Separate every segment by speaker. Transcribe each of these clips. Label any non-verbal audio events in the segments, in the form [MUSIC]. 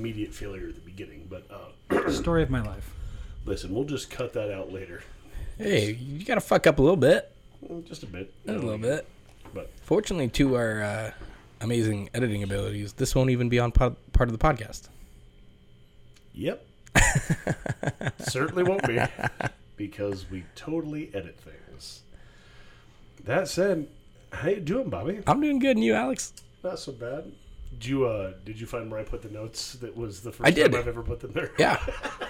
Speaker 1: immediate failure at the beginning, but uh, [CLEARS THROAT]
Speaker 2: Story of my life.
Speaker 1: listen, we'll just cut that out later,
Speaker 3: Hey, you got to fuck up a little bit.
Speaker 1: Mm, just a bit,
Speaker 3: A little bit.
Speaker 1: But
Speaker 3: Fortunately, to our uh, amazing editing abilities, this won't even be on pod- part of the podcast. [LAUGHS]
Speaker 1: yep, certainly won't be because we totally edit things. That said, how you doing, Bobby?
Speaker 3: I'm doing good, and you, Alex?
Speaker 1: Not so bad. Did you uh, did you find where I put the notes? That was the first
Speaker 3: I did.
Speaker 1: time I've ever put them there.
Speaker 3: Yeah,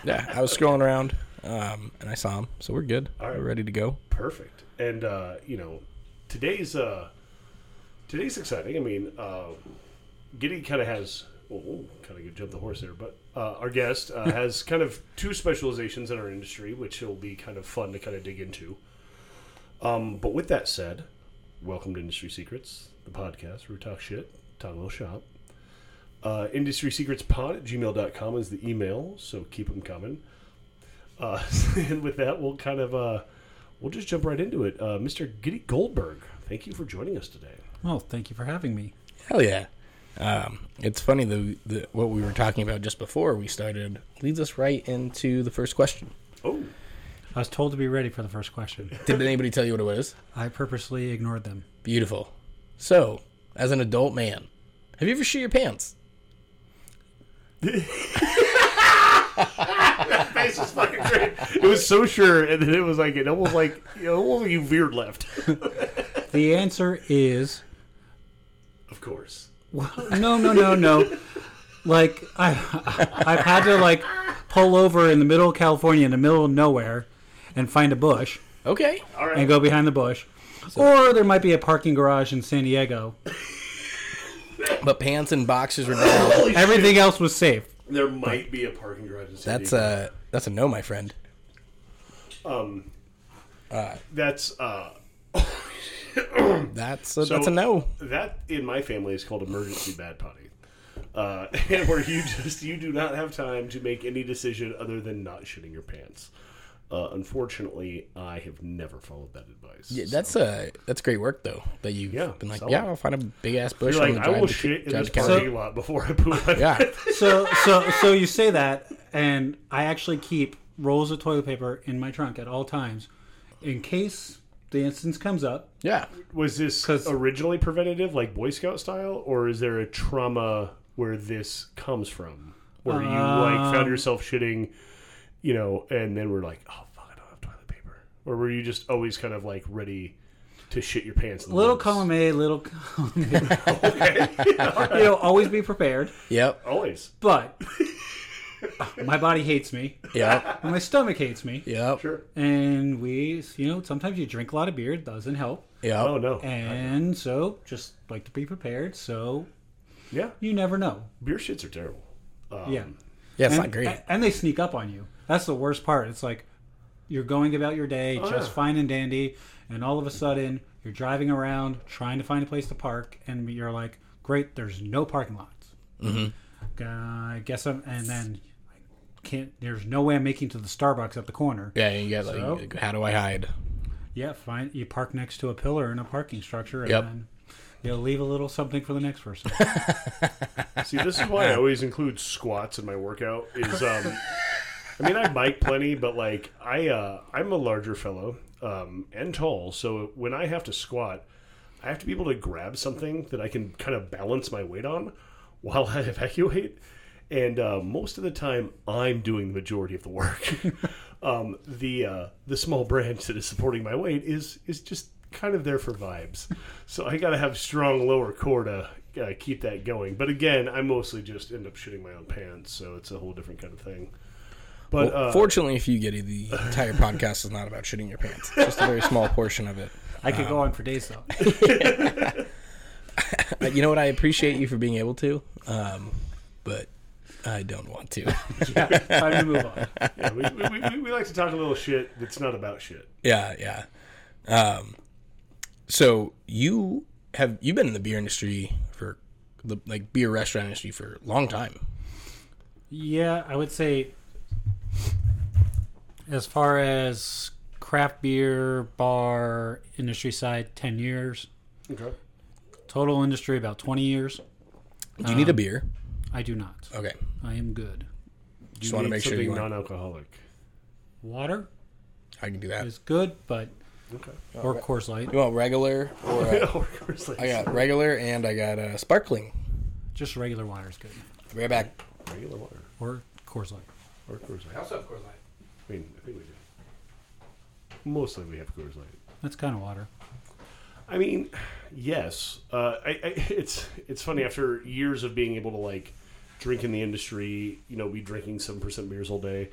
Speaker 3: yeah. I was scrolling around, um, and I saw him, so we're good.
Speaker 1: All right.
Speaker 3: We're ready to go.
Speaker 1: perfect and uh you know today's uh today's exciting i mean uh giddy kind of has oh kind of jump the horse there but uh our guest uh, has kind of two specializations in our industry which will be kind of fun to kind of dig into um but with that said welcome to industry secrets the podcast where we talk shit talk a little shop uh, industry secrets pod at gmail.com is the email so keep them coming uh, [LAUGHS] and with that we'll kind of uh, We'll just jump right into it. Uh, Mr. Giddy Goldberg, thank you for joining us today.
Speaker 2: Well, thank you for having me.
Speaker 3: Hell yeah. Um, it's funny the, the what we were talking about just before we started leads us right into the first question.
Speaker 1: Oh,
Speaker 2: I was told to be ready for the first question.
Speaker 3: Did anybody tell you what it was?
Speaker 2: I purposely ignored them.
Speaker 3: Beautiful. So, as an adult man, have you ever shit your pants?
Speaker 1: face is fucking great. [LAUGHS] It was so sure, and then it was like it almost like you know, almost you veered [LAUGHS] left.
Speaker 2: The answer is
Speaker 1: Of course.
Speaker 2: well, no, no, no, no. Like I, [LAUGHS] I've had to like pull over in the middle of California, in the middle of nowhere, and find a bush
Speaker 3: Okay.
Speaker 1: All right.
Speaker 2: and go behind the bush. or there might be a parking garage in San Diego.
Speaker 3: But pants and boxers were down.
Speaker 1: Holy
Speaker 2: Everything else was safe.
Speaker 1: shit, There might be a parking garage. In San
Speaker 3: That's
Speaker 1: Diego.
Speaker 3: a that's a no, my friend.
Speaker 1: that's uh
Speaker 3: That's a, that's a no.
Speaker 1: that in my family is called emergency bad potty. Uh, [LAUGHS] and where you just you do not have time to make any decision other than not shitting your pants. Uh, unfortunately, I have never followed that advice.
Speaker 3: Yeah, that's a that's great work though that you've
Speaker 1: Yeah,
Speaker 3: been like
Speaker 1: solid.
Speaker 3: yeah I'll find a big ass bush.
Speaker 1: You're
Speaker 3: on
Speaker 1: like,
Speaker 3: the
Speaker 1: I
Speaker 3: drive
Speaker 1: will
Speaker 3: to-
Speaker 1: shit in
Speaker 3: drive
Speaker 1: this
Speaker 3: to California."
Speaker 1: parking lot before I poop. my
Speaker 3: [LAUGHS] Yeah,
Speaker 2: So, so, so you say that, and I actually keep rolls of toilet paper in my trunk at all times, in case the instance comes up.
Speaker 3: yeah.
Speaker 1: [LAUGHS] Was this
Speaker 2: 'Cause-
Speaker 1: originally preventative, like Boy Scout style, or is there a trauma where this comes from, where you like
Speaker 2: Um,
Speaker 1: found yourself shitting, you know, and then were like, oh fuck, I don't have toilet paper, or were you just always kind of like ready to shit your pants? in the
Speaker 2: Little
Speaker 1: woods?
Speaker 2: column A, little column B. [LAUGHS] You know, always be prepared.
Speaker 3: Yep.
Speaker 1: always.
Speaker 2: But my body hates me,
Speaker 3: Yep.
Speaker 2: and my stomach hates me,
Speaker 3: Yep.
Speaker 1: Sure.
Speaker 2: and we, you know, sometimes you drink a lot of beer, it doesn't help,
Speaker 3: Yep.
Speaker 1: Oh no.
Speaker 2: and so just like to be prepared. So
Speaker 1: yeah,
Speaker 2: you never know.
Speaker 1: beer shits are terrible. Um,
Speaker 2: Yeah.
Speaker 3: Yeah, it's
Speaker 2: and,
Speaker 3: not great.
Speaker 2: a- And they sneak up on you. That's the worst part. It's like you're going about your day just
Speaker 1: yeah.
Speaker 2: fine and dandy, and all of a sudden you're driving around trying to find a place to park, and you're like, "Great, there's no parking lots." Mm-hmm. Uh, I guess I'm, and then I can't. There's no way I'm making it to the Starbucks at the corner.
Speaker 3: Yeah, you got like
Speaker 2: So-
Speaker 3: how do I hide?
Speaker 2: Yeah, fine. You park next to a pillar in a parking structure, and
Speaker 3: Yep.
Speaker 2: then you leave a little something for the next
Speaker 3: [LAUGHS]
Speaker 2: person.
Speaker 1: See, this is why I always include squats in my workout. Is um, I mean, I bike plenty, but like I, uh, I'm a larger fellow um, and tall, so when I have to squat, I have to be able to grab something that I can kind of balance my weight on while I evacuate. And uh, most of the time, I'm doing the majority of the work. um, the uh, the small branch that is supporting my weight is is just kind of there for vibes. So I got to have strong lower core to uh, keep that going. But again, I mostly just end up shitting my own pants, so it's a whole different kind of thing. But
Speaker 3: Well,
Speaker 1: uh,
Speaker 3: fortunately, if you get it, the entire podcast is not about shitting your pants. It's just a very small portion of it.
Speaker 2: I could go on for days
Speaker 3: [LAUGHS]
Speaker 2: though.
Speaker 3: Uh, you know what? I appreciate you for being able to, um, but I don't want to.
Speaker 2: yeah, time to move on.
Speaker 1: yeah, we, we, we, we like to talk a little shit that's not about shit.
Speaker 3: yeah, yeah. Um, so you have you been in the beer industry for the like beer restaurant industry for a long time?
Speaker 2: Yeah, I would say as far as craft beer bar industry side 10 years
Speaker 1: Okay.
Speaker 2: total industry about 20 years
Speaker 3: Do you need a beer?
Speaker 2: i Uh-huh. do not
Speaker 3: Okay,
Speaker 2: I am good.
Speaker 3: Just want to
Speaker 1: need
Speaker 3: make sure
Speaker 1: something
Speaker 3: you want.
Speaker 1: non-alcoholic.
Speaker 2: Water
Speaker 3: I can do that.
Speaker 2: is good, but
Speaker 1: Oh, Okay.
Speaker 2: or Coors Light.
Speaker 3: You want regular or
Speaker 1: [LAUGHS]
Speaker 3: uh,
Speaker 2: [LAUGHS]
Speaker 1: Or Coors Light.
Speaker 3: I got regular and I got uh, sparkling.
Speaker 2: Just regular water is good,
Speaker 3: Be right back.
Speaker 1: regular water.
Speaker 2: or Coors Light.
Speaker 1: Or Coors Light.
Speaker 4: also have Coors Light.
Speaker 1: I mean, I think we do. Mostly we have Coors Light.
Speaker 2: That's kind of water.
Speaker 1: I mean, yes. Uh, I, [LAUGHS] I, it's it's funny after years of being able to like drink in the industry, you know, be drinking seven percent beers all day.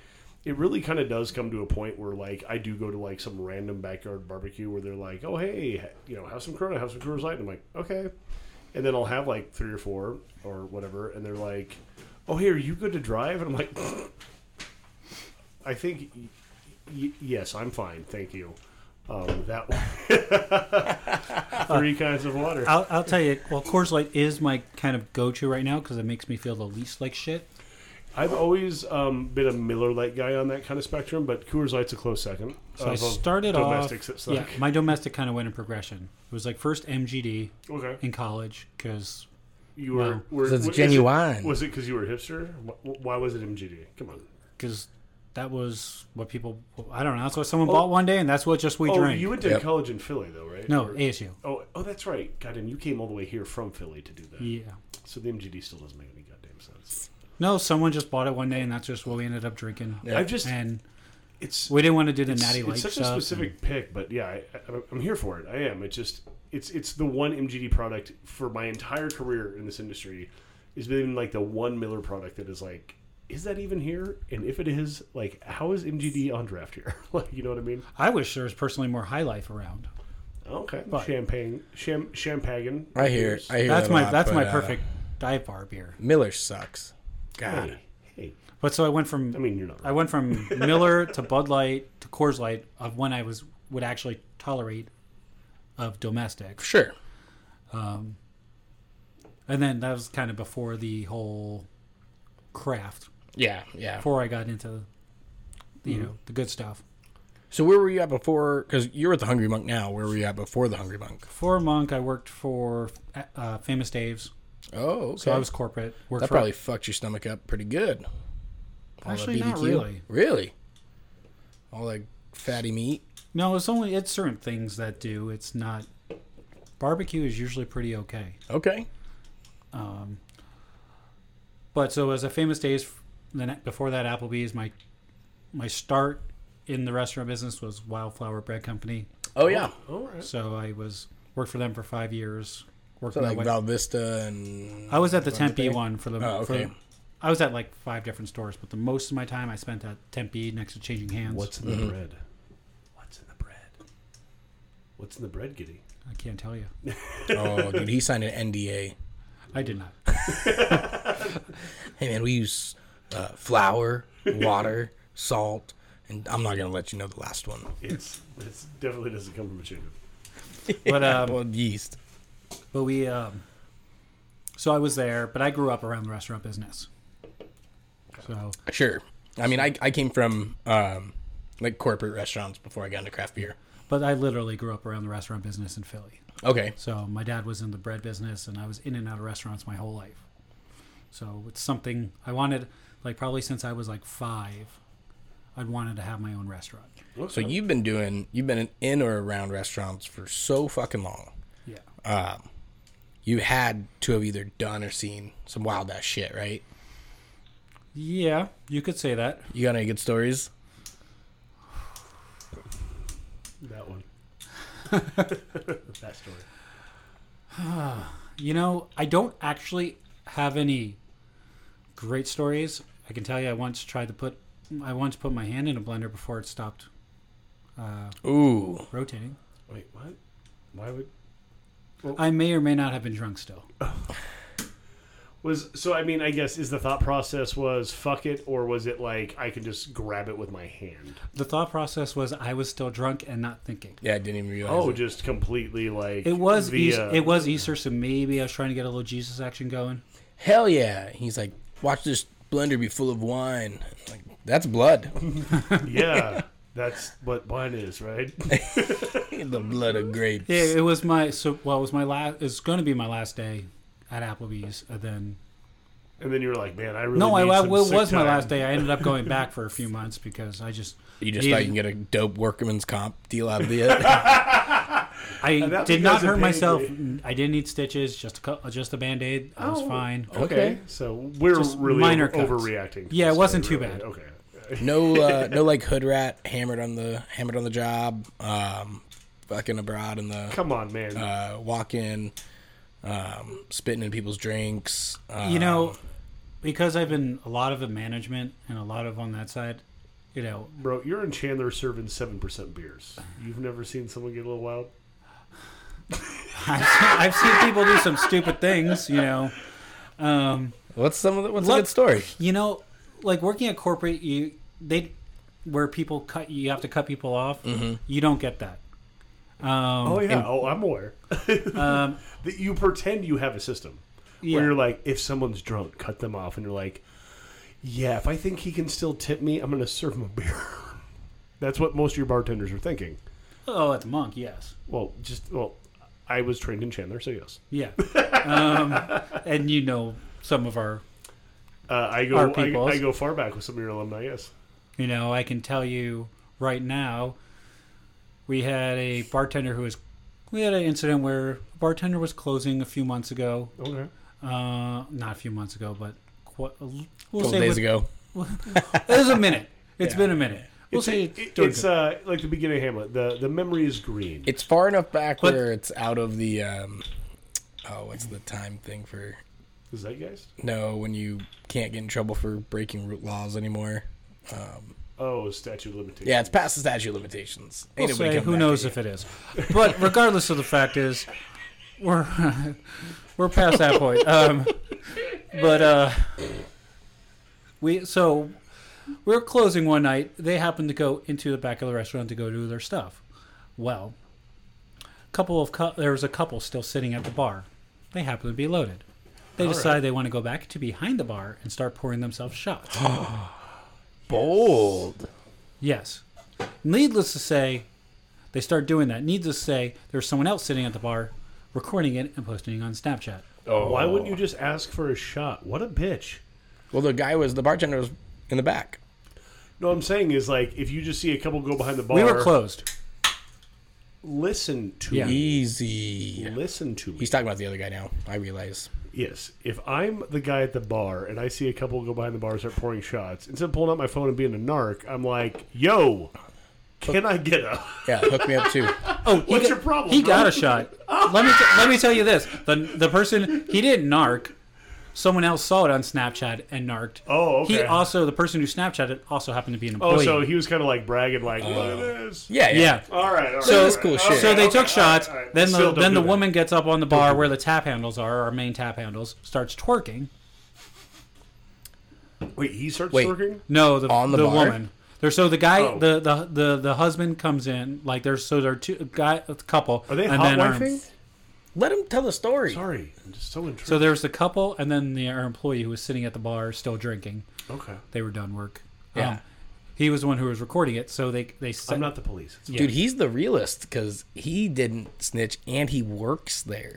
Speaker 1: It really kind of does come to a point where like I do go to like some random backyard barbecue where they're like, oh hey, ha- you know, have some Corona, have some Coors Light, and I'm like, okay. And then I'll have like three or four or whatever, and they're like, oh hey, are you good to drive? And I'm like, I think y- y- yes, I'm fine, thank you. Um, that [LAUGHS] three kinds of water.
Speaker 2: I'll, I'll tell you. Well, Coors Light is my kind of go-to right now because it makes me feel the least like shit.
Speaker 1: I've always um, been a Miller Lite guy on that kind of spectrum, but Coors Light's a close second.
Speaker 2: So I started off.
Speaker 1: Oh, domestic s-
Speaker 2: Yeah,
Speaker 1: suck.
Speaker 2: my domestic kind of went in progression. It was like first MGD
Speaker 1: Okay,
Speaker 2: in college because
Speaker 1: you were.
Speaker 2: Wow.
Speaker 1: were
Speaker 3: So it's
Speaker 1: was it-
Speaker 3: genuine.
Speaker 1: was it because you were a hipster? Wh- wh- Why was it MGD? Come on.
Speaker 2: because that was what people. I don't know. That's what someone bought one day, and that's what just we
Speaker 1: Oh,
Speaker 2: drank.
Speaker 1: you went to
Speaker 3: Yep.
Speaker 1: college in Philly though, right?
Speaker 2: no,
Speaker 1: Or-
Speaker 2: ASU.
Speaker 1: oh, oh, that's right. God, and you came all the way here from Philly to do that.
Speaker 2: Yeah.
Speaker 1: So the MGD still doesn't make any goddamn sense.
Speaker 2: No, someone just bought it one day, and that's just what we ended up drinking.
Speaker 3: Yeah.
Speaker 1: I've just
Speaker 2: And
Speaker 1: it's
Speaker 2: we didn't want to do the natty
Speaker 1: it's
Speaker 2: light
Speaker 1: such
Speaker 2: stuff.
Speaker 1: a specific pick, but yeah, I, I, I'm here for it. I am. It's just it's it's the one MGD product for my entire career in this industry has been like the one Miller product that is like, is that even here? And if it is, like, how is MGD on draft here? [LAUGHS] like, you know what I mean?
Speaker 2: I wish there was personally more high life around.
Speaker 1: Okay,
Speaker 2: But-
Speaker 1: champagne, sham, champagne.
Speaker 3: I hear. I hear.
Speaker 2: That's
Speaker 3: that a
Speaker 2: my
Speaker 3: lot,
Speaker 2: that's my
Speaker 3: but, uh,
Speaker 2: perfect dive bar beer.
Speaker 3: Miller sucks. God.
Speaker 1: Hey, hey,
Speaker 2: But so I went from
Speaker 1: I mean, you're not.
Speaker 2: I
Speaker 1: [LAUGHS]
Speaker 2: went from Miller to Bud Light to Coors Light of one I was would actually tolerate of domestic,
Speaker 3: Sure.
Speaker 2: and then that was kind of before the whole craft.
Speaker 3: Yeah. Yeah.
Speaker 2: Before I got into you
Speaker 3: Mm-hmm.
Speaker 2: know the good stuff.
Speaker 3: So where were you at before? Because you're at the Hungry Monk now. Where were you at before the Hungry Monk?
Speaker 2: For a monk, I worked for uh, Famous Dave's,
Speaker 3: Oh, okay.
Speaker 2: so I was corporate. Worked
Speaker 3: that
Speaker 2: for,
Speaker 3: probably fucked your stomach up pretty good. All that
Speaker 2: Actually, not
Speaker 3: BBQ?
Speaker 2: really.
Speaker 3: Really? All that fatty meat.
Speaker 2: no. It's only it's certain things that do. It's not barbecue is usually pretty okay.
Speaker 3: Okay.
Speaker 2: But so as a famous days, then before that Applebee's, my my start in the restaurant business was Wildflower Bread Company.
Speaker 3: Oh yeah.
Speaker 1: All right.
Speaker 2: So I was worked for them for five years. Worked
Speaker 3: So
Speaker 2: my
Speaker 3: like
Speaker 2: way-
Speaker 3: Val Vista and
Speaker 2: I was at the Tempe
Speaker 3: Tempe?
Speaker 2: one for the.
Speaker 3: Oh,
Speaker 2: for-
Speaker 3: okay.
Speaker 2: I was at like five different stores, but the most of my time I spent at Tempe next to Changing Hands.
Speaker 1: What's in the
Speaker 2: Mm-hmm.
Speaker 1: bread? What's in the bread? What's in the bread, Giddy?
Speaker 2: I can't tell you.
Speaker 3: oh dude, he signed an NDA.
Speaker 2: I did not.
Speaker 3: Hey man, we use uh, flour, water, [LAUGHS] salt, and I'm not gonna let you know the last one.
Speaker 1: It's it's definitely doesn't come from a chicken.
Speaker 2: But um,
Speaker 3: well, yeast.
Speaker 2: But we, um, so I was there, but I grew up around the restaurant business. So
Speaker 3: Sure. I mean, I, I came from um, like corporate restaurants before I got into craft beer.
Speaker 2: But I literally grew up around the restaurant business in Philly.
Speaker 3: Okay.
Speaker 2: So my dad was in the bread business, and I was in and out of restaurants my whole life. So it's something I wanted, like probably since I was like five, I'd wanted to have my own restaurant.
Speaker 3: So you've been doing you've been in or around restaurants for so fucking long.
Speaker 2: Yeah.
Speaker 3: You had to have either done or seen some wild ass shit, right?
Speaker 2: Yeah, you could say that.
Speaker 3: You got any good stories?
Speaker 1: That
Speaker 2: [LAUGHS]
Speaker 1: one. that story.
Speaker 2: You know, I don't actually have any great stories. I can tell you, I once tried to put, I once put my hand in a blender before it stopped
Speaker 3: Ooh.
Speaker 2: rotating.
Speaker 1: Wait, what? Why would
Speaker 2: I may or may not have been drunk still.
Speaker 1: was so? I mean, I guess is the thought process was fuck it, or was it like I can just grab it with my hand?
Speaker 2: The thought process was I was still drunk and not thinking.
Speaker 3: Yeah, I didn't even realize.
Speaker 1: Oh,
Speaker 3: it.
Speaker 1: just completely like
Speaker 2: It was
Speaker 1: the,
Speaker 2: Eas-
Speaker 1: uh,
Speaker 2: it was Easter, so maybe I was trying to get a little Jesus action going.
Speaker 3: hell yeah! He's like, watch this blender be full of wine. Like that's [LAUGHS] blood,
Speaker 2: [LAUGHS]
Speaker 1: yeah. That's what wine is, right?
Speaker 3: the blood of grapes.
Speaker 2: Yeah, it was my so well, it was my last. It's going to be my last day at Applebee's, and then
Speaker 1: And then you were like, man, I really
Speaker 2: No, I,
Speaker 1: need
Speaker 2: I-
Speaker 1: some
Speaker 2: it was
Speaker 1: sick
Speaker 2: my
Speaker 1: time.
Speaker 2: last day. I ended up going back for
Speaker 1: [LAUGHS]
Speaker 2: a few months because I just
Speaker 3: You just
Speaker 2: needed-
Speaker 3: thought you can get a dope workman's comp deal out of [LAUGHS] the. uh,
Speaker 2: I
Speaker 1: that
Speaker 2: did
Speaker 1: was
Speaker 2: not
Speaker 1: guys in
Speaker 2: hurt myself.
Speaker 1: pain,
Speaker 2: I didn't need stitches. Just a cou- uh, just a band aid. I was
Speaker 1: Oh,
Speaker 2: fine.
Speaker 1: Okay.
Speaker 3: Okay.
Speaker 1: So we're
Speaker 2: Just
Speaker 1: really
Speaker 2: minor
Speaker 1: over-
Speaker 2: cuts.
Speaker 1: overreacting. to
Speaker 2: Yeah, it
Speaker 1: this
Speaker 2: wasn't
Speaker 1: guy,
Speaker 2: too
Speaker 1: really.
Speaker 2: bad.
Speaker 1: Okay.
Speaker 3: no, uh, no, like hood rat hammered on the hammered on the job. Um, fucking abroad in the
Speaker 1: Come on, man.
Speaker 3: uh, walk in, um, spitting in people's drinks. Uh,
Speaker 2: you know, because I've been a lot of in management and a lot of on that side. You know,
Speaker 1: Bro, you're in Chandler serving 7% beers. You've never seen someone get a little loud?
Speaker 2: I've seen, I've seen people do some stupid things. You know, um,
Speaker 3: what's some of the, what's
Speaker 2: Look-
Speaker 3: a good story?
Speaker 2: you know, like working at corporate, you they where people cut you have to cut people off. You don't get that. Um,
Speaker 1: Oh, yeah. oh, I'm aware. [LAUGHS]
Speaker 2: um,
Speaker 1: that you pretend you have a system.
Speaker 2: Yeah.
Speaker 1: Where you're like, if someone's drunk, cut them off. And you're like, yeah, if I think he can still tip me, I'm going to serve him a beer. [LAUGHS] That's what most of your bartenders are thinking.
Speaker 2: oh, at the monk, yes.
Speaker 1: Well, just, well, I was trained in Chandler, so yes. [LAUGHS]
Speaker 2: Yeah. Um, and you know some of our,
Speaker 1: Uh, I go
Speaker 2: Our
Speaker 1: I,
Speaker 2: peoples.
Speaker 1: I go far back with some of your alumni, yes.
Speaker 2: you know, I can tell you right now, we had a bartender who was, we had an incident where a bartender was closing a few months ago.
Speaker 1: Okay.
Speaker 2: Uh, not a few months ago, but qu-
Speaker 3: A
Speaker 2: we'll
Speaker 3: couple
Speaker 2: say
Speaker 3: days
Speaker 2: with-
Speaker 3: ago.
Speaker 2: It was a minute. It's been a minute. We'll
Speaker 1: It's,
Speaker 2: say
Speaker 1: it-
Speaker 2: during-
Speaker 1: it's uh, like the beginning of Hamlet. The the memory is green.
Speaker 3: It's far enough back
Speaker 2: But-
Speaker 3: where it's out of the. Um, oh, what's the time thing for?
Speaker 1: Is that guys?
Speaker 3: No, when you can't get in trouble for breaking root laws anymore.
Speaker 1: Oh, statute of limitations.
Speaker 3: Yeah, it's past the statute of limitations. Ain't
Speaker 2: we'll
Speaker 3: nobody
Speaker 2: say
Speaker 3: coming
Speaker 2: who
Speaker 3: after
Speaker 2: knows
Speaker 3: you.
Speaker 2: if it is. But regardless of the fact is, we're [LAUGHS] we're past that point. Um, but uh, we so we were closing one night. They happened to go into the back of the restaurant to go do their stuff. Well, couple of cou- there was a couple still sitting at the bar. They happen to be loaded. They decide they want to go back to behind the bar and start pouring themselves shots.
Speaker 3: bold.
Speaker 2: Yes. Needless to say, they start doing that. Needless to say, there's someone else sitting at the bar recording it and posting it on Snapchat.
Speaker 1: Oh. Why wouldn't you just ask for a shot? What a bitch.
Speaker 3: Well, the guy was the bartender was in the back.
Speaker 1: No, I'm saying is like if you just see a couple go behind the bar.
Speaker 2: We were closed.
Speaker 1: Listen to
Speaker 2: Yeah.
Speaker 1: me.
Speaker 3: Easy.
Speaker 1: Listen to me.
Speaker 3: He's talking about the other guy now. I realize.
Speaker 1: Yes. If I'm the guy at the bar and I see a couple go behind the bar and start pouring shots, instead of pulling out my phone and being a narc, I'm like, yo, can I get a.
Speaker 3: Yeah, hook me
Speaker 2: [LAUGHS]
Speaker 3: up too.
Speaker 2: Oh, he
Speaker 1: [LAUGHS] What's
Speaker 2: got,
Speaker 1: your problem,
Speaker 2: He
Speaker 1: bro?
Speaker 2: got a shot. Let me t- let me tell you this: the the person he didn't narc. Someone else saw it on Snapchat and narked.
Speaker 1: Oh, okay.
Speaker 2: He also the person who Snapchatted it also happened to be an
Speaker 1: Oh,
Speaker 2: employee.
Speaker 1: so Oh, he was kind of like bragging, like, look at this.
Speaker 3: Yeah, yeah.
Speaker 2: yeah.
Speaker 1: All right. All right
Speaker 2: Oh. So-
Speaker 1: all
Speaker 3: That's cool
Speaker 1: right,
Speaker 3: shit.
Speaker 1: okay,
Speaker 2: So
Speaker 1: okay,
Speaker 2: they
Speaker 1: all
Speaker 2: took
Speaker 1: right,
Speaker 2: shots.
Speaker 1: all right.
Speaker 2: Then
Speaker 1: Still
Speaker 2: the
Speaker 1: don't
Speaker 2: then the
Speaker 1: do that.
Speaker 2: woman gets up on the bar where the tap handles are, our main tap handles, starts twerking.
Speaker 1: Wait, he starts
Speaker 3: Wait.
Speaker 1: twerking?
Speaker 2: No, the
Speaker 3: On the
Speaker 2: the
Speaker 3: bar?
Speaker 2: woman. There, so the guy,
Speaker 1: Oh.
Speaker 2: the, the the the husband comes in. Like there's so there are two a guy, a couple.
Speaker 1: Are they
Speaker 2: and
Speaker 1: hot
Speaker 2: then um, our-
Speaker 1: wifing?
Speaker 3: Let him tell the story.
Speaker 1: Sorry. I'm just so intrigued.
Speaker 2: So there's the couple, and then the our employee who was sitting at the bar still drinking.
Speaker 1: okay.
Speaker 2: They were done work. Um,
Speaker 3: Yeah.
Speaker 2: he was the one who was recording it. So they they
Speaker 1: I'm
Speaker 2: sent,
Speaker 1: not the police. It's
Speaker 2: yeah.
Speaker 3: Dude, he's the realist because he didn't snitch and he works there.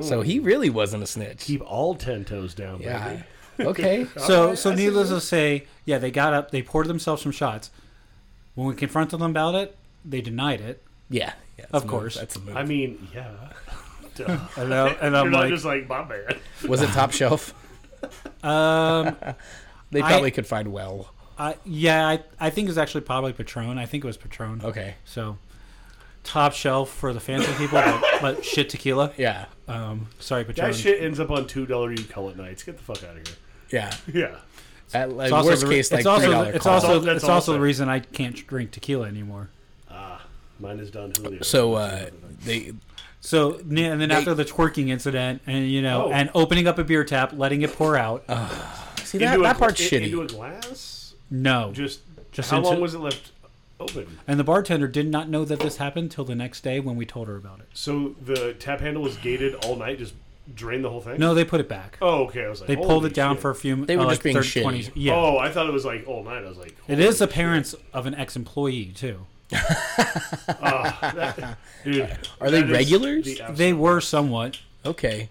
Speaker 3: So he really wasn't a snitch.
Speaker 1: Keep all ten toes down,
Speaker 3: yeah.
Speaker 1: baby.
Speaker 3: Okay.
Speaker 2: So so needless to say, yeah, they got up, they poured themselves some shots. When we confronted them about it, they denied it.
Speaker 3: Yeah. yeah that's
Speaker 2: Of
Speaker 3: a move.
Speaker 2: course.
Speaker 3: That's a move.
Speaker 1: I mean,
Speaker 2: [LAUGHS]
Speaker 1: yeah. Duh. [LAUGHS]
Speaker 2: And, I- and
Speaker 1: You're
Speaker 2: I'm
Speaker 1: not
Speaker 2: like,
Speaker 1: just like my
Speaker 2: [LAUGHS]
Speaker 1: bad.
Speaker 3: Was it top shelf?
Speaker 2: um,
Speaker 3: [LAUGHS] They probably could find well.
Speaker 2: I, yeah, I I think it was actually probably Patron. I think it was Patron.
Speaker 3: Okay.
Speaker 2: So, top shelf for the fancy people, but, but shit tequila.
Speaker 3: Yeah.
Speaker 2: Um, sorry, Patron.
Speaker 1: That shit ends up on two dollar you call it nights. Get the fuck out of here.
Speaker 3: Yeah.
Speaker 1: Yeah.
Speaker 3: At like,
Speaker 2: It's also
Speaker 3: worst
Speaker 2: the-
Speaker 3: case, like
Speaker 2: it's also
Speaker 3: three
Speaker 2: the-
Speaker 3: dollar
Speaker 2: it's
Speaker 3: call.
Speaker 2: also
Speaker 1: That's all-
Speaker 2: it's
Speaker 1: that's
Speaker 2: also the
Speaker 1: also-
Speaker 2: reason I can't drink tequila anymore.
Speaker 1: Mine is Don Julio.
Speaker 3: so uh, they
Speaker 2: So n- and then after the twerking incident, and you know,
Speaker 1: Oh.
Speaker 2: and opening up a beer tap, letting it pour out.
Speaker 3: Uh-huh. see
Speaker 1: Into
Speaker 3: that,
Speaker 1: a
Speaker 3: that
Speaker 1: gla-
Speaker 3: part's
Speaker 1: in-
Speaker 3: shitty.
Speaker 1: Into a glass?
Speaker 2: no,
Speaker 1: Just,
Speaker 2: Just
Speaker 1: how
Speaker 2: into-
Speaker 1: long was it left open?
Speaker 2: and the bartender did not know that this happened till the next day when we told her about it.
Speaker 1: So the tap handle was gated all night, just drain the whole thing?
Speaker 2: No, they put it back.
Speaker 1: Oh, okay. I was like,
Speaker 2: they pulled
Speaker 1: holy
Speaker 2: it down
Speaker 1: shit.
Speaker 2: for a few.
Speaker 3: They were
Speaker 2: uh,
Speaker 3: just
Speaker 2: like
Speaker 3: being
Speaker 2: 30, 20
Speaker 3: shitty.
Speaker 2: Yeah,
Speaker 1: Oh, I thought it was like all night. I was like,
Speaker 2: it is the parents of an ex-employee too.
Speaker 1: that- dude.
Speaker 3: Are they
Speaker 1: that is
Speaker 3: regulars?
Speaker 1: the absolute-
Speaker 2: They were somewhat.
Speaker 3: Okay.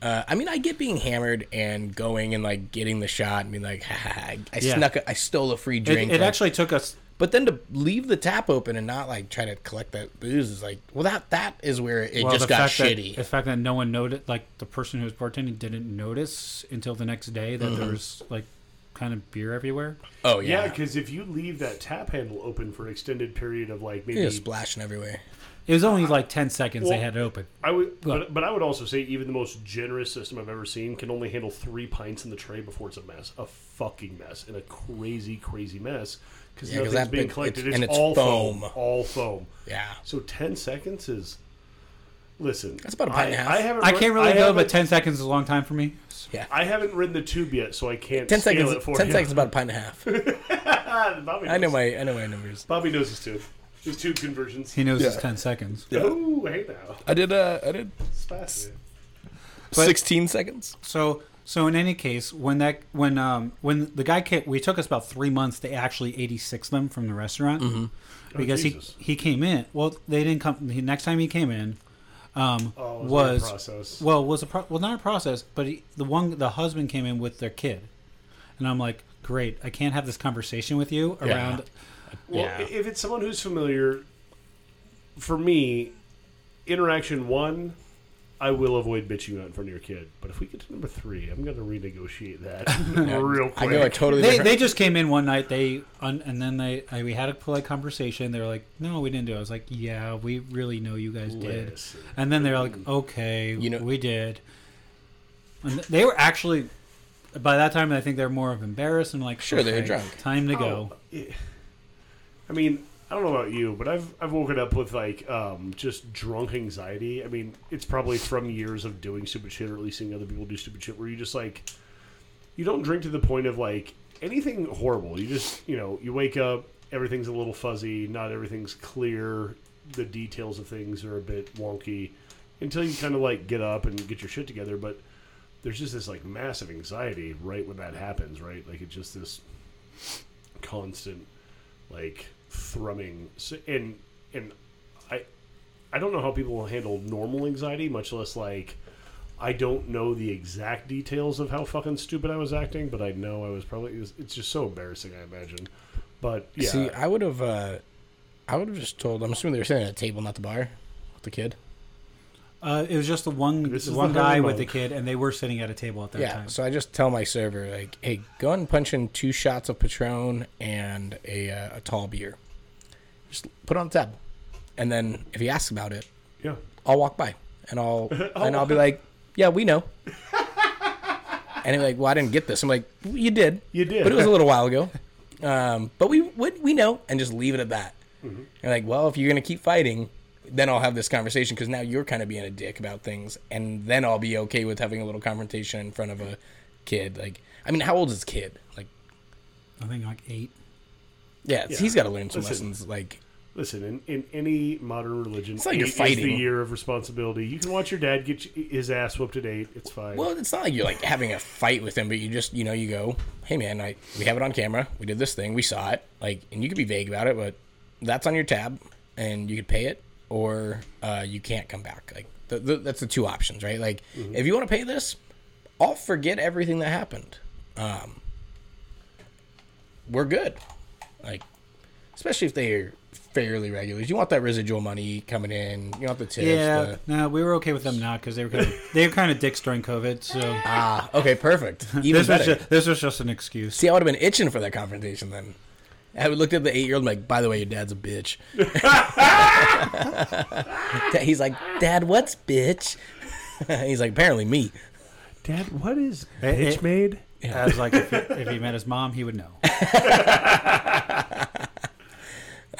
Speaker 3: Uh, I mean, I get being hammered and going and like getting the shot and being like, "Ha, ha, ha, I
Speaker 2: Yeah.
Speaker 3: snuck, a, I stole a free
Speaker 2: It,
Speaker 3: drink.
Speaker 2: it
Speaker 3: like-
Speaker 2: actually took us.
Speaker 3: but then to leave the tap open and not like try to collect that booze is like, well, that that is where it
Speaker 2: Well,
Speaker 3: just
Speaker 2: the
Speaker 3: got
Speaker 2: fact that-
Speaker 3: shitty.
Speaker 2: the fact that no one noticed, like the person who was bartending, didn't notice until the next day that
Speaker 3: Mm-hmm.
Speaker 2: there was like kind of beer everywhere.
Speaker 3: oh
Speaker 1: Yeah,
Speaker 3: yeah,
Speaker 1: because if you leave that tap handle open for an extended period of like maybe
Speaker 3: yeah splashing everywhere.
Speaker 2: It was only like ten seconds they
Speaker 1: Well-
Speaker 2: had it open.
Speaker 1: I would, but, but I would also say even the most generous system I've ever seen can only handle three pints in the tray before it's a mess, a fucking mess, and a crazy, crazy mess because
Speaker 3: Yeah, 'cause
Speaker 1: nothing's
Speaker 3: that
Speaker 1: being
Speaker 3: big-
Speaker 1: collected.
Speaker 3: it's-
Speaker 1: It's,
Speaker 3: and it's
Speaker 1: all foam.
Speaker 3: foam.
Speaker 1: all foam.
Speaker 3: Yeah,
Speaker 1: So ten seconds is. Listen, that's
Speaker 3: about a pint
Speaker 1: I,
Speaker 3: and a half.
Speaker 1: I haven't.
Speaker 2: I
Speaker 1: run-
Speaker 2: can't really go, but
Speaker 1: haven't-
Speaker 2: ten seconds is a long time for me.
Speaker 1: I haven't ridden the tube yet, so I can't.
Speaker 3: ten
Speaker 1: scale
Speaker 3: seconds.
Speaker 1: It for
Speaker 3: Ten
Speaker 1: you.
Speaker 3: seconds, is about a pint and a half.
Speaker 1: [LAUGHS] Bobby knows.
Speaker 3: I know my I know my numbers.
Speaker 1: Bobby knows his tube. His tube conversions.
Speaker 2: He knows it's ten seconds.
Speaker 1: Oh, hey now,
Speaker 3: I did uh I did
Speaker 1: it's fast.
Speaker 3: sixteen seconds.
Speaker 2: So so in any case, when that when um when the guy came, we took us about three months to actually eighty six them from the restaurant
Speaker 3: Mm-hmm.
Speaker 2: because he
Speaker 1: Jesus.
Speaker 2: he came in. Well, they didn't come. The next time he came in, um,
Speaker 1: Oh, it was,
Speaker 2: was
Speaker 1: a process.
Speaker 2: well was a pro- well not a process, but he, the one the husband came in with their kid, and I'm like, great, I can't have this conversation with you
Speaker 3: Yeah.
Speaker 2: around.
Speaker 1: Well,
Speaker 3: Yeah.
Speaker 1: i- if it's someone who's familiar, for me, interaction one, I will avoid bitching out in front of your kid. But if we get to number three, I'm going to renegotiate
Speaker 3: [LAUGHS]
Speaker 1: that [LAUGHS] real
Speaker 3: I go a
Speaker 1: quick.
Speaker 3: totally
Speaker 2: They,
Speaker 3: different.
Speaker 2: they just came in one night. They un, and then they I, we had a polite conversation. They were like, "No, we didn't do." it. I was like, "Yeah, we really know you guys did."
Speaker 1: Listen.
Speaker 2: And then they're like, "Okay,
Speaker 3: Hmm. You know-
Speaker 2: we did." And th- they were actually by that time. I think they're more of embarrassed and like,
Speaker 3: Sure, they were
Speaker 2: "Okay,
Speaker 3: drunk."
Speaker 2: Time to
Speaker 1: Oh.
Speaker 2: go.
Speaker 1: I mean, I don't know about you, but I've I've woken up with like um, just drunk anxiety. I mean, it's probably from years of doing stupid shit or at least seeing other people do stupid shit where you just like you don't drink to the point of like anything horrible. You just you know you wake up, everything's a little fuzzy, not everything's clear, the details of things are a bit wonky until you kind of like get up and get your shit together. But there's just this like massive anxiety right when that happens, right? Like it's just this constant like thrumming So- and and I I don't know how people handle normal anxiety, much less like I don't know the exact details of how fucking stupid I was acting, but I know I was probably it's- it's just so embarrassing, I imagine. But yeah,
Speaker 3: See, I would have uh I would have just told. I'm assuming they were sitting at a table, not the bar, with the kid.
Speaker 2: Uh, it was just the one
Speaker 1: This
Speaker 2: the
Speaker 1: is
Speaker 2: one
Speaker 1: the
Speaker 2: guy
Speaker 1: honeymoon.
Speaker 2: with the kid, and they were sitting at a table at that
Speaker 3: Yeah.
Speaker 2: time.
Speaker 3: So I just tell my server like, "Hey, go and punch in two shots of Patron and a uh, a tall beer. Just put it on the tab, and then if he asks about it,
Speaker 1: yeah.
Speaker 3: I'll walk by
Speaker 1: [LAUGHS]
Speaker 3: and I'll and I'll be like, "Yeah, we know." and he's like, "Well, I didn't get this." I'm like, "Well, "You did,
Speaker 1: You did.
Speaker 3: but it was a little
Speaker 1: [LAUGHS]
Speaker 3: while ago." Um, but we we, we know, and just leave it at that.
Speaker 1: Mm-hmm.
Speaker 3: And like, well, if you're gonna keep fighting, then I'll have this conversation because now you're kind of being a dick about things, and then I'll be okay with having a little confrontation in front of a kid. Like, I mean, how old is this kid? Like,
Speaker 2: I think like eight.
Speaker 3: yeah,
Speaker 1: Yeah.
Speaker 3: he's got to learn some
Speaker 1: Listen.
Speaker 3: lessons. Like,
Speaker 1: Listen, in, in any modern religion,
Speaker 3: not like you're
Speaker 1: eight is the
Speaker 3: fighting.
Speaker 1: year of responsibility. You can watch your dad get his ass whooped at eight. It's fine.
Speaker 3: Well, it's not like you're like having a fight with him, but you just you know you go, hey man, I we have it on camera. We did this thing. We saw it. Like, and you could be vague about it, but that's on your tab, and you could pay it, or uh, you can't come back. Like, th th that's the two options, right? Like, if you want to pay this, I'll forget everything that happened. Um, we're good. Like, especially if they're fairly regulars, you want that residual money coming in. You want the tips.
Speaker 2: yeah,
Speaker 3: the-
Speaker 2: no, we were okay with them not because they were kind
Speaker 3: [LAUGHS]
Speaker 2: of, they were kind of dicks during COVID. So
Speaker 3: Ah, okay, perfect. Even
Speaker 2: this was
Speaker 3: better.
Speaker 2: just, this was just an excuse.
Speaker 3: See, I would have been itching for that confrontation then. I would looked at the eight year old like, by the way, your dad's
Speaker 2: [LAUGHS]
Speaker 3: a bitch. He's like, Dad, what's bitch? [LAUGHS] He's like, apparently me.
Speaker 1: dad, what is
Speaker 3: Eh,
Speaker 2: Hey,
Speaker 1: bitch made?
Speaker 3: Uh,
Speaker 2: I was like,
Speaker 3: [LAUGHS]
Speaker 2: if he, if he met his mom, he would know.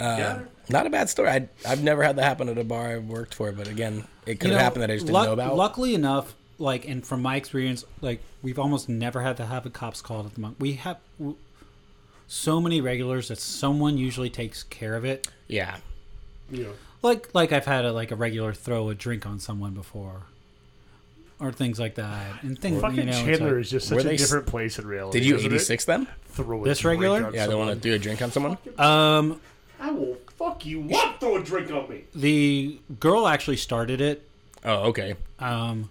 Speaker 1: yeah.
Speaker 3: Not a bad story. I, I've never had that happen at a bar I've worked for, but again, it could
Speaker 2: You
Speaker 3: have
Speaker 2: know,
Speaker 3: happened that I just didn't
Speaker 2: luck-
Speaker 3: know about.
Speaker 2: Luckily enough, like, and from my experience, like, we've almost never had to have a cops called at the moment. We have w- so many regulars that someone usually takes care of it.
Speaker 3: Yeah.
Speaker 1: You know.
Speaker 2: Like, like I've had a like a regular throw a drink on someone before, or things like that, and things.
Speaker 1: Fucking
Speaker 2: you know, it's
Speaker 1: Chandler
Speaker 2: like-
Speaker 1: is just
Speaker 3: Were
Speaker 1: such
Speaker 3: they
Speaker 1: a
Speaker 3: s-
Speaker 1: different place in reality.
Speaker 3: Did you
Speaker 1: isn't it?
Speaker 3: 86 them?
Speaker 1: Throw a
Speaker 2: This
Speaker 1: drink
Speaker 2: regular?
Speaker 1: on
Speaker 3: Yeah, they
Speaker 1: someone.
Speaker 3: want to do a drink on someone?
Speaker 2: um,
Speaker 1: I will fuck you up. Throw a drink on me.
Speaker 2: the girl actually started it.
Speaker 3: Oh, okay.
Speaker 2: Um,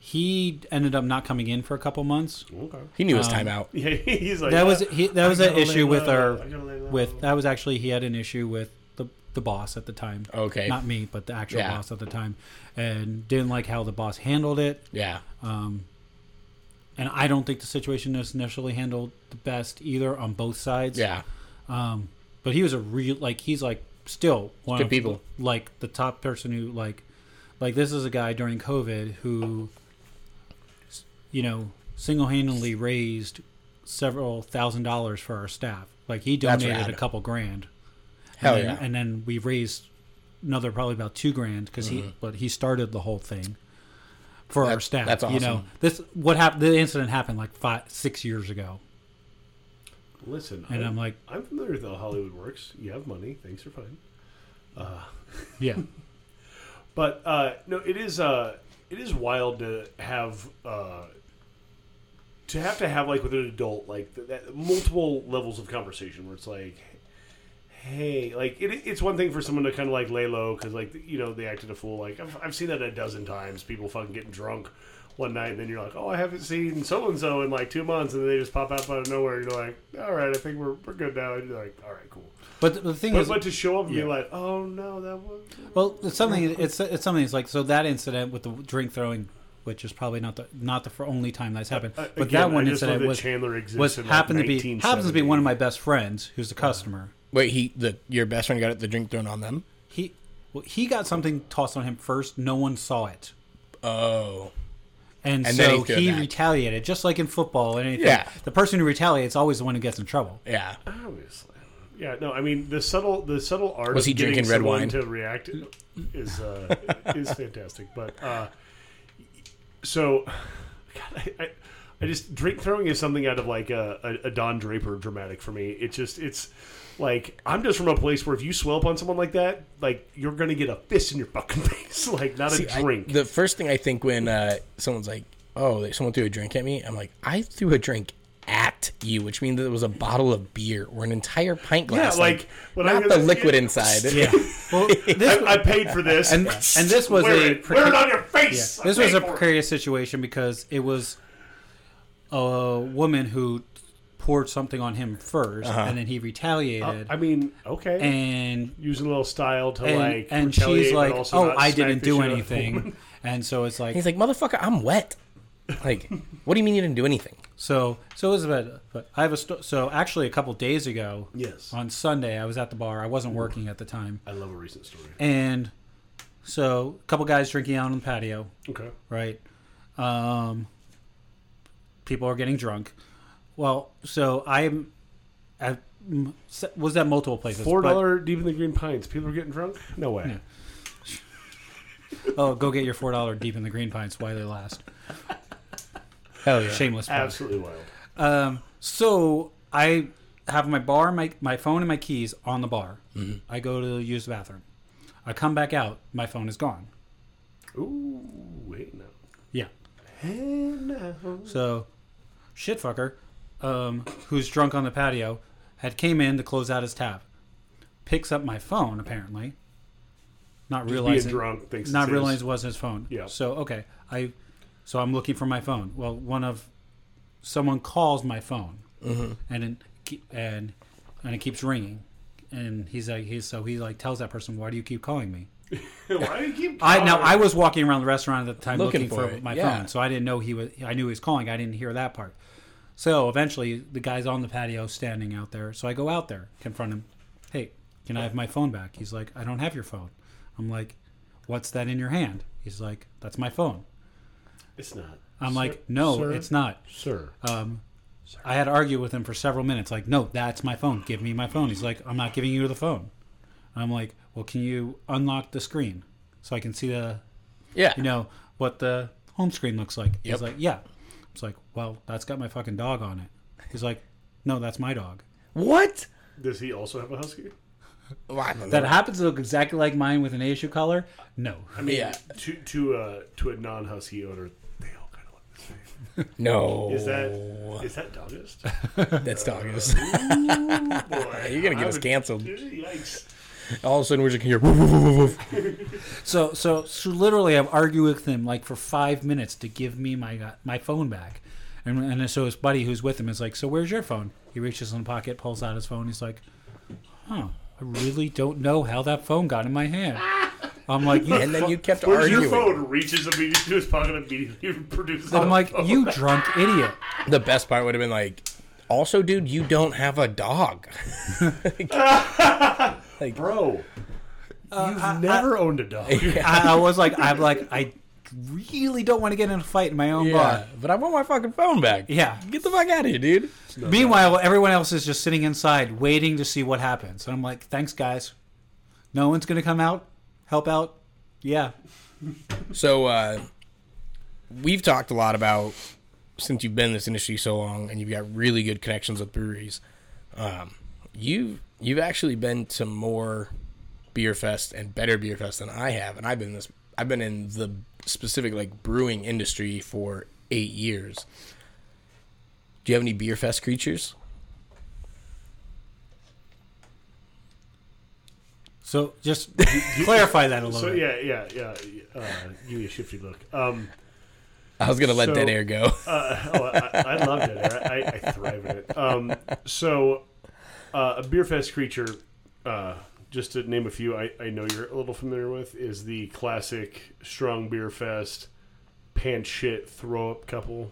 Speaker 2: He ended up not coming in for a couple months.
Speaker 1: Okay.
Speaker 3: He knew his time
Speaker 2: Um,
Speaker 3: out.
Speaker 1: [LAUGHS] Yeah, he's like
Speaker 2: That was he, that was an
Speaker 1: gotta lay
Speaker 2: issue with
Speaker 1: low,
Speaker 2: our
Speaker 1: I gotta lay low.
Speaker 2: with that was actually he had an issue with the the boss at the time.
Speaker 3: Okay.
Speaker 2: Not me, but the actual
Speaker 3: Yeah.
Speaker 2: boss at the time, and didn't like how the boss handled it.
Speaker 3: Yeah.
Speaker 2: And I don't think the situation is necessarily handled the best either on both sides.
Speaker 3: Yeah.
Speaker 2: Um, but he was a real like he's like still one
Speaker 3: Good
Speaker 2: of
Speaker 3: people.
Speaker 2: the- like the top person who like like this is a guy during COVID who s- you know single handedly raised several thousand dollars for our staff. Like he
Speaker 3: That's
Speaker 2: donated
Speaker 3: rad.
Speaker 2: a couple grand.
Speaker 3: Hell
Speaker 2: and then,
Speaker 3: yeah.
Speaker 2: And then we raised another probably about two grand because he but he started the whole thing. For our
Speaker 3: That-
Speaker 2: staff,
Speaker 3: Mm-hmm. that's
Speaker 2: You know
Speaker 3: awesome.
Speaker 2: this what happened. The incident happened like five, six years ago,
Speaker 1: Listen,
Speaker 2: and I'm like,
Speaker 1: I'm familiar with how Hollywood works. You have money, things are fine.
Speaker 2: yeah,
Speaker 1: But uh, no, it is uh, it is wild to have uh, to have to have like with an adult like th- that multiple levels of conversation where it's like, hey, like it, it's one thing for someone to kind of like lay low because like you know they acted a fool. Like I've, I've seen that a dozen times. People fucking getting drunk one night and then you're like, oh, I haven't seen so and so in like two months, and then they just pop up out of nowhere. And you're like, all right, I think we're we're good now. And you're like, all right, cool.
Speaker 2: but the, the thing
Speaker 1: But,
Speaker 2: is,
Speaker 1: but to show up and be like, oh no, that was
Speaker 2: Well, it's something. It's it's something. It's like so that incident with the drink throwing, which is probably not the not the fir- only time that's happened.
Speaker 1: Uh,
Speaker 2: but that
Speaker 1: again,
Speaker 2: one
Speaker 1: I just love
Speaker 2: incident
Speaker 1: that
Speaker 2: was
Speaker 1: Chandler exists
Speaker 2: was
Speaker 1: in, like,
Speaker 2: happened to be happens to be one of my best friends who's a customer.
Speaker 3: Wait, he the your best friend got the drink thrown on them.
Speaker 2: He well, he got something tossed on him first. No one saw it.
Speaker 3: Oh.
Speaker 2: And,
Speaker 3: And then
Speaker 2: so
Speaker 3: he threw it
Speaker 2: he,
Speaker 3: back.
Speaker 2: retaliated, just like in football and anything.
Speaker 3: Yeah.
Speaker 2: The person who retaliates always the one who gets in trouble.
Speaker 3: Yeah.
Speaker 1: Obviously. Yeah, no, I mean the subtle the subtle art
Speaker 3: Was
Speaker 1: of
Speaker 3: he
Speaker 1: getting
Speaker 3: drinking red
Speaker 1: someone
Speaker 3: wine?
Speaker 1: to react is uh, is fantastic. But uh, so, God, I, I, I just drink throwing is something out of like a, a, a Don Draper dramatic for me. It just it's like I'm just from a place where if you swell up on someone like that, like you're gonna get a fist in your fucking [LAUGHS] face, like not
Speaker 3: See,
Speaker 1: a
Speaker 3: I-
Speaker 1: drink.
Speaker 3: the first thing I think when uh, someone's like, "Oh, they- someone threw a drink at me," I'm like, "I threw a drink at you," which means that it was a bottle of beer or an entire pint glass.
Speaker 1: like, when I
Speaker 3: not
Speaker 1: hear
Speaker 3: the
Speaker 1: that-
Speaker 3: liquid inside.
Speaker 2: Yeah. Well, this
Speaker 1: I, I paid for this,
Speaker 2: and and this was
Speaker 1: wear
Speaker 2: a
Speaker 1: it, wear it on your
Speaker 2: Yeah,
Speaker 1: face. I
Speaker 2: this was
Speaker 1: paid
Speaker 2: a
Speaker 1: for it.
Speaker 2: precarious situation because it was a woman who poured something on him 1st and then he retaliated.
Speaker 1: Uh, I mean, okay.
Speaker 2: and
Speaker 1: using a little style to
Speaker 2: and,
Speaker 1: like
Speaker 2: and
Speaker 1: retaliate,
Speaker 2: she's
Speaker 1: but
Speaker 2: like,
Speaker 1: also
Speaker 2: "Oh,
Speaker 1: not
Speaker 2: I
Speaker 1: smack
Speaker 2: didn't
Speaker 1: the
Speaker 2: do
Speaker 1: shit out of the woman."
Speaker 2: anything," [LAUGHS] and so it's like,
Speaker 3: [LAUGHS] He's like, "Motherfucker, I'm wet."
Speaker 1: [LAUGHS]
Speaker 3: Like, what do you mean you didn't do anything?
Speaker 2: so so it was about. But I have a sto- so actually a couple days ago,
Speaker 1: Yes.
Speaker 2: on Sunday I was at the bar. I wasn't working at the time,
Speaker 1: [LAUGHS] I love a recent story.
Speaker 2: and so a couple guys drinking out on the patio.
Speaker 1: Okay.
Speaker 2: right? Um, people are getting drunk. Well, so I'm, I m- s- was at multiple places.
Speaker 1: Four
Speaker 2: but-
Speaker 1: dollar deep in the green pines. People are getting drunk. No way.
Speaker 2: Oh, go get your four dollar deep in the green pints while they last.
Speaker 3: Hell yeah.
Speaker 2: Shameless. plug.
Speaker 1: Absolutely wild.
Speaker 2: Um, so I have my bar, my my phone, and my keys on the bar.
Speaker 3: Mm-hmm.
Speaker 2: I go to use the bathroom. I come back out. My phone is gone.
Speaker 1: Ooh, wait no.
Speaker 2: Yeah.
Speaker 1: And now.
Speaker 2: So, shit fucker, um, who's drunk on the patio, had came in to close out his tab. Picks up my phone apparently, not
Speaker 1: Being
Speaker 2: realizing
Speaker 1: drunk thinks
Speaker 2: not
Speaker 1: it's
Speaker 2: realizing
Speaker 1: his.
Speaker 2: it was his phone.
Speaker 1: Yeah.
Speaker 2: So okay, I so I'm looking for my phone. Well, one of someone calls my phone, and it, ke- and and it keeps ringing, and he's like he's so he like tells that person, why do you keep calling me?
Speaker 1: [LAUGHS] Why do you keep?
Speaker 2: I now
Speaker 1: calling?
Speaker 2: I was walking around the restaurant at the time looking,
Speaker 3: Looking
Speaker 2: for,
Speaker 3: for it,
Speaker 2: my
Speaker 3: yeah.
Speaker 2: phone, so I didn't know he was. I knew he was calling. I didn't hear that part. So eventually, the guy's on the patio, standing out there. So I go out there, confront him. Hey, can I have my phone back? He's like, I don't have your phone. I'm like, What's that in your hand? He's like, That's my phone.
Speaker 1: It's not.
Speaker 2: I'm like, No,
Speaker 1: sir?
Speaker 2: it's not. Uh,
Speaker 1: Sir.
Speaker 2: I had argued with him for several minutes, like, no, that's my phone. Give me my phone. He's like, I'm not giving you the phone. I'm like, well, can you unlock the screen so I can see the
Speaker 3: Yeah.
Speaker 2: you know what the home screen looks like.
Speaker 3: Yep.
Speaker 2: He's like, yeah. It's like, well, that's got my fucking dog on it. He's like, no, that's my dog.
Speaker 3: What?
Speaker 1: Does he also have a husky?
Speaker 3: Well, I don't know.
Speaker 2: That happens to look exactly like mine with an issue color. No,
Speaker 3: yeah.
Speaker 1: To to uh to a non husky owner, they all kind of look the same.
Speaker 3: No.
Speaker 1: Is
Speaker 3: Oh.
Speaker 1: that is that
Speaker 3: [LAUGHS]
Speaker 1: dogist?
Speaker 3: that's dog
Speaker 1: [LAUGHS]
Speaker 3: is.
Speaker 1: Boy,
Speaker 3: You're gonna get
Speaker 1: I
Speaker 3: us
Speaker 1: would-
Speaker 3: canceled.
Speaker 1: Yikes.
Speaker 3: All of a sudden, we're just gonna hear. "Woof, woof, woof, woof, woof."
Speaker 2: So, so, so literally, I've argued with him like for five minutes to give me my uh, my phone back, and and so his buddy who's with him is like, "So where's your phone?" He reaches in the pocket, pulls out his phone. He's like, "Huh, I really don't know how that phone got in my hand." I'm like, you,
Speaker 3: And then you kept
Speaker 1: Where's
Speaker 3: arguing.
Speaker 1: your phone? Reaches immediately to his pocket and immediately produces.
Speaker 2: I'm
Speaker 1: a
Speaker 2: like,
Speaker 1: phone.
Speaker 2: you drunk idiot.
Speaker 3: The best part would have been like, also, dude, you don't have a dog.
Speaker 1: [LAUGHS] bro.
Speaker 2: uh,
Speaker 1: You've never owned a
Speaker 3: [LAUGHS]
Speaker 1: dog.
Speaker 2: I, I was like, I'm like, I really don't want to get in a fight in my own bar.
Speaker 3: [LAUGHS] but I want my fucking phone back.
Speaker 2: Yeah.
Speaker 3: Get the fuck out of here, dude.
Speaker 2: Meanwhile, everyone else is just sitting inside waiting to see what happens. And I'm like, thanks, guys. No one's going to come out, help out. Yeah.
Speaker 3: So uh, we've talked a lot about since you've been in this industry so long, and you've got really good connections with breweries. Um, you you've actually been to more beer fest and better beer fest than I have, and I've been this I've been in the specific like brewing industry for eight years. Do you have any beer fest creatures?
Speaker 2: So
Speaker 1: [LAUGHS]
Speaker 2: just clarify that a little
Speaker 1: So
Speaker 2: bit.
Speaker 1: yeah, yeah, yeah. Uh, give me a shifty look. Um,
Speaker 3: I was gonna let
Speaker 1: So-
Speaker 3: dead air go.
Speaker 1: uh, oh, I, I loved it. I, I, I thrive in it. Um, so, uh, a beer fest creature, uh, just to name a few, I, I know you're a little familiar with, is the classic strong beer fest, pants shit throw up couple.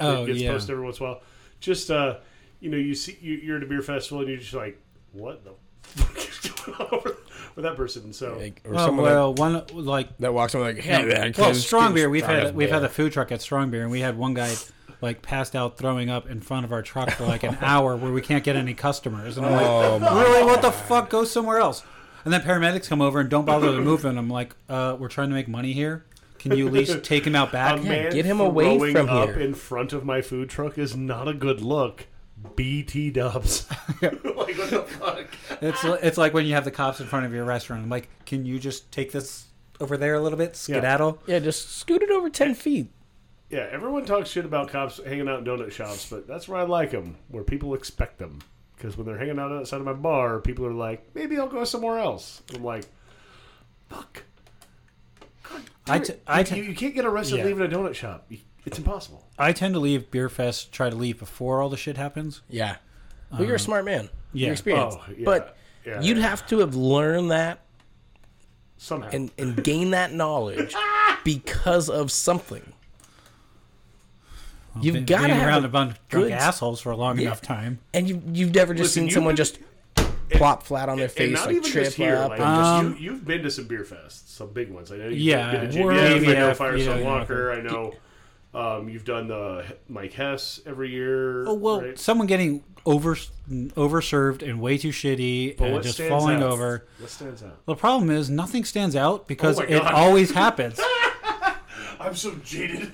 Speaker 2: Oh,
Speaker 1: that gets
Speaker 2: yeah.
Speaker 1: posted every once in a while. Just uh, you know, you see, you, you're at a beer festival and you're just like, what the [LAUGHS] fuck is going on with- with that person? So
Speaker 3: like, or
Speaker 2: Well,
Speaker 3: someone
Speaker 2: uh, Oh, well, one like
Speaker 3: that, that walks in like, hey, man,
Speaker 2: well,
Speaker 3: can you
Speaker 2: strong beer.
Speaker 3: just
Speaker 2: We've
Speaker 3: try
Speaker 2: had
Speaker 3: a
Speaker 2: we've had
Speaker 3: beer?"
Speaker 2: a food truck at strong beer, and we had one guy like passed out throwing up in front of our truck for like an [LAUGHS] hour, where we can't get any customers. And I'm like,
Speaker 3: Oh, my
Speaker 2: really, what the fuck? Go somewhere else. And then paramedics come over and don't bother to move him. I'm like, uh, we're trying to make money here. Can you
Speaker 1: [LAUGHS]
Speaker 2: at least take him out
Speaker 1: a
Speaker 2: back?
Speaker 1: man
Speaker 3: get him away
Speaker 1: throwing
Speaker 3: from
Speaker 1: up
Speaker 3: here.
Speaker 1: in front of my food truck is not a good look. BT
Speaker 3: [LAUGHS]
Speaker 1: Dubs. [LAUGHS] like what the fuck?
Speaker 2: It's it's like when you have the cops in front of your restaurant. I'm like, can you just take this over there a little bit, skedaddle?
Speaker 3: Yeah, just scoot it over ten feet.
Speaker 1: Yeah, everyone talks shit about cops hanging out in donut shops, but that's where I like them, where people expect them. Because when they're hanging out outside of my bar, people are like, maybe I'll go somewhere else. I'm like, fuck.
Speaker 2: I t- I t-
Speaker 1: you, you can't get arrested
Speaker 2: Yeah.
Speaker 1: leaving a donut shop. You- It's impossible.
Speaker 2: I tend to leave Beer Fest, try to leave before all the shit happens.
Speaker 3: Yeah. Well, you're a smart man.
Speaker 2: yeah.
Speaker 3: You're experienced.
Speaker 1: Oh, yeah,
Speaker 3: But
Speaker 1: yeah.
Speaker 3: you'd have to have learned that
Speaker 1: Somehow.
Speaker 3: and, and gain
Speaker 1: [LAUGHS]
Speaker 3: that knowledge because of something. You've
Speaker 2: Been-
Speaker 3: got to
Speaker 2: being
Speaker 3: have
Speaker 2: around
Speaker 3: a-
Speaker 2: a bunch of drunk
Speaker 3: good-
Speaker 2: assholes for a long enough time.
Speaker 3: and you you've never just
Speaker 1: Listen,
Speaker 3: seen
Speaker 1: you
Speaker 3: someone
Speaker 1: could-
Speaker 3: just plop flat on their
Speaker 1: and
Speaker 3: face,
Speaker 1: not
Speaker 3: like
Speaker 1: even
Speaker 3: trip
Speaker 1: just here.
Speaker 3: up.
Speaker 1: Like,
Speaker 3: and
Speaker 1: just, you, you've been to some beer fests, some big ones. I know you've
Speaker 2: Um, Yeah,
Speaker 1: been to
Speaker 2: we're-
Speaker 1: GBF, I know
Speaker 2: GBF,
Speaker 1: Firestone
Speaker 2: yeah,
Speaker 1: Walker. I know um, you've done the H- Mike Hess every year.
Speaker 2: Oh well,
Speaker 1: right?
Speaker 2: someone getting over overserved and way too shitty
Speaker 1: But
Speaker 2: and
Speaker 1: what
Speaker 2: just
Speaker 1: stands
Speaker 2: falling
Speaker 1: out?
Speaker 2: over.
Speaker 1: What stands out?
Speaker 2: The problem is nothing stands out because
Speaker 1: Oh my
Speaker 2: it
Speaker 1: God.
Speaker 2: always
Speaker 1: [LAUGHS]
Speaker 2: happens.
Speaker 1: I'm so jaded.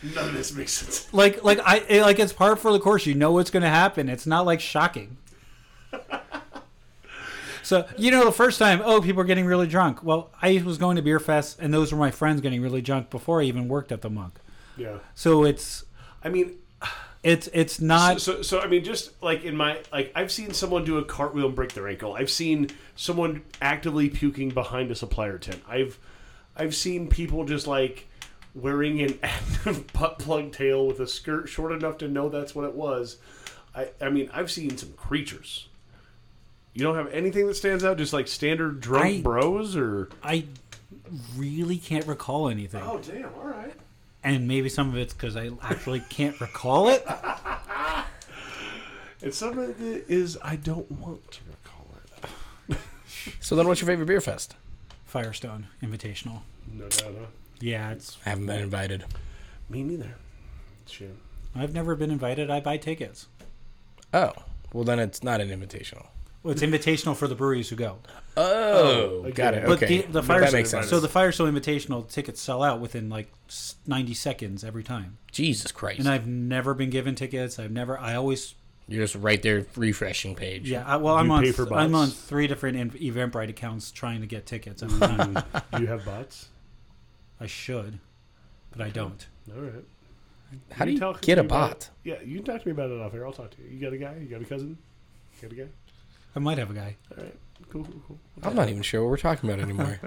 Speaker 1: [LAUGHS] None of this makes sense.
Speaker 2: like like I it- like it's par for the course. You know what's going to happen. It's not like shocking. So you know the first time, oh, people are getting really drunk. Well, I was going to beer fest, and those were my friends getting really drunk before I even worked at the monk.
Speaker 1: Yeah.
Speaker 2: So it's
Speaker 1: I mean,
Speaker 2: it's it's not
Speaker 1: so so I mean, just like in my like, I've seen someone do a cartwheel and break their ankle. I've seen someone actively puking behind a supplier tent. I've I've seen people just like wearing an active [LAUGHS] butt plug tail with a skirt short enough to know that's what it was. I I mean, I've seen some creatures. You don't have anything that stands out, just like standard drunk
Speaker 2: I-
Speaker 1: bros or
Speaker 2: I really can't recall anything.
Speaker 1: Oh, damn, all right.
Speaker 2: And maybe some of it's because I actually can't recall it.
Speaker 1: And some of it is I don't want to recall it.
Speaker 3: so then, what's your favorite beer fest?
Speaker 2: Firestone Invitational.
Speaker 1: No doubt. Huh?
Speaker 2: Yeah, it's.
Speaker 3: I haven't been invited.
Speaker 1: Me neither. Shame.
Speaker 2: I've never been invited. I buy tickets.
Speaker 3: Oh, well then it's not an invitational.
Speaker 2: Well, it's invitational for the breweries who go.
Speaker 3: Oh,
Speaker 1: I
Speaker 3: got
Speaker 1: get
Speaker 3: it.
Speaker 1: it.
Speaker 2: But
Speaker 3: Okay,
Speaker 2: the, the
Speaker 3: that
Speaker 2: Firestone,
Speaker 3: makes sense.
Speaker 2: so the Firestone Invitational tickets sell out within like s- ninety seconds every time.
Speaker 3: Jesus Christ,
Speaker 2: And I've never been given tickets. I've never. I always.
Speaker 3: you're just right there refreshing page.
Speaker 2: Yeah. I, well, I'm on.
Speaker 1: pay for
Speaker 2: I'm on
Speaker 1: bots.
Speaker 2: three different in- Eventbrite accounts trying to get tickets.
Speaker 1: [LAUGHS]
Speaker 2: Every time.
Speaker 1: Do you have bots?
Speaker 2: I should, but I don't.
Speaker 1: All right.
Speaker 3: How do
Speaker 1: You
Speaker 3: you
Speaker 1: talk to
Speaker 3: get
Speaker 1: me
Speaker 3: a
Speaker 1: about
Speaker 3: bot?
Speaker 1: it. Yeah, you can talk to me about it off air. I'll talk to you. You got a guy? You got a cousin? You got a guy?
Speaker 2: I might have a guy.
Speaker 1: All right. Cool, cool, cool.
Speaker 3: I'm not even sure what we're talking about
Speaker 1: [LAUGHS]
Speaker 3: anymore.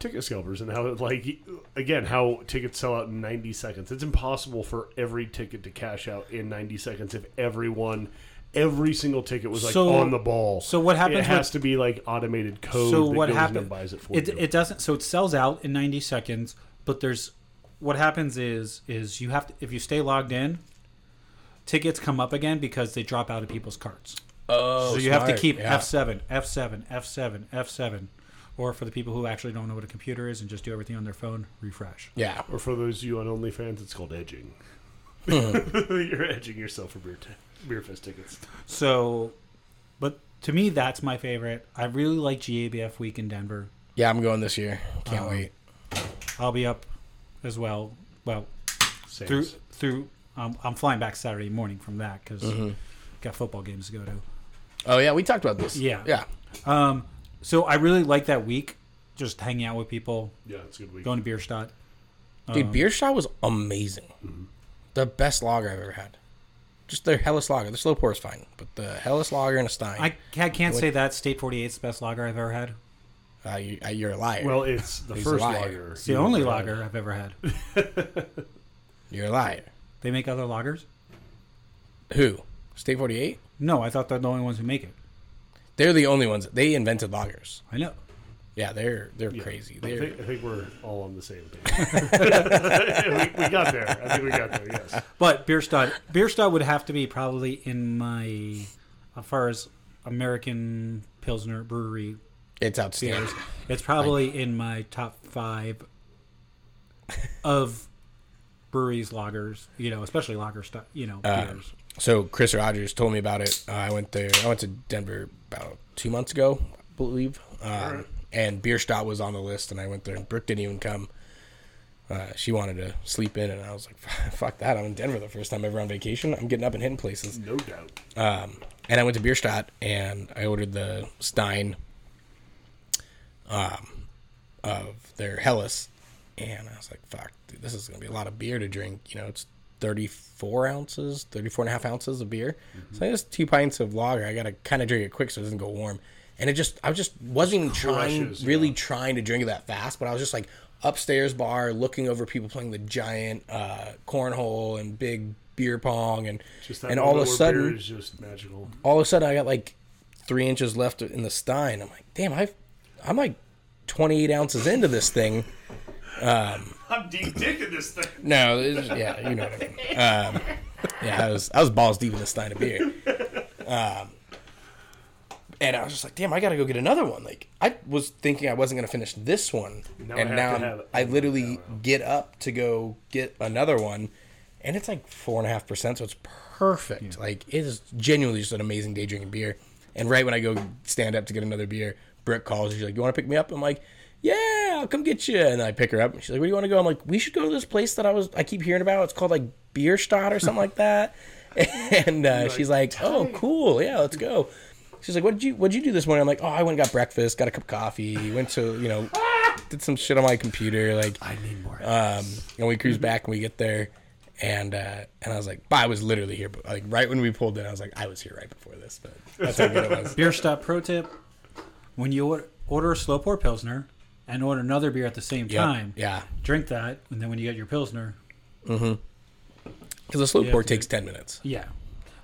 Speaker 1: Ticket scalpers and how, like, again, how tickets sell out in 90 seconds. It's impossible for every ticket to cash out in 90 seconds if everyone, every single ticket was like
Speaker 2: So-
Speaker 1: on the ball.
Speaker 2: so what happens
Speaker 1: It has
Speaker 2: with-
Speaker 1: to be like automated code.
Speaker 2: so
Speaker 1: that
Speaker 2: what
Speaker 1: goes in
Speaker 2: happens
Speaker 1: And buys it for
Speaker 2: it,
Speaker 1: you.
Speaker 2: it doesn't so it sells out in 90 seconds but there's what happens is is you have to if you stay logged in tickets come up again because they drop out of people's carts
Speaker 3: Oh,
Speaker 2: so you have to keep
Speaker 3: yeah.
Speaker 2: f7 f7 f7 f7 or for the people who actually don't know what a computer is and just do everything on their phone refresh
Speaker 3: Yeah.
Speaker 1: Or for those of you on OnlyFans, it's called
Speaker 2: [LAUGHS]
Speaker 1: edging. [LAUGHS] You're edging yourself for beer, t- beer fest tickets.
Speaker 2: so but to me that's my favorite i really like gabf week in denver
Speaker 3: Yeah, I'm going this year.
Speaker 2: Oh.
Speaker 3: Can't wait.
Speaker 2: i'll be up as well well
Speaker 1: Sans.
Speaker 2: through through um, I'm flying back Saturday morning from that because
Speaker 3: Mm-hmm.
Speaker 2: got football games to go to.
Speaker 3: Oh yeah, we talked about this.
Speaker 2: Yeah.
Speaker 3: Yeah.
Speaker 2: Um, so I really like that week, just hanging out with people,
Speaker 1: Yeah, it's a good week.
Speaker 2: going to Bierstadt.
Speaker 3: Dude,
Speaker 2: Oh.
Speaker 3: beer shot was amazing. The best lager I've ever had. Just their Hellas lager. The slow pour is fine, but the Hellas lager and a Stein.
Speaker 2: I, ca- I can't say that State 48's the best lager I've ever had.
Speaker 3: uh, you, uh, you're a liar.
Speaker 1: Well, it's the
Speaker 3: He's a
Speaker 1: first
Speaker 3: liar.
Speaker 1: lager.
Speaker 2: It's the only lager I've ever had.
Speaker 3: you're a liar.
Speaker 2: They make other lagers?
Speaker 3: Who? State 48?
Speaker 2: No, I thought they're the only ones who make it.
Speaker 3: They're the only ones. They invented lagers.
Speaker 2: I know.
Speaker 3: Yeah, they're they're crazy.
Speaker 1: I
Speaker 3: They're,
Speaker 1: think, I think we're all on the same
Speaker 3: [LAUGHS]
Speaker 1: page. [LAUGHS] we, we got there. I think we got there. Yes.
Speaker 2: But Bierstadt, Bierstadt would have to be probably in my, as far as American Pilsner brewery
Speaker 3: it's outstanding.
Speaker 2: beers. It's probably in my top five of breweries, lagers, you know, especially lager stuff, you know,
Speaker 3: Uh.
Speaker 2: beers.
Speaker 3: So Chris Rogers told me about it. Uh, I went there. I went to Denver about two months ago, I believe. Um, And Bierstadt was on the list, and I went there, and Brooke didn't even come. Uh, she wanted to sleep in, and I was like, [LAUGHS] "Fuck that! I'm in Denver the first time ever on vacation. I'm getting up and hitting places."
Speaker 1: No doubt.
Speaker 3: Um, and I went to Bierstadt and I ordered the Stein um, of their Hellas. And I was like, fuck, dude, this is going to be a lot of beer to drink. You know, it's 34 ounces, 34 and a half ounces of beer.
Speaker 1: Mm-hmm.
Speaker 3: So I just two pints of lager. I got to kind of drink it quick so it doesn't go warm. And it just, I just wasn't even trying,
Speaker 1: Crushes,
Speaker 3: really trying to drink it that fast, but I was just like upstairs bar looking over people playing the giant uh, cornhole and big beer pong and
Speaker 1: Just that
Speaker 3: and all of a
Speaker 1: moment where beer
Speaker 3: sudden
Speaker 1: is just magical.
Speaker 3: all of a sudden I got like three inches left in the stein. I'm like, damn, I've I'm like 28 ounces into this thing.
Speaker 1: I'm deep dick in this thing.
Speaker 3: No, it was- yeah, you know what I mean. Um, yeah, I was I was balls deep in the stein of beer. Um, and I was just like, damn, I gotta go get another one. Like I was thinking I wasn't gonna finish this one,
Speaker 1: Now I
Speaker 3: and
Speaker 1: have
Speaker 3: now
Speaker 1: to
Speaker 3: I'm-
Speaker 1: have it.
Speaker 3: I literally get up to go get another one, and it's like four and a half percent, so it's perfect. Like it is genuinely just an amazing day drinking beer. And right when I go stand up to get another beer, Brooke calls. She's like, "You want to pick me up?" I'm like, "Yeah, I'll come get you." And I pick her up. and She's like, "Where do you want to go?" I'm like, "We should go to this place that I was I keep hearing about. It's called like Bierstadt or something like that." [LAUGHS] And uh, she's like, "Oh, cool. Yeah, let's go." She's like, "What did you What did you do this morning?" I'm like, "Oh, I went and got breakfast, got a cup of coffee, went to you know, did some shit on my computer, like."
Speaker 1: I need more.
Speaker 3: Um, and we cruise back and we get there, and uh, and I was like, "Bah, I was literally here, but like right when we pulled in, I was like, I was here right before this, but that's how good
Speaker 1: [LAUGHS]
Speaker 3: it was.
Speaker 2: Beer stop pro tip when you or- order a slow pour Pilsner and order another beer at the same
Speaker 3: Yep.
Speaker 2: time,
Speaker 3: Yeah,
Speaker 2: drink that. And then when you get your Pilsner,
Speaker 3: because the slow pour
Speaker 2: dude.
Speaker 3: takes ten minutes.
Speaker 2: yeah.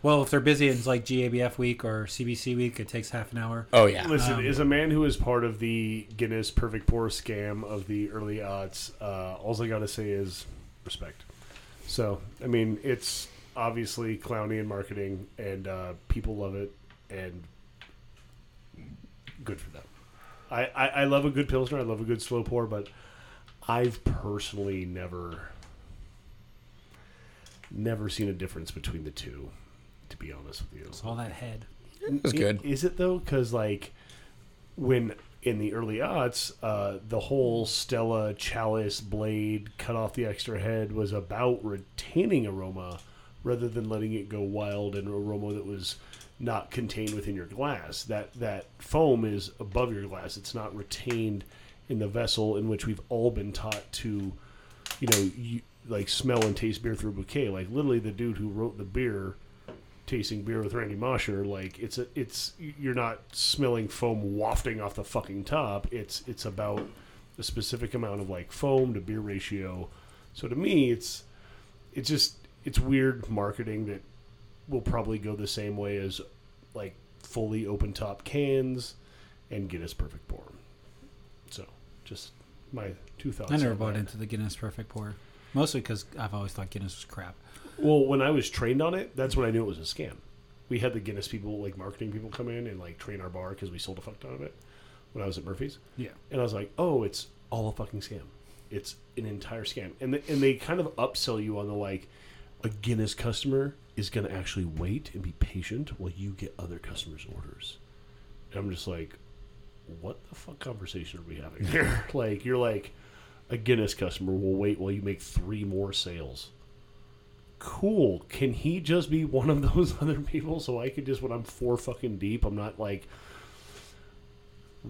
Speaker 2: Well, if they're busy and it's like GABF week or CBC week, it takes half an hour.
Speaker 3: Oh yeah,
Speaker 1: Listen, is a man who is part of the Guinness Perfect Pour scam of the early aughts. Uh, all I gotta say is respect. So, I mean, it's obviously clowny in marketing, and uh, people love it, and good for them. I, I, I love a good pilsner. I love a good slow pour, but I've personally never never seen a difference between the two. To be honest with you,
Speaker 2: It's all that head.
Speaker 3: it was
Speaker 1: I-
Speaker 3: good.
Speaker 1: Is it though? Because like when in the early aughts, uh, the whole Stella chalice blade cut off the extra head was about retaining aroma rather than letting it go wild and aroma that was not contained within your glass. That that foam is above your glass. It's not retained in the vessel in which we've all been taught to you know, you like smell and taste beer through a bouquet. Like literally, the dude who wrote the beer tasting beer with Randy Mosher, like it's a, it's you're not smelling foam wafting off the fucking top. It's it's about a specific amount of like foam to beer ratio. So to me, it's it's just it's weird marketing that will probably go the same way as like fully open top cans and Guinness Perfect Pour. So just my two thoughts.
Speaker 2: I never
Speaker 1: on
Speaker 2: bought
Speaker 1: that.
Speaker 2: into the Guinness Perfect Pour, mostly because I've always thought Guinness was crap.
Speaker 1: Well, when I was trained on it, that's when I knew it was a scam. We had the Guinness people, like marketing people, come in and like train our bar because we sold a fuck ton of it when I was at Murphy's.
Speaker 2: Yeah.
Speaker 1: And I was like, oh, it's all a fucking scam. It's an entire scam. And, the, and they kind of upsell you on the like, a Guinness customer is going to actually wait and be patient while you get other customers' orders. And I'm just like, what the fuck conversation are we having here? like, you're like, a Guinness customer will wait while you make three more sales. Cool. Can he just be one of those [LAUGHS] other people so I could just, when I'm four fucking deep, I'm not like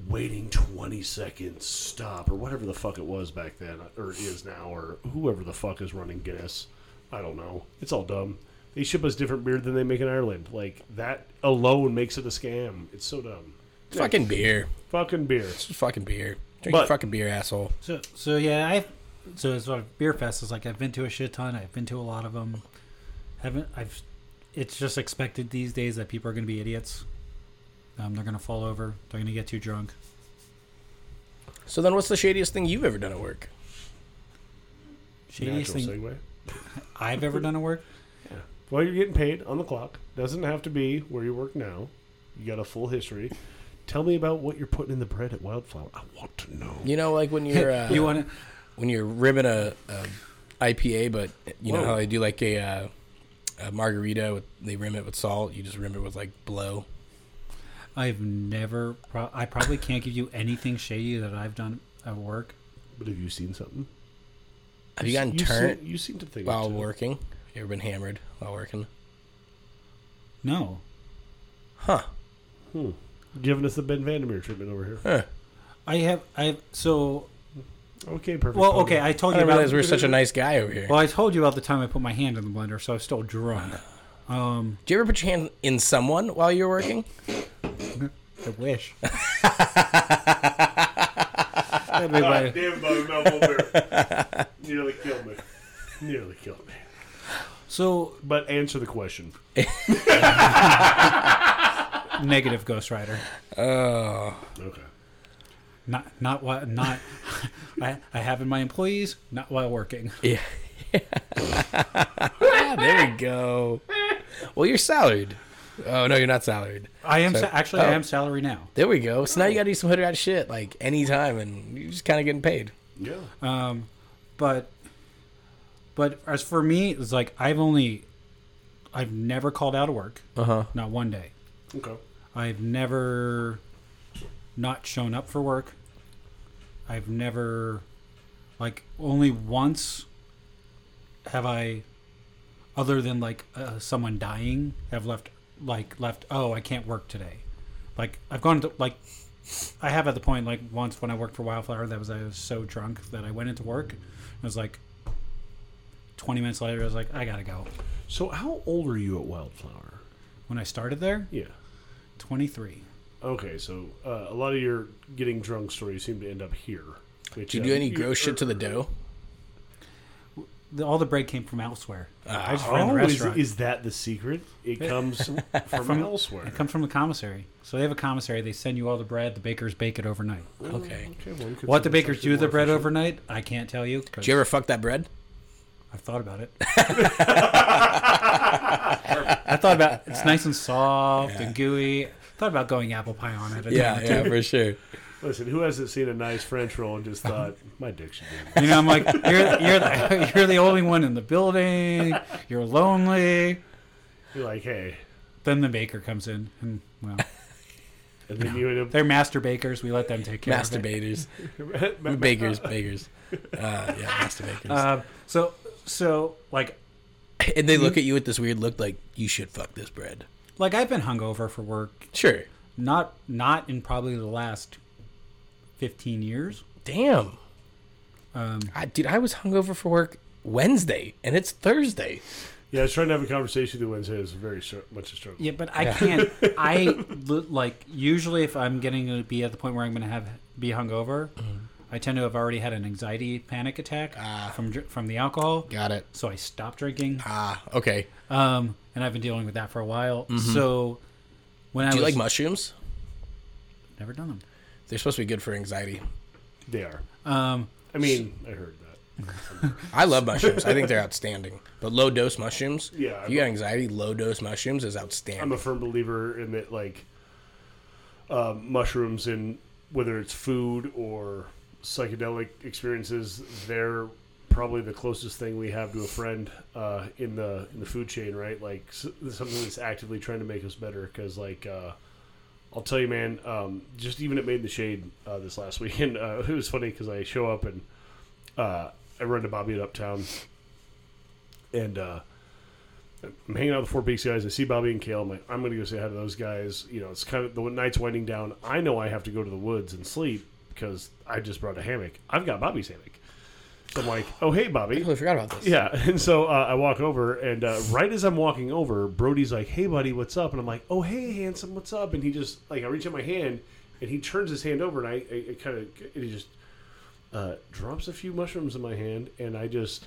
Speaker 1: waiting 20 seconds, stop, or whatever the fuck it was back then, or it is now, or whoever the fuck is running Guinness. I don't know. It's all dumb. They ship us different beer than they make in Ireland. Like, that alone makes it a scam. It's so dumb.
Speaker 3: Fucking beer.
Speaker 1: Fucking beer.
Speaker 3: Just fucking beer. Drink
Speaker 1: But-
Speaker 3: your fucking beer, asshole.
Speaker 2: So, so yeah, I. So as far as beer fest is like I've been to a shit ton. I've been to a lot of them. Haven't I've? It's just expected these days that people are going to be idiots. Um, they're going to fall over. They're going to get too drunk.
Speaker 3: So then, what's the shadiest thing you've ever done at work?
Speaker 2: Shadiest
Speaker 1: Natural
Speaker 2: thing
Speaker 1: segue.
Speaker 2: I've ever done at work.
Speaker 1: Well, you're getting paid on the clock. Doesn't have to be where you work now. You got a full history. Tell me about what you're putting in the bread at Wildflower. I want to know.
Speaker 3: You know, like
Speaker 1: [LAUGHS]
Speaker 3: when you're uh,
Speaker 2: you want to?
Speaker 3: when you're ribbing a, a IPA, but you know
Speaker 1: Whoa.
Speaker 3: how they do like a, uh, a margarita with they rim it with salt. You just rim it with like blow.
Speaker 2: I've never. Pro- I probably can't give you anything shady that I've done at work.
Speaker 1: But have you seen something?
Speaker 3: Have you gotten
Speaker 1: you
Speaker 3: turned
Speaker 1: Seem, you seem to think.
Speaker 3: while
Speaker 1: it's-
Speaker 3: working? You ever been hammered while working?
Speaker 2: No,
Speaker 3: Huh?
Speaker 1: Hmm. Giving us the Ben Vandermeer treatment over here.
Speaker 3: Huh.
Speaker 2: I have. I have, so
Speaker 1: Okay, perfect.
Speaker 2: well. Okay, I
Speaker 3: I
Speaker 2: told you
Speaker 3: didn't
Speaker 2: about.
Speaker 3: realize we we're such a nice guy over here.
Speaker 2: [LAUGHS] well, I told you about the time I put my hand in the blender, so I was still drunk. Um,
Speaker 3: Do you ever put your hand in someone while you're working?
Speaker 2: I
Speaker 3: [LAUGHS]
Speaker 2: wish. That'd be my-
Speaker 1: damn, bug mouthful beer. Nearly killed me. Nearly killed me.
Speaker 2: so
Speaker 1: But answer the question.
Speaker 2: negative Ghost Rider.
Speaker 3: Oh,
Speaker 1: Okay.
Speaker 2: Uh, Not not what not. [LAUGHS] I I have in my employees not while working.
Speaker 3: [LAUGHS] yeah. [LAUGHS] Ah, there we go. Well, you're salaried. Oh no, you're not salaried.
Speaker 2: I am
Speaker 3: So-
Speaker 2: sa- actually I
Speaker 3: oh.
Speaker 2: am salary now.
Speaker 3: There we go. So now you gotta do some hood rat shit like anytime, and you're just kind of getting paid.
Speaker 1: Yeah.
Speaker 2: Um, but but as for me, it's like I've only I've never called out of work.
Speaker 3: Uh huh.
Speaker 2: Not one day.
Speaker 1: Okay.
Speaker 2: I've never not shown up for work. I've never, like, only once have I, other than like uh, someone dying, have left like left. Oh, I can't work today. Like I've gone to like, I have at the point like once when I worked for Wildflower that was I was so drunk that I went into work. I was like, twenty minutes later, I was like, I gotta go.
Speaker 1: So, how old are you at Wildflower?
Speaker 2: When I started there,
Speaker 1: Yeah.
Speaker 2: twenty three.
Speaker 1: Okay, so uh, a lot of your getting drunk stories seem to end up here. Which,
Speaker 3: Do you
Speaker 1: uh,
Speaker 3: do any gross shit to the dough?
Speaker 2: the, all the bread came from elsewhere.
Speaker 3: Uh,
Speaker 2: I just ran the
Speaker 1: Oh, is,
Speaker 2: restaurant.
Speaker 1: is that the secret? It comes from, elsewhere.
Speaker 2: [LAUGHS] it comes from the commissary. So they have a commissary. They send you all the bread. The bakers bake it overnight.
Speaker 3: Okay.
Speaker 1: Okay, well, you could
Speaker 2: What the
Speaker 1: think
Speaker 2: bakers
Speaker 1: it's
Speaker 2: do with the
Speaker 1: more
Speaker 2: bread
Speaker 1: efficient.
Speaker 2: overnight, I can't tell you. 'cause
Speaker 3: Do you ever fuck that bread?
Speaker 2: I've thought about
Speaker 3: [LAUGHS]
Speaker 2: it. I thought about it's nice and soft and gooey. Thought about going apple pie on it.
Speaker 3: Yeah, yeah, for sure.
Speaker 1: Listen, who hasn't seen a nice French roll and
Speaker 2: [LAUGHS]
Speaker 1: just thought, my dick should be in
Speaker 2: You know, I'm like, you're you're the, [LAUGHS] you're the only one in the building. You're lonely.
Speaker 1: it." You're like, hey.
Speaker 2: Then the baker comes in, and well,
Speaker 1: And then you end
Speaker 2: they're master bakers. We let them take care of it.
Speaker 3: [LAUGHS] [LAUGHS] Masturbators, Uh,
Speaker 1: up.
Speaker 3: bakers, bakers. Uh, yeah, masturbators.
Speaker 2: Um, so, so like,
Speaker 3: and they look at you with this weird look, like you should fuck this bread.
Speaker 2: like I've been hungover for work,
Speaker 3: Sure.
Speaker 2: not not in probably the last fifteen years.
Speaker 3: Damn.
Speaker 2: Um,
Speaker 3: I, dude, I was hungover for work Wednesday, and it's Thursday.
Speaker 1: Yeah, I was trying to have a conversation with you Wednesday. It was very str- much a struggle.
Speaker 2: Yeah, but I [LAUGHS] can't. I li- like usually if I'm getting to be at the point where I'm going to have be hungover, I tend to have already had an anxiety panic attack from dr- from the alcohol.
Speaker 3: Got it.
Speaker 2: So I stopped drinking,
Speaker 3: Ah, okay.
Speaker 2: um, and I've been dealing with that for a while. So when I
Speaker 3: Do you
Speaker 2: was
Speaker 3: like mushrooms?
Speaker 2: never done them.
Speaker 3: They're supposed to be good for anxiety.
Speaker 1: They are.
Speaker 2: Um,
Speaker 1: I mean, I heard that.
Speaker 3: I love mushrooms. I think they're [LAUGHS] outstanding. But low dose mushrooms.
Speaker 1: Yeah,
Speaker 3: If you got anxiety, low dose mushrooms is outstanding.
Speaker 1: I'm a firm believer in that, like uh, mushrooms, in whether it's food or psychedelic experiences, they're probably the closest thing we have to a friend uh, in the in the food chain, right? Like s- something that's actively trying to make us better. Because, like, uh, I'll tell you, man, um, just even at Made in the Shade uh, this last [LAUGHS] weekend, uh, it was funny because I show up and uh, I run to Bobby at Uptown, and uh, I'm hanging out with the Four Peaks guys. I see Bobby and Kale. I'm like, I'm going to go say hi to those guys. You know, it's kind of the night's winding down. I know I have to go to the woods and sleep because I just brought a hammock. I've got Bobby's hammock. So I'm like, oh, hey,
Speaker 3: I
Speaker 1: Bobby.
Speaker 3: totally forgot about this.
Speaker 1: Yeah, [LAUGHS] and so uh, I walk over, and uh, right as I'm walking over, Brody's like, "Hey, buddy, what's up?" And I'm like, "Oh, hey, handsome, what's up?" And he just like I reach out my hand, and he turns his hand over, and I, I, it kind of and he just uh, drops a few mushrooms in my hand, and I just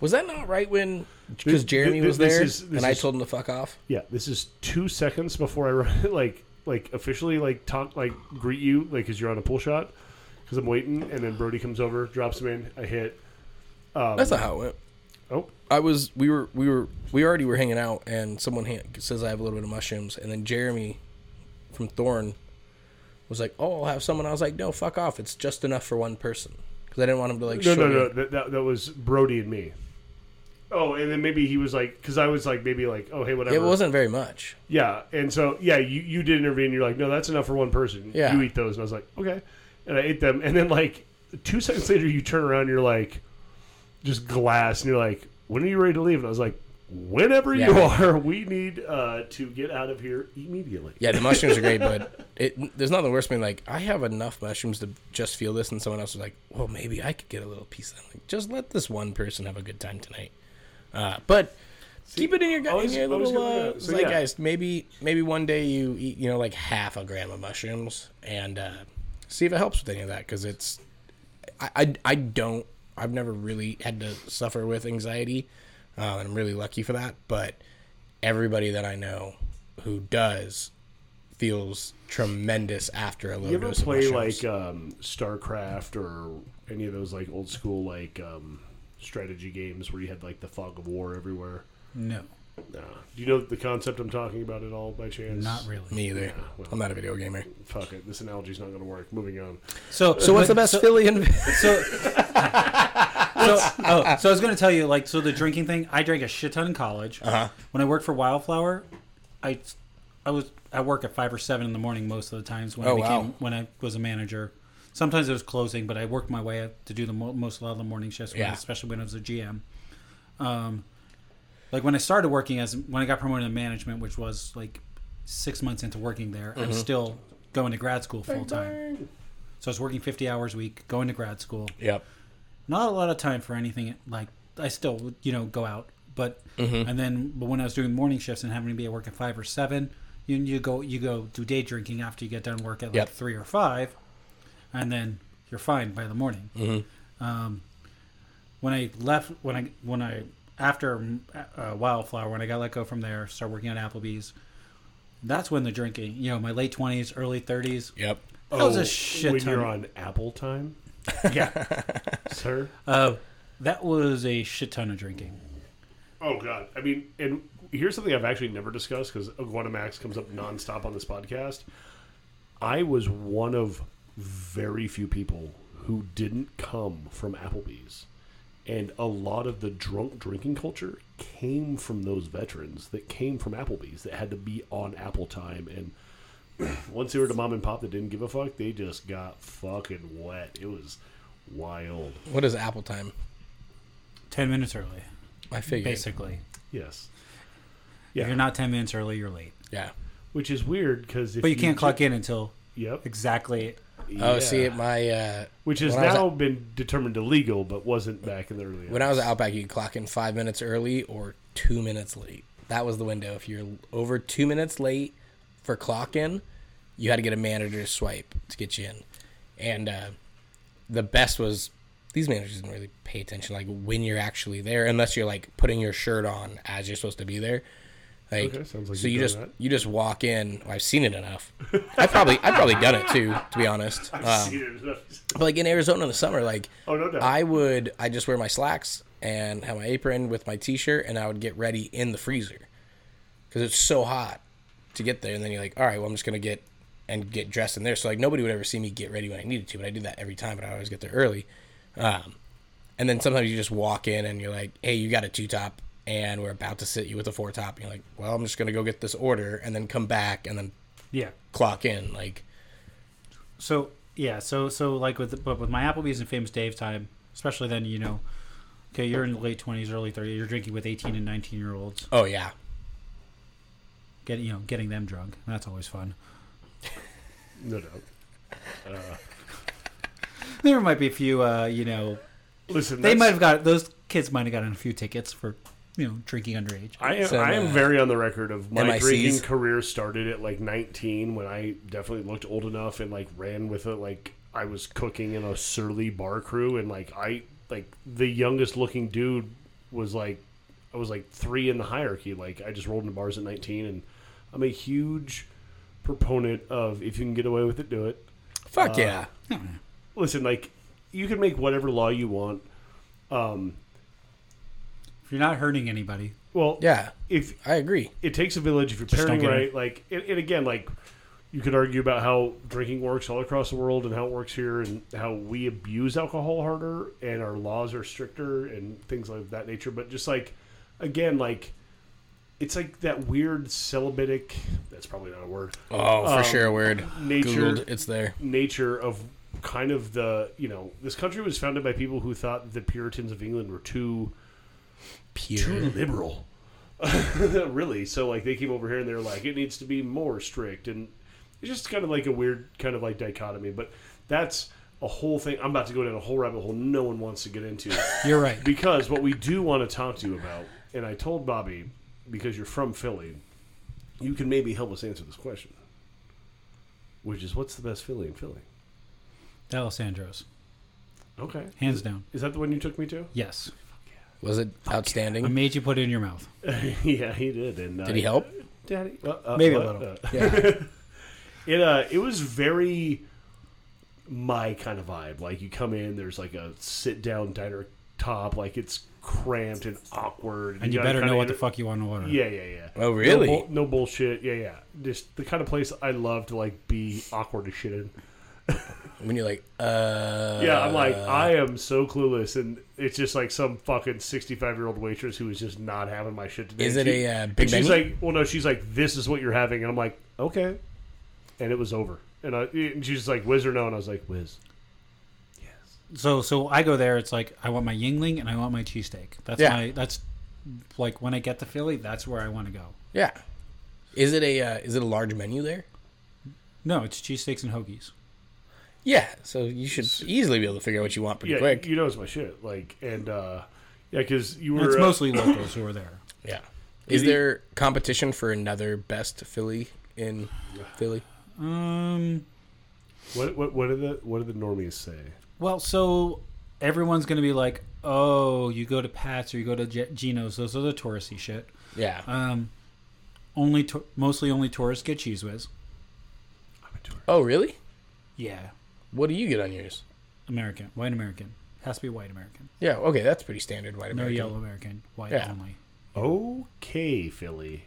Speaker 3: Was that not right when because
Speaker 1: Thi-
Speaker 3: Jeremy
Speaker 1: thi-
Speaker 3: was
Speaker 1: this
Speaker 3: there
Speaker 1: is- this
Speaker 3: and I
Speaker 1: is-
Speaker 3: told him to fuck off?
Speaker 1: yeah, this is two seconds before I [LAUGHS] run, like like officially like talk like greet you like because you're on a pull shot because I'm waiting, and then Brody comes over, drops him in, I hit. Um,
Speaker 3: That's not how it went.
Speaker 1: Oh,
Speaker 3: I was we were we were we already were hanging out and someone ha- says I have a little bit of mushrooms and then Jeremy from Thorn was like, "Oh, I'll have some." And I was like, "No, fuck off. It's just enough for one person." Cuz I didn't want him to like
Speaker 1: No, no,
Speaker 3: short
Speaker 1: no.
Speaker 3: it.
Speaker 1: That, that, that was Brody and me. Oh, and then maybe he was like, because I was like, maybe like, oh, hey, whatever.
Speaker 3: It wasn't very much.
Speaker 1: Yeah, and so yeah, you you did intervene. You're like, no, that's enough for one person.
Speaker 3: Yeah.
Speaker 1: you eat those, and I was like, okay, and I ate them, and then like two [LAUGHS] seconds later, you turn around, and you're like, just glass, and you're like, when are you ready to leave? And I was like, whenever you [LAUGHS]
Speaker 3: Yeah.
Speaker 1: are, we need uh, to get out of here immediately.
Speaker 3: Yeah, the mushrooms are great, but it, there's nothing worse than being like, I have enough mushrooms to just feel this, and someone else is like, well, maybe I could get a little piece. of that. Like, just let this one person have a good time tonight. Uh, but keep it in your, gu-
Speaker 1: always-
Speaker 3: in your
Speaker 1: always
Speaker 3: little
Speaker 1: good
Speaker 3: uh,
Speaker 1: with that. So,
Speaker 3: like,
Speaker 1: yeah.
Speaker 3: guys. Maybe maybe one day you eat, you know, like half a gram of mushrooms and uh, see if it helps with any of that because it's I, I, I don't I've never really had to suffer with anxiety, um, and I'm really lucky for that. But everybody that I know who does feels tremendous after a low
Speaker 1: You ever
Speaker 3: dose of
Speaker 1: play
Speaker 3: mushrooms.
Speaker 1: like um, StarCraft or any of those like old school like um, strategy games where you had like the fog of war everywhere?
Speaker 2: no,
Speaker 1: No. Do you know the concept I'm talking about at all by chance?
Speaker 2: not really.
Speaker 3: me either.
Speaker 1: uh, well.
Speaker 3: I'm not a video gamer.
Speaker 1: Fuck it. This analogy's not going to work. Moving on.
Speaker 2: So,
Speaker 3: [LAUGHS] So what's the best Philly? In-
Speaker 2: So, so, oh, so I was going to tell you, like, so the drinking thing. I drank a shit ton in college. Uh-huh. When I worked for Wildflower, I, I was at work at five or seven in the morning most of the times when I
Speaker 3: Oh,
Speaker 2: became
Speaker 3: wow.
Speaker 2: when I was a manager. Sometimes it was closing, but I worked my way up to do the mo- most a lot of the morning shifts, when-
Speaker 3: Yeah.
Speaker 2: especially when I was a GM. Um, like when I started working as when I got promoted to management, which was like six months into working there,
Speaker 3: Mm-hmm.
Speaker 2: I was still going to grad school full time. So I was working fifty hours a week, going to grad school
Speaker 3: [LAUGHS] yep.
Speaker 2: not a lot of time for anything like i still would, you know go out but and then but when i was doing morning shifts and having to be at work at five or seven you, you go you go do day drinking after you get done work at like
Speaker 3: Yep.
Speaker 2: three or five and then you're fine by the morning um, when i left when i when i after uh, wildflower when i got let go from there started working on applebee's that's when the drinking you know my late 20s early 30s
Speaker 3: Yep.
Speaker 2: that was a shit
Speaker 1: Oh, When
Speaker 2: ton
Speaker 1: you're on Apple time?
Speaker 2: [LAUGHS] yeah
Speaker 1: Sir?
Speaker 2: uh, that was a shit ton of drinking
Speaker 1: Oh, God. I mean, and here's something I've actually never discussed because Max comes up nonstop on this podcast. I was one of very few people who didn't come from Applebee's. And a lot of the drunk drinking culture came from those veterans that came from Applebee's that had to be on Apple time. And [CLEARS THROAT] once they were to mom and pop that didn't give a fuck, they just got fucking wet. It was wild.
Speaker 3: What is Apple time?
Speaker 2: 10 minutes early,
Speaker 3: I figured.
Speaker 2: basically.
Speaker 1: Yes.
Speaker 2: If
Speaker 1: Yeah.
Speaker 2: you're not 10 minutes early, you're late.
Speaker 3: Yeah.
Speaker 1: Which is weird because
Speaker 2: But you can't clock in until
Speaker 1: Yep.
Speaker 2: exactly.
Speaker 3: Oh,
Speaker 1: Yeah.
Speaker 3: see, at my uh,
Speaker 1: Which has
Speaker 3: when I was
Speaker 1: now been determined illegal, but wasn't back in the early.
Speaker 3: when I was at Outback, you could clock in five minutes early or two minutes late. That was the window. If you're over two minutes late for clock in, you had to get a manager's swipe to get you in. And uh, the best was these managers didn't really pay attention, like when you're actually there, unless you're like putting your shirt on as you're supposed to be there. Like,
Speaker 1: Okay, sounds like
Speaker 3: so
Speaker 1: you've
Speaker 3: you
Speaker 1: done
Speaker 3: just
Speaker 1: that.
Speaker 3: you just walk in. Well, I've seen it enough. I probably I've probably done it too, to
Speaker 1: [LAUGHS]
Speaker 3: be honest. Um, but like in Arizona in the summer, like
Speaker 1: Oh, no doubt.
Speaker 3: I would I just wear my slacks and have my apron with my t-shirt, and I would get ready in the freezer because it's so hot to get there. And then you're like, all right, well I'm just gonna get and get dressed in there. So like nobody would ever see me get ready when I needed to, but I did that every time. But I always get there early. Um, and then sometimes you just walk in and you're like, hey, you got a two top. And we're about to sit you with a four top. And you're like, well, I'm just gonna go get this order and then come back and then
Speaker 2: Yeah.
Speaker 3: clock in. Like,
Speaker 2: So yeah. So so like with but with my Applebee's and Famous Dave time, especially then you know, okay, you're in the late twenties, early thirties. You're drinking with eighteen and nineteen year olds.
Speaker 3: oh yeah,
Speaker 2: Getting you know getting them drunk. That's always fun.
Speaker 1: No doubt.
Speaker 2: There might be a few uh, you know
Speaker 1: Listen,
Speaker 2: they
Speaker 1: that's-
Speaker 2: might have got those kids might have gotten a few tickets for you know drinking underage.
Speaker 1: I am,
Speaker 3: Some,
Speaker 1: I am
Speaker 3: uh,
Speaker 1: very on the record of my
Speaker 3: MICs.
Speaker 1: drinking career started at like 19 when I definitely looked old enough and like ran with it like I was cooking in a surly bar crew and like I like the youngest looking dude was like I was like 3 in the hierarchy like I just rolled into bars at 19 and I'm a huge proponent of if you can get away with it do it Uh,
Speaker 3: fuck yeah.
Speaker 1: listen like you can make whatever law you want um
Speaker 2: If you're not hurting anybody,
Speaker 1: well
Speaker 3: Yeah,
Speaker 1: if
Speaker 3: I agree.
Speaker 1: it takes a village if you're
Speaker 2: don't
Speaker 1: parenting
Speaker 2: get
Speaker 1: right. Like, and, and again, like you could argue about how drinking works all across the world and how it works here and how we abuse alcohol harder and our laws are stricter and things of that nature. But just like again, like it's like that weird celibatic. That's probably not a word.
Speaker 3: Oh, for sure, a word.
Speaker 1: Um, nature-
Speaker 3: Googled, it's there.
Speaker 1: Nature of kind of the you know this country was founded by people who thought the Puritans of England were too too
Speaker 3: Pure.
Speaker 1: liberal. [LAUGHS] really. So like they came over here and they're like, it needs to be more strict and it's just kind of like a weird kind of like dichotomy. But that's a whole thing. I'm about to go down a whole rabbit hole no one wants to get into.
Speaker 2: you're right.
Speaker 1: because what we do want to talk to you about, and I told Bobby, because you're from Philly, you can maybe help us answer this question. Which is what's the best Philly in Philly?
Speaker 2: Alessandro's,
Speaker 1: Okay.
Speaker 2: hands down.
Speaker 1: Is that the one you took me to? [LAUGHS]
Speaker 2: Yes,
Speaker 3: Was it
Speaker 2: I
Speaker 3: outstanding?
Speaker 2: made you put it in your mouth.
Speaker 1: yeah, he did. And uh,
Speaker 3: Did he help?
Speaker 1: Daddy, uh, uh,
Speaker 2: Maybe a
Speaker 1: what?
Speaker 2: little.
Speaker 1: Uh,
Speaker 3: Yeah.
Speaker 1: [LAUGHS] It uh, it was very my kind of vibe. Like you come in, there's like a sit down diner top, like it's cramped and awkward,
Speaker 2: And you
Speaker 1: gotta
Speaker 2: better
Speaker 1: kinda
Speaker 2: know what the
Speaker 1: inter-
Speaker 2: fuck you want to order.
Speaker 1: Yeah, yeah, yeah.
Speaker 3: Oh, really?
Speaker 1: No, bull- no bullshit. Yeah, yeah. Just the kind of place I love to like be awkward as shit in.
Speaker 3: When you're like, uh.
Speaker 1: Yeah, I'm like I am so clueless, and it's just like some fucking 65 year old waitress who is just not having my shit today.
Speaker 3: Is
Speaker 1: And
Speaker 3: it
Speaker 1: she-
Speaker 3: a, uh, big
Speaker 1: and She's
Speaker 3: menu?
Speaker 1: like, well, no, she's like, this is what you're having, and I'm like, okay, and it was over, and I and she's like, whiz or no, and I was like, whiz.
Speaker 2: So so I go there. It's like I want my Yingling and I want my cheesesteak. That's
Speaker 3: Yeah.
Speaker 2: my that's like when I get to Philly, that's where I want to go.
Speaker 3: Yeah. Is it a uh, is it a large menu there?
Speaker 2: No, it's cheesesteaks and hoagies.
Speaker 3: Yeah. So you should easily be able to figure out what you want pretty
Speaker 1: Yeah,
Speaker 3: quick.
Speaker 1: you know it's my shit, like, and uh, yeah, because you were
Speaker 2: it's
Speaker 1: uh,
Speaker 2: mostly locals who are there.
Speaker 3: Yeah. Is there competition for another best Philly in Philly?
Speaker 2: Um.
Speaker 1: what, what what do the what do the normies say?
Speaker 2: Well, so everyone's gonna be like, oh, you go to Pat's or you go to Ge- Geno's. Those are the touristy shit.
Speaker 3: Yeah.
Speaker 1: Uh,
Speaker 2: Um, only to- mostly only tourists get cheese whiz.
Speaker 1: I'm a tourist.
Speaker 3: oh, really?
Speaker 2: Yeah,
Speaker 3: What do you get on yours?
Speaker 2: American, white American has to be white American,
Speaker 3: Yeah. Okay, that's pretty standard white
Speaker 2: no
Speaker 3: American.
Speaker 2: yellow American, white
Speaker 3: Yeah.
Speaker 2: only.
Speaker 1: Okay, Philly,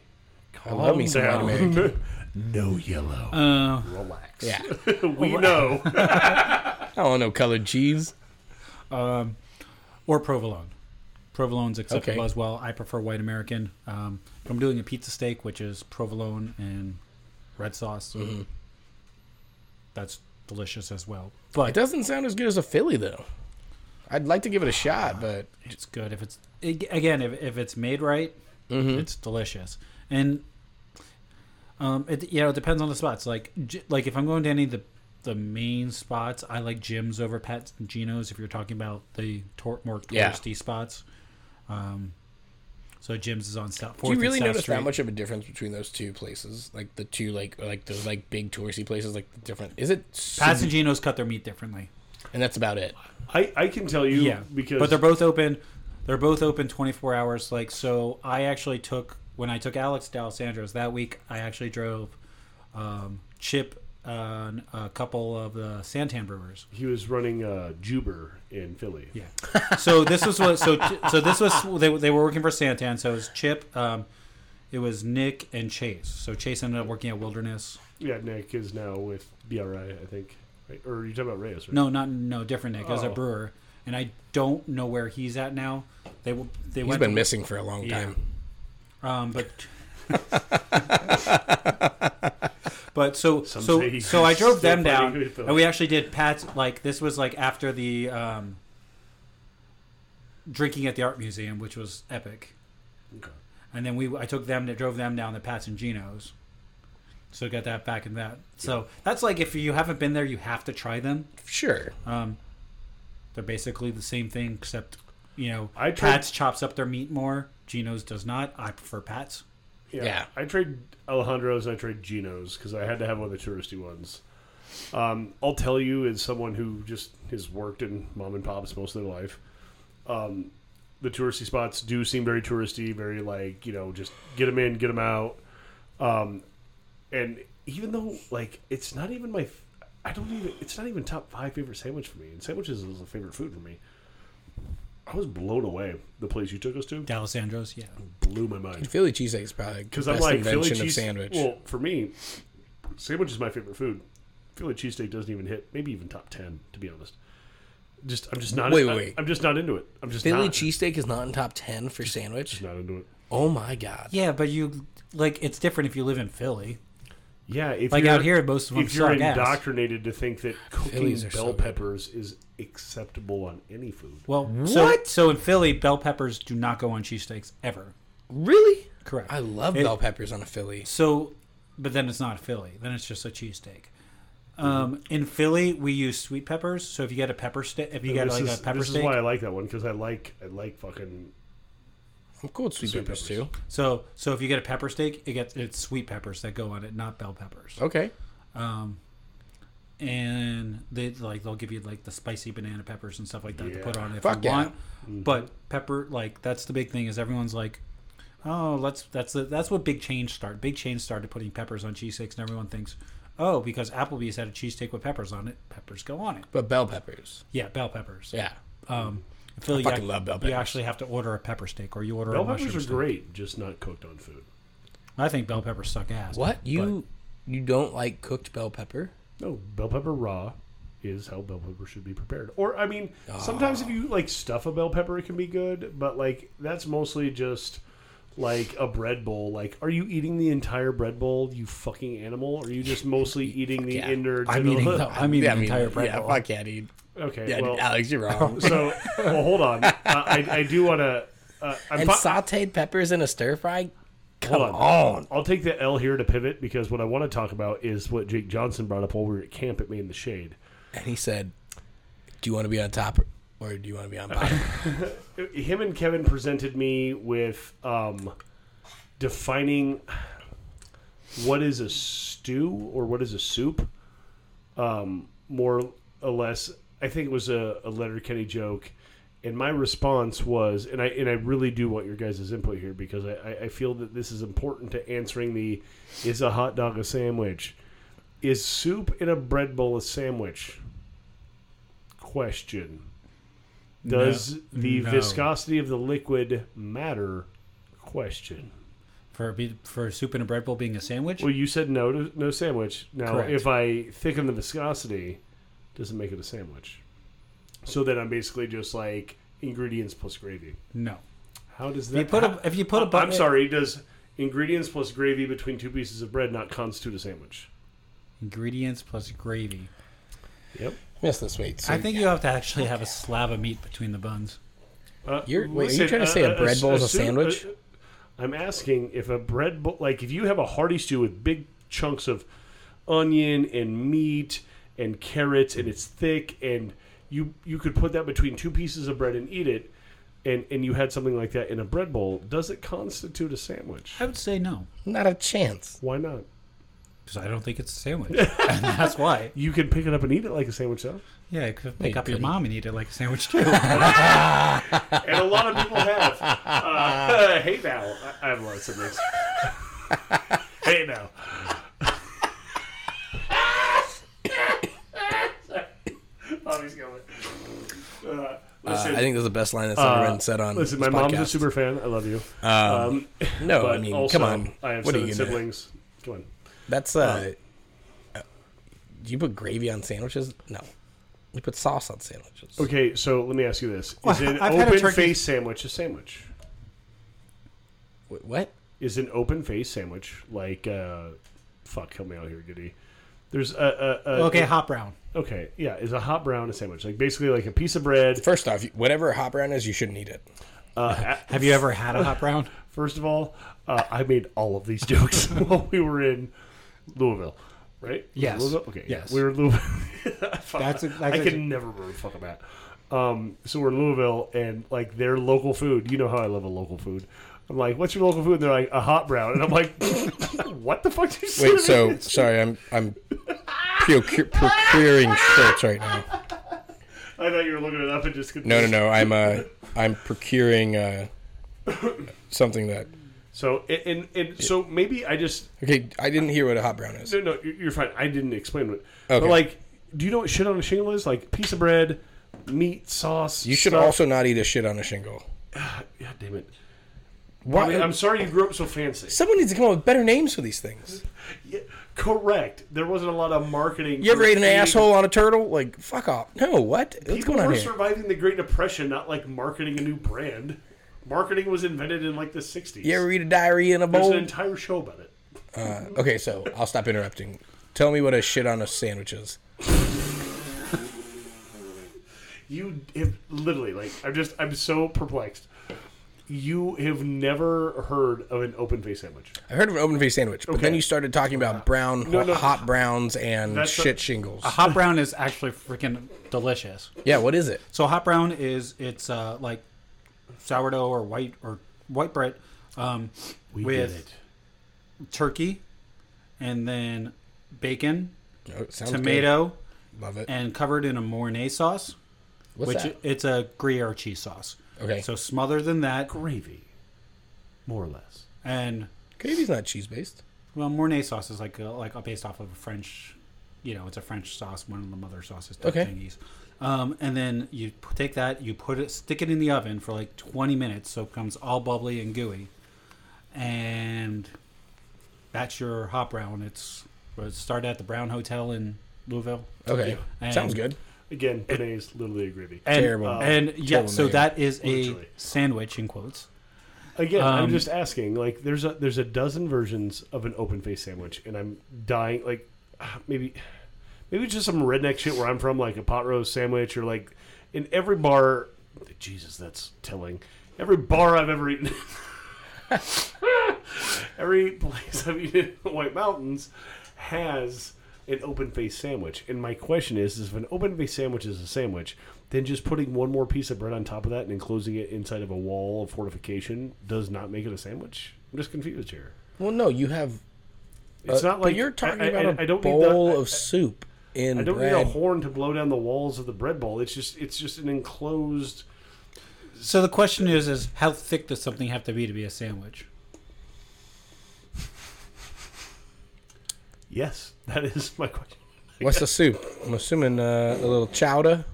Speaker 1: calm
Speaker 3: love me some
Speaker 1: down.
Speaker 3: White [LAUGHS]
Speaker 1: no yellow,
Speaker 2: Uh,
Speaker 1: relax.
Speaker 3: Yeah.
Speaker 1: [LAUGHS] we know.
Speaker 3: I don't want no colored cheese.
Speaker 2: um, or provolone. Provolone's acceptable
Speaker 3: Okay.
Speaker 2: as well. I prefer white American. Um, if I'm doing a pizza steak, which is provolone and red sauce, that's delicious as well. But
Speaker 3: It doesn't sound as good as a Philly though. I'd like to give it a shot, but
Speaker 2: it's good if it's
Speaker 3: Mm-hmm.
Speaker 2: ag- again if, if it's made right it's delicious and Um, it you know it depends on the spots. Like gy- like if I'm going to any of the the main spots, I like gyms over Pat's and Geno's. If you're talking about the tor- more
Speaker 3: Yeah.
Speaker 2: touristy spots, um, so gyms is on South.
Speaker 3: Do
Speaker 2: 4th
Speaker 3: you
Speaker 2: and
Speaker 3: really
Speaker 2: South
Speaker 3: notice
Speaker 2: Street.
Speaker 3: that much of a difference between those two places? Like the two, like or, like those like big touristy places, like the different. Is it?
Speaker 2: Pat's
Speaker 3: Super,
Speaker 2: and Geno's cut their meat differently.
Speaker 3: and that's about it.
Speaker 1: I, I can tell you
Speaker 2: yeah
Speaker 1: because
Speaker 2: but they're both open they're both open 24 hours like so i actually took when i took alex to alessandro's that week i actually drove um, chip uh, a couple of the santan brewers
Speaker 1: he was running uh, Juber in Philly.
Speaker 2: yeah so this was what so so this was they, they were working for santan so it was chip um, it was nick and chase so chase ended up working at wilderness
Speaker 1: Yeah, Nick is now with BRI, I think. Right? Or are you talking about Reyes? Right?
Speaker 2: no not no different nick as a
Speaker 1: Oh.
Speaker 2: brewer and i don't know where he's at now they w- they
Speaker 3: He's
Speaker 2: went
Speaker 3: been missing for a long
Speaker 2: Yeah.
Speaker 3: time.
Speaker 1: [LAUGHS]
Speaker 2: Um, but but so
Speaker 1: Some say
Speaker 2: so
Speaker 1: he's
Speaker 2: so
Speaker 1: [LAUGHS]
Speaker 2: I drove
Speaker 1: still
Speaker 2: them down,
Speaker 1: fighting with the-
Speaker 2: and we actually did Pat's. Like this was like after the um, drinking at the art museum, which was epic.
Speaker 1: Okay.
Speaker 2: And then we I took them, to, drove them down to Pat's and Geno's. So got that back in that. So that's like if you haven't been there, you have to try them.
Speaker 3: Sure.
Speaker 1: Uh,
Speaker 2: They're basically the same thing, except you know,
Speaker 1: I tried-
Speaker 2: Pat's chops up their meat more. Geno's does not. I prefer Pat's.
Speaker 1: Yeah.
Speaker 3: Yeah.
Speaker 1: I trade Alejandro's and I trade Gino's because I had to have one of the touristy ones. Um, I'll tell you, as someone who just has worked in mom and pops most of their life, um, the touristy spots do seem very touristy, very like, you know, just get them in, get them out. Um, and even though, like, it's not even my. f- I don't even. It's not even top five favorite sandwich for me. And sandwiches is a favorite food for me. I was blown away. The place you took us to
Speaker 2: D'Alessandro's, yeah.
Speaker 1: blew my mind.
Speaker 3: Philly cheesesteak is probably the
Speaker 1: Because
Speaker 3: best
Speaker 1: I'm like Philly
Speaker 3: invention
Speaker 1: cheese.
Speaker 3: of sandwich.
Speaker 1: Well, for me, sandwich is my favorite food. Philly cheesesteak doesn't even hit, maybe even top ten, to be honest. Just I'm just not.
Speaker 3: Wait,
Speaker 1: I,
Speaker 3: wait.
Speaker 1: I'm just not into it. I'm just
Speaker 3: Philly
Speaker 1: not,
Speaker 3: cheesesteak is not in top ten for sandwich.
Speaker 1: Not into it.
Speaker 3: Oh my god.
Speaker 2: Yeah, but you like it's different if you live in Philly.
Speaker 1: Yeah, if
Speaker 2: Like
Speaker 1: you're,
Speaker 2: out here, most of them
Speaker 1: if you're
Speaker 2: suck ass.
Speaker 1: indoctrinated to think that cooking
Speaker 3: Phillies are
Speaker 1: bell
Speaker 3: so good.
Speaker 1: peppers is acceptable on any food,
Speaker 2: Well, so
Speaker 3: What?
Speaker 2: so in Philly, bell peppers do not go on cheesesteaks ever.
Speaker 3: Really?
Speaker 2: Correct.
Speaker 3: I love
Speaker 2: It-
Speaker 3: bell peppers on a Philly.
Speaker 2: So, but then it's not Philly. Then it's just a cheesesteak. Um, in Philly, we use sweet peppers. So if you get a pepper steak, if you
Speaker 1: And
Speaker 2: get
Speaker 1: this
Speaker 2: like
Speaker 1: is,
Speaker 2: a pepper
Speaker 1: this
Speaker 2: steak,
Speaker 1: is why I like that one because I like I like fucking
Speaker 3: I'm cool with sweet,
Speaker 1: Sweet
Speaker 3: peppers,
Speaker 1: peppers.
Speaker 3: too.
Speaker 2: so so if you get a pepper steak, it gets it's sweet peppers that go on it, not bell peppers.
Speaker 3: Okay.
Speaker 2: and they like they'll give you like the spicy banana peppers and stuff like that to
Speaker 1: Yeah.
Speaker 2: put on if
Speaker 3: Fuck
Speaker 2: you
Speaker 3: yeah. Mm.
Speaker 2: want. But pepper, like that's the big thing is everyone's like, oh, let's that's the, that's what big change started. Big change started putting peppers on cheesesteaks, and everyone thinks, oh, because Applebee's had a cheesesteak with peppers on it, peppers go on it.
Speaker 3: But bell peppers.
Speaker 2: Yeah, bell peppers.
Speaker 3: Yeah.
Speaker 2: Um, in Philly,
Speaker 3: fucking
Speaker 2: you,
Speaker 3: love bell
Speaker 2: You
Speaker 3: peppers.
Speaker 2: actually have to order a pepper steak or you order
Speaker 1: bell
Speaker 2: a mushroom
Speaker 1: peppers are
Speaker 2: steak.
Speaker 1: great, just not cooked on food.
Speaker 2: I think bell peppers suck ass.
Speaker 3: What you you don't like cooked bell pepper?
Speaker 1: No, bell pepper raw is how bell pepper should be prepared. Or I mean,
Speaker 3: Ah.
Speaker 1: sometimes if you like stuff a bell pepper, it can be good, but like that's mostly just like a bread bowl. Like, are you eating the entire bread bowl, you fucking animal? Or are you just
Speaker 3: [LAUGHS]
Speaker 1: mostly eating the
Speaker 3: yeah.
Speaker 1: innards?
Speaker 2: I'm
Speaker 1: and all
Speaker 2: eating
Speaker 1: that?
Speaker 2: the, I'm eating the entire bread
Speaker 3: yeah,
Speaker 2: bowl.
Speaker 3: fuck yeah, dude.
Speaker 1: [LAUGHS] Okay,
Speaker 3: Yeah,
Speaker 1: well,
Speaker 3: dude, Alex, you're wrong.
Speaker 1: so well, hold
Speaker 3: [LAUGHS]
Speaker 1: on. Uh, I, I do want to. Uh, I'm
Speaker 3: and
Speaker 1: fi-
Speaker 3: sauteed peppers in a stir fry? Come
Speaker 1: Hold
Speaker 3: on.
Speaker 1: I'll take the L here to pivot because what I want to talk about is what Jake Johnson brought up while we were at camp at Me in the Shade.
Speaker 3: And he said, Do you want to be on top or do you want to be on
Speaker 1: [LAUGHS]
Speaker 3: bottom?
Speaker 1: him and Kevin presented me with um, defining what is a stew or what is a soup. Um, more or less, I think it was a, a letter Kenny joke, and my response was, and I and I really do want your guys' input here because I, I, I feel that this is important to answering the is a hot dog a sandwich, is soup in a bread bowl a sandwich? Question. Does the
Speaker 2: no.
Speaker 1: viscosity of the liquid matter? Question.
Speaker 2: For, be- for soup and a bread bowl being a sandwich?
Speaker 1: Well, you said no to no sandwich. Now,
Speaker 2: Correct.
Speaker 1: if I thicken the viscosity, doesn't make it a sandwich. So then I'm basically just like ingredients plus gravy.
Speaker 2: no.
Speaker 1: How does that?
Speaker 2: If you put a, if you put a
Speaker 1: I'm
Speaker 2: button-
Speaker 1: sorry. Does ingredients plus gravy between two pieces of bread not constitute a sandwich?
Speaker 2: ingredients plus gravy.
Speaker 1: Yep.
Speaker 3: Miss this weight. So
Speaker 2: I think you have to actually have a slab of meat between the buns.
Speaker 1: Uh,
Speaker 3: You're- wait, are you trying to say a bread bowl is a
Speaker 1: soup-
Speaker 3: sandwich?
Speaker 1: uh, I'm asking if a bread bowl, like if you have a hearty stew with big chunks of onion and meat and carrots and it's thick and you you could put that between two pieces of bread and eat it and and you had something like that in a bread bowl, does it constitute a sandwich?
Speaker 2: I would say no
Speaker 3: Not a chance.
Speaker 1: Why not?
Speaker 2: because I don't think it's a sandwich. and that's why.
Speaker 1: You can pick it up and eat it like a sandwich though.
Speaker 2: Yeah, you could
Speaker 3: Hey,
Speaker 2: pick up your
Speaker 3: goody.
Speaker 2: mom and eat it like a sandwich too.
Speaker 1: and a lot of people have.
Speaker 3: [LAUGHS]
Speaker 1: Uh, hey now, I, I have a lot of siblings. [LAUGHS] hey
Speaker 3: [COUGHS]
Speaker 1: now. Bobby's Oh, going. Uh,
Speaker 3: Uh,
Speaker 1: listen,
Speaker 3: I think that's the best line that's ever
Speaker 1: uh,
Speaker 3: been said on.
Speaker 1: listen. My
Speaker 3: this
Speaker 1: mom's a
Speaker 3: podcast.
Speaker 1: super fan. I love you.
Speaker 3: Um, no, I
Speaker 1: But
Speaker 3: mean,
Speaker 1: also,
Speaker 3: come on.
Speaker 1: I have
Speaker 3: what are
Speaker 1: seven
Speaker 3: you gonna? do?
Speaker 1: siblings. Come on.
Speaker 3: That's uh, uh, do you put gravy on sandwiches? No, you put sauce on sandwiches.
Speaker 1: Okay, so let me ask you this: Is an
Speaker 2: I've had a
Speaker 1: open
Speaker 2: turkey-
Speaker 1: face sandwich a sandwich?
Speaker 3: Wait, what?
Speaker 1: is an open face sandwich like uh fuck help me out here goody there's a, a, a
Speaker 2: okay, hot brown.
Speaker 1: okay yeah is a hot brown a sandwich like basically like a piece of bread
Speaker 3: First off, you- whatever hot brown is, you shouldn't eat it.
Speaker 1: uh, a-
Speaker 2: Have you ever had a hot brown?
Speaker 1: first of all uh, i made all of these jokes [LAUGHS] while we were in louisville right Was it
Speaker 2: Yes.
Speaker 1: louisville? okay yeah.
Speaker 2: Yes.
Speaker 1: we were in louisville [LAUGHS]
Speaker 2: That's a,
Speaker 1: i
Speaker 2: that's a-
Speaker 1: can never remember fuck about um so we're in louisville and like their local food you know how i love a local food i'm like what's your local food and they're like a hot brown and i'm like [LAUGHS] what the fuck did you say to [LAUGHS]
Speaker 3: Wait,
Speaker 1: me?
Speaker 3: so sorry, I'm I'm procure- procuring shirts right now.
Speaker 1: i thought you were looking it up and just confused.
Speaker 3: No, no, no. I'm uh, I'm procuring uh, something that.
Speaker 1: So and, and, and so maybe I just
Speaker 3: Okay, I didn't hear what a hot brown is.
Speaker 1: no no you're you're fine. I didn't explain what.
Speaker 3: Okay.
Speaker 1: But like, do you know what shit on a shingle is? Like piece of bread, meat, sauce.
Speaker 3: You should
Speaker 1: stuff.
Speaker 3: also not eat a shit on a shingle.
Speaker 1: God damn it! I
Speaker 3: Why?
Speaker 1: mean, I'm sorry you grew up so fancy.
Speaker 3: Someone needs to come up with better names for these things.
Speaker 1: Yeah, correct. There wasn't a lot of marketing.
Speaker 3: You ever
Speaker 1: for
Speaker 3: ate an
Speaker 1: eating-
Speaker 3: asshole on a turtle? Like, fuck off. No, what? What's
Speaker 1: People
Speaker 3: going on
Speaker 1: were
Speaker 3: here?
Speaker 1: surviving the Great Depression, not like marketing a new brand. Marketing was invented in like the '60s.
Speaker 3: You ever eat a diarrhea in a
Speaker 1: There's an
Speaker 3: bowl?
Speaker 1: entire show about it.
Speaker 3: Uh, okay, so I'll stop interrupting. Tell me what a shit on a sandwich is.
Speaker 1: You have literally like I'm just I'm so perplexed. You have never heard of an open face sandwich.
Speaker 3: I heard of an open face sandwich, but then
Speaker 1: Okay.
Speaker 3: you started talking about brown,
Speaker 1: No, no.
Speaker 3: hot browns, and
Speaker 1: That's a- Ah.
Speaker 3: shit shingles.
Speaker 2: a hot brown is actually freaking delicious.
Speaker 3: yeah, what is it?
Speaker 2: So hot brown is it's uh, like sourdough or white or white bread um, with turkey and then bacon,
Speaker 3: Oh, it sounds
Speaker 2: tomato,
Speaker 3: good. Love it.
Speaker 2: and covered in a Mornay sauce,
Speaker 3: What's
Speaker 2: which
Speaker 3: that?
Speaker 2: it's a Gruyere cheese sauce.
Speaker 3: Okay.
Speaker 2: So smothered in that
Speaker 1: gravy, more or less.
Speaker 2: and
Speaker 3: Gravy's not cheese based.
Speaker 2: well, Mornay sauce is like a, like based off of a French, you know, it's a French sauce, one of the mother sauces type
Speaker 3: Okay.
Speaker 2: thingies. Um, and then you p- take that, you put it, stick it in the oven for like 20 minutes, so it becomes all bubbly and gooey, and that's your hot brown. It's it started at the Brown Hotel in Louisville.
Speaker 3: Okay.
Speaker 2: And-
Speaker 3: Sounds good.
Speaker 1: Again, penne is literally a gravy.
Speaker 2: And,
Speaker 3: Terrible.
Speaker 2: And yeah,
Speaker 3: Terrible
Speaker 2: so
Speaker 3: name.
Speaker 2: that is a
Speaker 1: Literally.
Speaker 2: sandwich in quotes.
Speaker 1: Again, I'm
Speaker 2: Um,
Speaker 1: just asking. Like, there's a there's a dozen versions of an open face sandwich, and I'm dying. Like, [SIGHS] ah, maybe maybe it's just some redneck shit where I'm from, like a pot roast sandwich, or like in every bar. Jesus, that's telling. Every bar I've ever eaten, [LAUGHS] every place I've eaten in the [LAUGHS] White Mountains has an open face sandwich. And my question is, is if an open face sandwich is a sandwich, then just putting one more piece of bread on top of that and enclosing it inside of a wall of fortification does not make it a sandwich? I'm just confused here.
Speaker 3: Well, no, you have.
Speaker 1: It's
Speaker 3: uh,
Speaker 1: not
Speaker 3: but
Speaker 1: like
Speaker 3: you're talking
Speaker 1: I- I-
Speaker 3: about a
Speaker 1: I don't need the-
Speaker 3: bowl of soup in
Speaker 1: I don't
Speaker 3: bread.
Speaker 1: need a horn to blow down the walls of the bread bowl. It's just it's just an enclosed.
Speaker 2: So the question is, is how thick does something have to be to be a sandwich?
Speaker 1: Yes, that is my question.
Speaker 3: What's the soup? I'm assuming uh, a little chowder.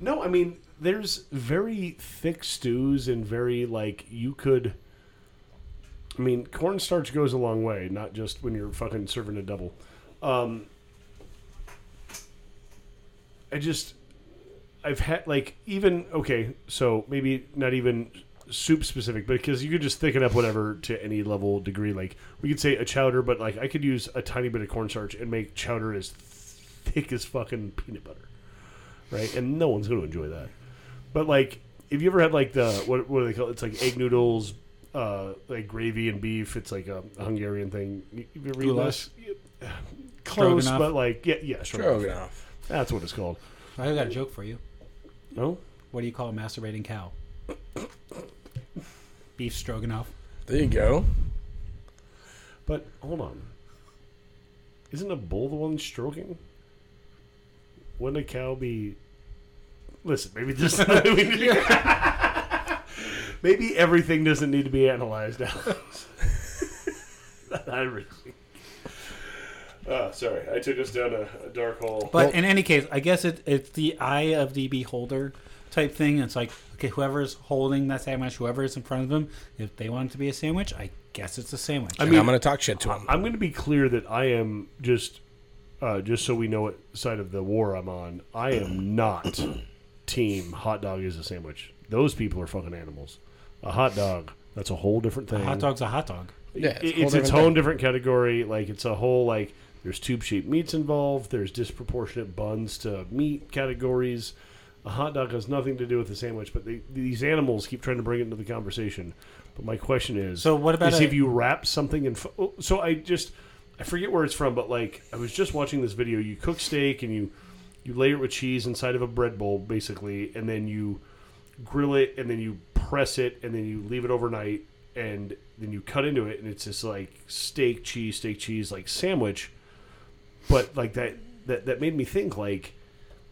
Speaker 1: No, I mean there's very thick stews and very like you could. I mean, cornstarch goes a long way, not just when you're fucking serving a double. Um, I just, I've had like even okay, so maybe not even soup specific, but because you could just thicken up whatever to any level degree. Like we could say a chowder, but like I could use a tiny bit of cornstarch and make chowder as thick as fucking peanut butter, right? And no one's going to enjoy that. But like Have you ever had like the what what do they call it? It's like egg noodles, uh, like gravy and beef. It's like a Hungarian thing. You you ever eaten
Speaker 2: Goulash?
Speaker 1: this? Yeah, Close,
Speaker 2: Stroganoff?
Speaker 1: but like yeah, yeah, stroganoff. That's what it's called.
Speaker 2: I got a joke for you.
Speaker 1: No,
Speaker 2: What do you call a masturbating cow? Beef stroganoff.
Speaker 3: There you go.
Speaker 1: but hold on. Isn't a bull the one stroking? Wouldn't a cow be? Listen, maybe this. [LAUGHS] we need to- [LAUGHS] maybe everything doesn't need to be analyzed out. [LAUGHS] I really. Uh, sorry, I took us down a, a dark hole.
Speaker 2: But in any case, I guess it, it's the eye of the beholder type thing. It's like, okay, whoever's holding that sandwich, whoever is in front of them, if they want it to be a sandwich, I guess it's a sandwich.
Speaker 3: I
Speaker 1: mean-
Speaker 3: am gonna talk shit to him.
Speaker 1: I'm going to be clear that I am just, uh, just so we know what side of the war I'm on. I
Speaker 2: [CLEARS THROAT]
Speaker 1: am not team hot dog is a sandwich. Those people are fucking animals. A hot dog, that's a whole different thing.
Speaker 2: a hot dog's a hot dog.
Speaker 3: Yeah,
Speaker 1: it's it's,
Speaker 3: whole
Speaker 1: its
Speaker 3: different
Speaker 1: own different category. Like it's a whole like there's tube shaped meats involved. There's disproportionate buns to meat categories. A hot dog has nothing to do with the sandwich, but they, these animals keep trying to bring it into the conversation. But my question is,
Speaker 2: So what about
Speaker 1: is
Speaker 2: a-
Speaker 1: if you wrap something in? fu- oh, So I just I forget where it's from, but like I was just watching this video. You cook steak and you you layer it with cheese inside of a bread bowl, basically, and then you grill it and then you press it and then you leave it overnight and then you cut into it and it's this like steak cheese steak cheese like sandwich but like that that that made me think like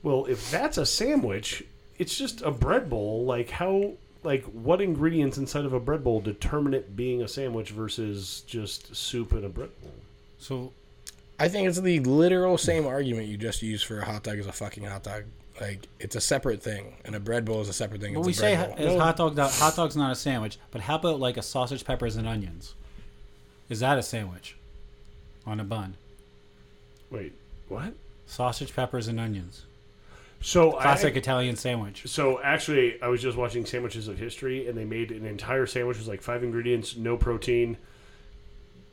Speaker 1: well if that's a sandwich it's just a bread bowl like how like what ingredients inside of a bread bowl determine it being a sandwich versus just soup in a bread bowl
Speaker 2: So
Speaker 3: I think it's the literal same argument you just used for a hot dog is a fucking hot dog. Like it's a separate thing, and a bread bowl is a separate thing.
Speaker 2: what
Speaker 3: it's
Speaker 2: we
Speaker 3: a
Speaker 2: say
Speaker 3: bread
Speaker 2: ho-
Speaker 3: bowl.
Speaker 2: is hot dog not, hot dog's not a sandwich, but how about like a sausage, peppers, and onions? Is that a sandwich on a bun?
Speaker 1: wait what
Speaker 2: Sausage, peppers, and onions.
Speaker 1: so
Speaker 2: Classic
Speaker 1: I,
Speaker 2: Italian sandwich.
Speaker 1: so actually i was just watching sandwiches of history and they made an entire sandwich it was like five ingredients no protein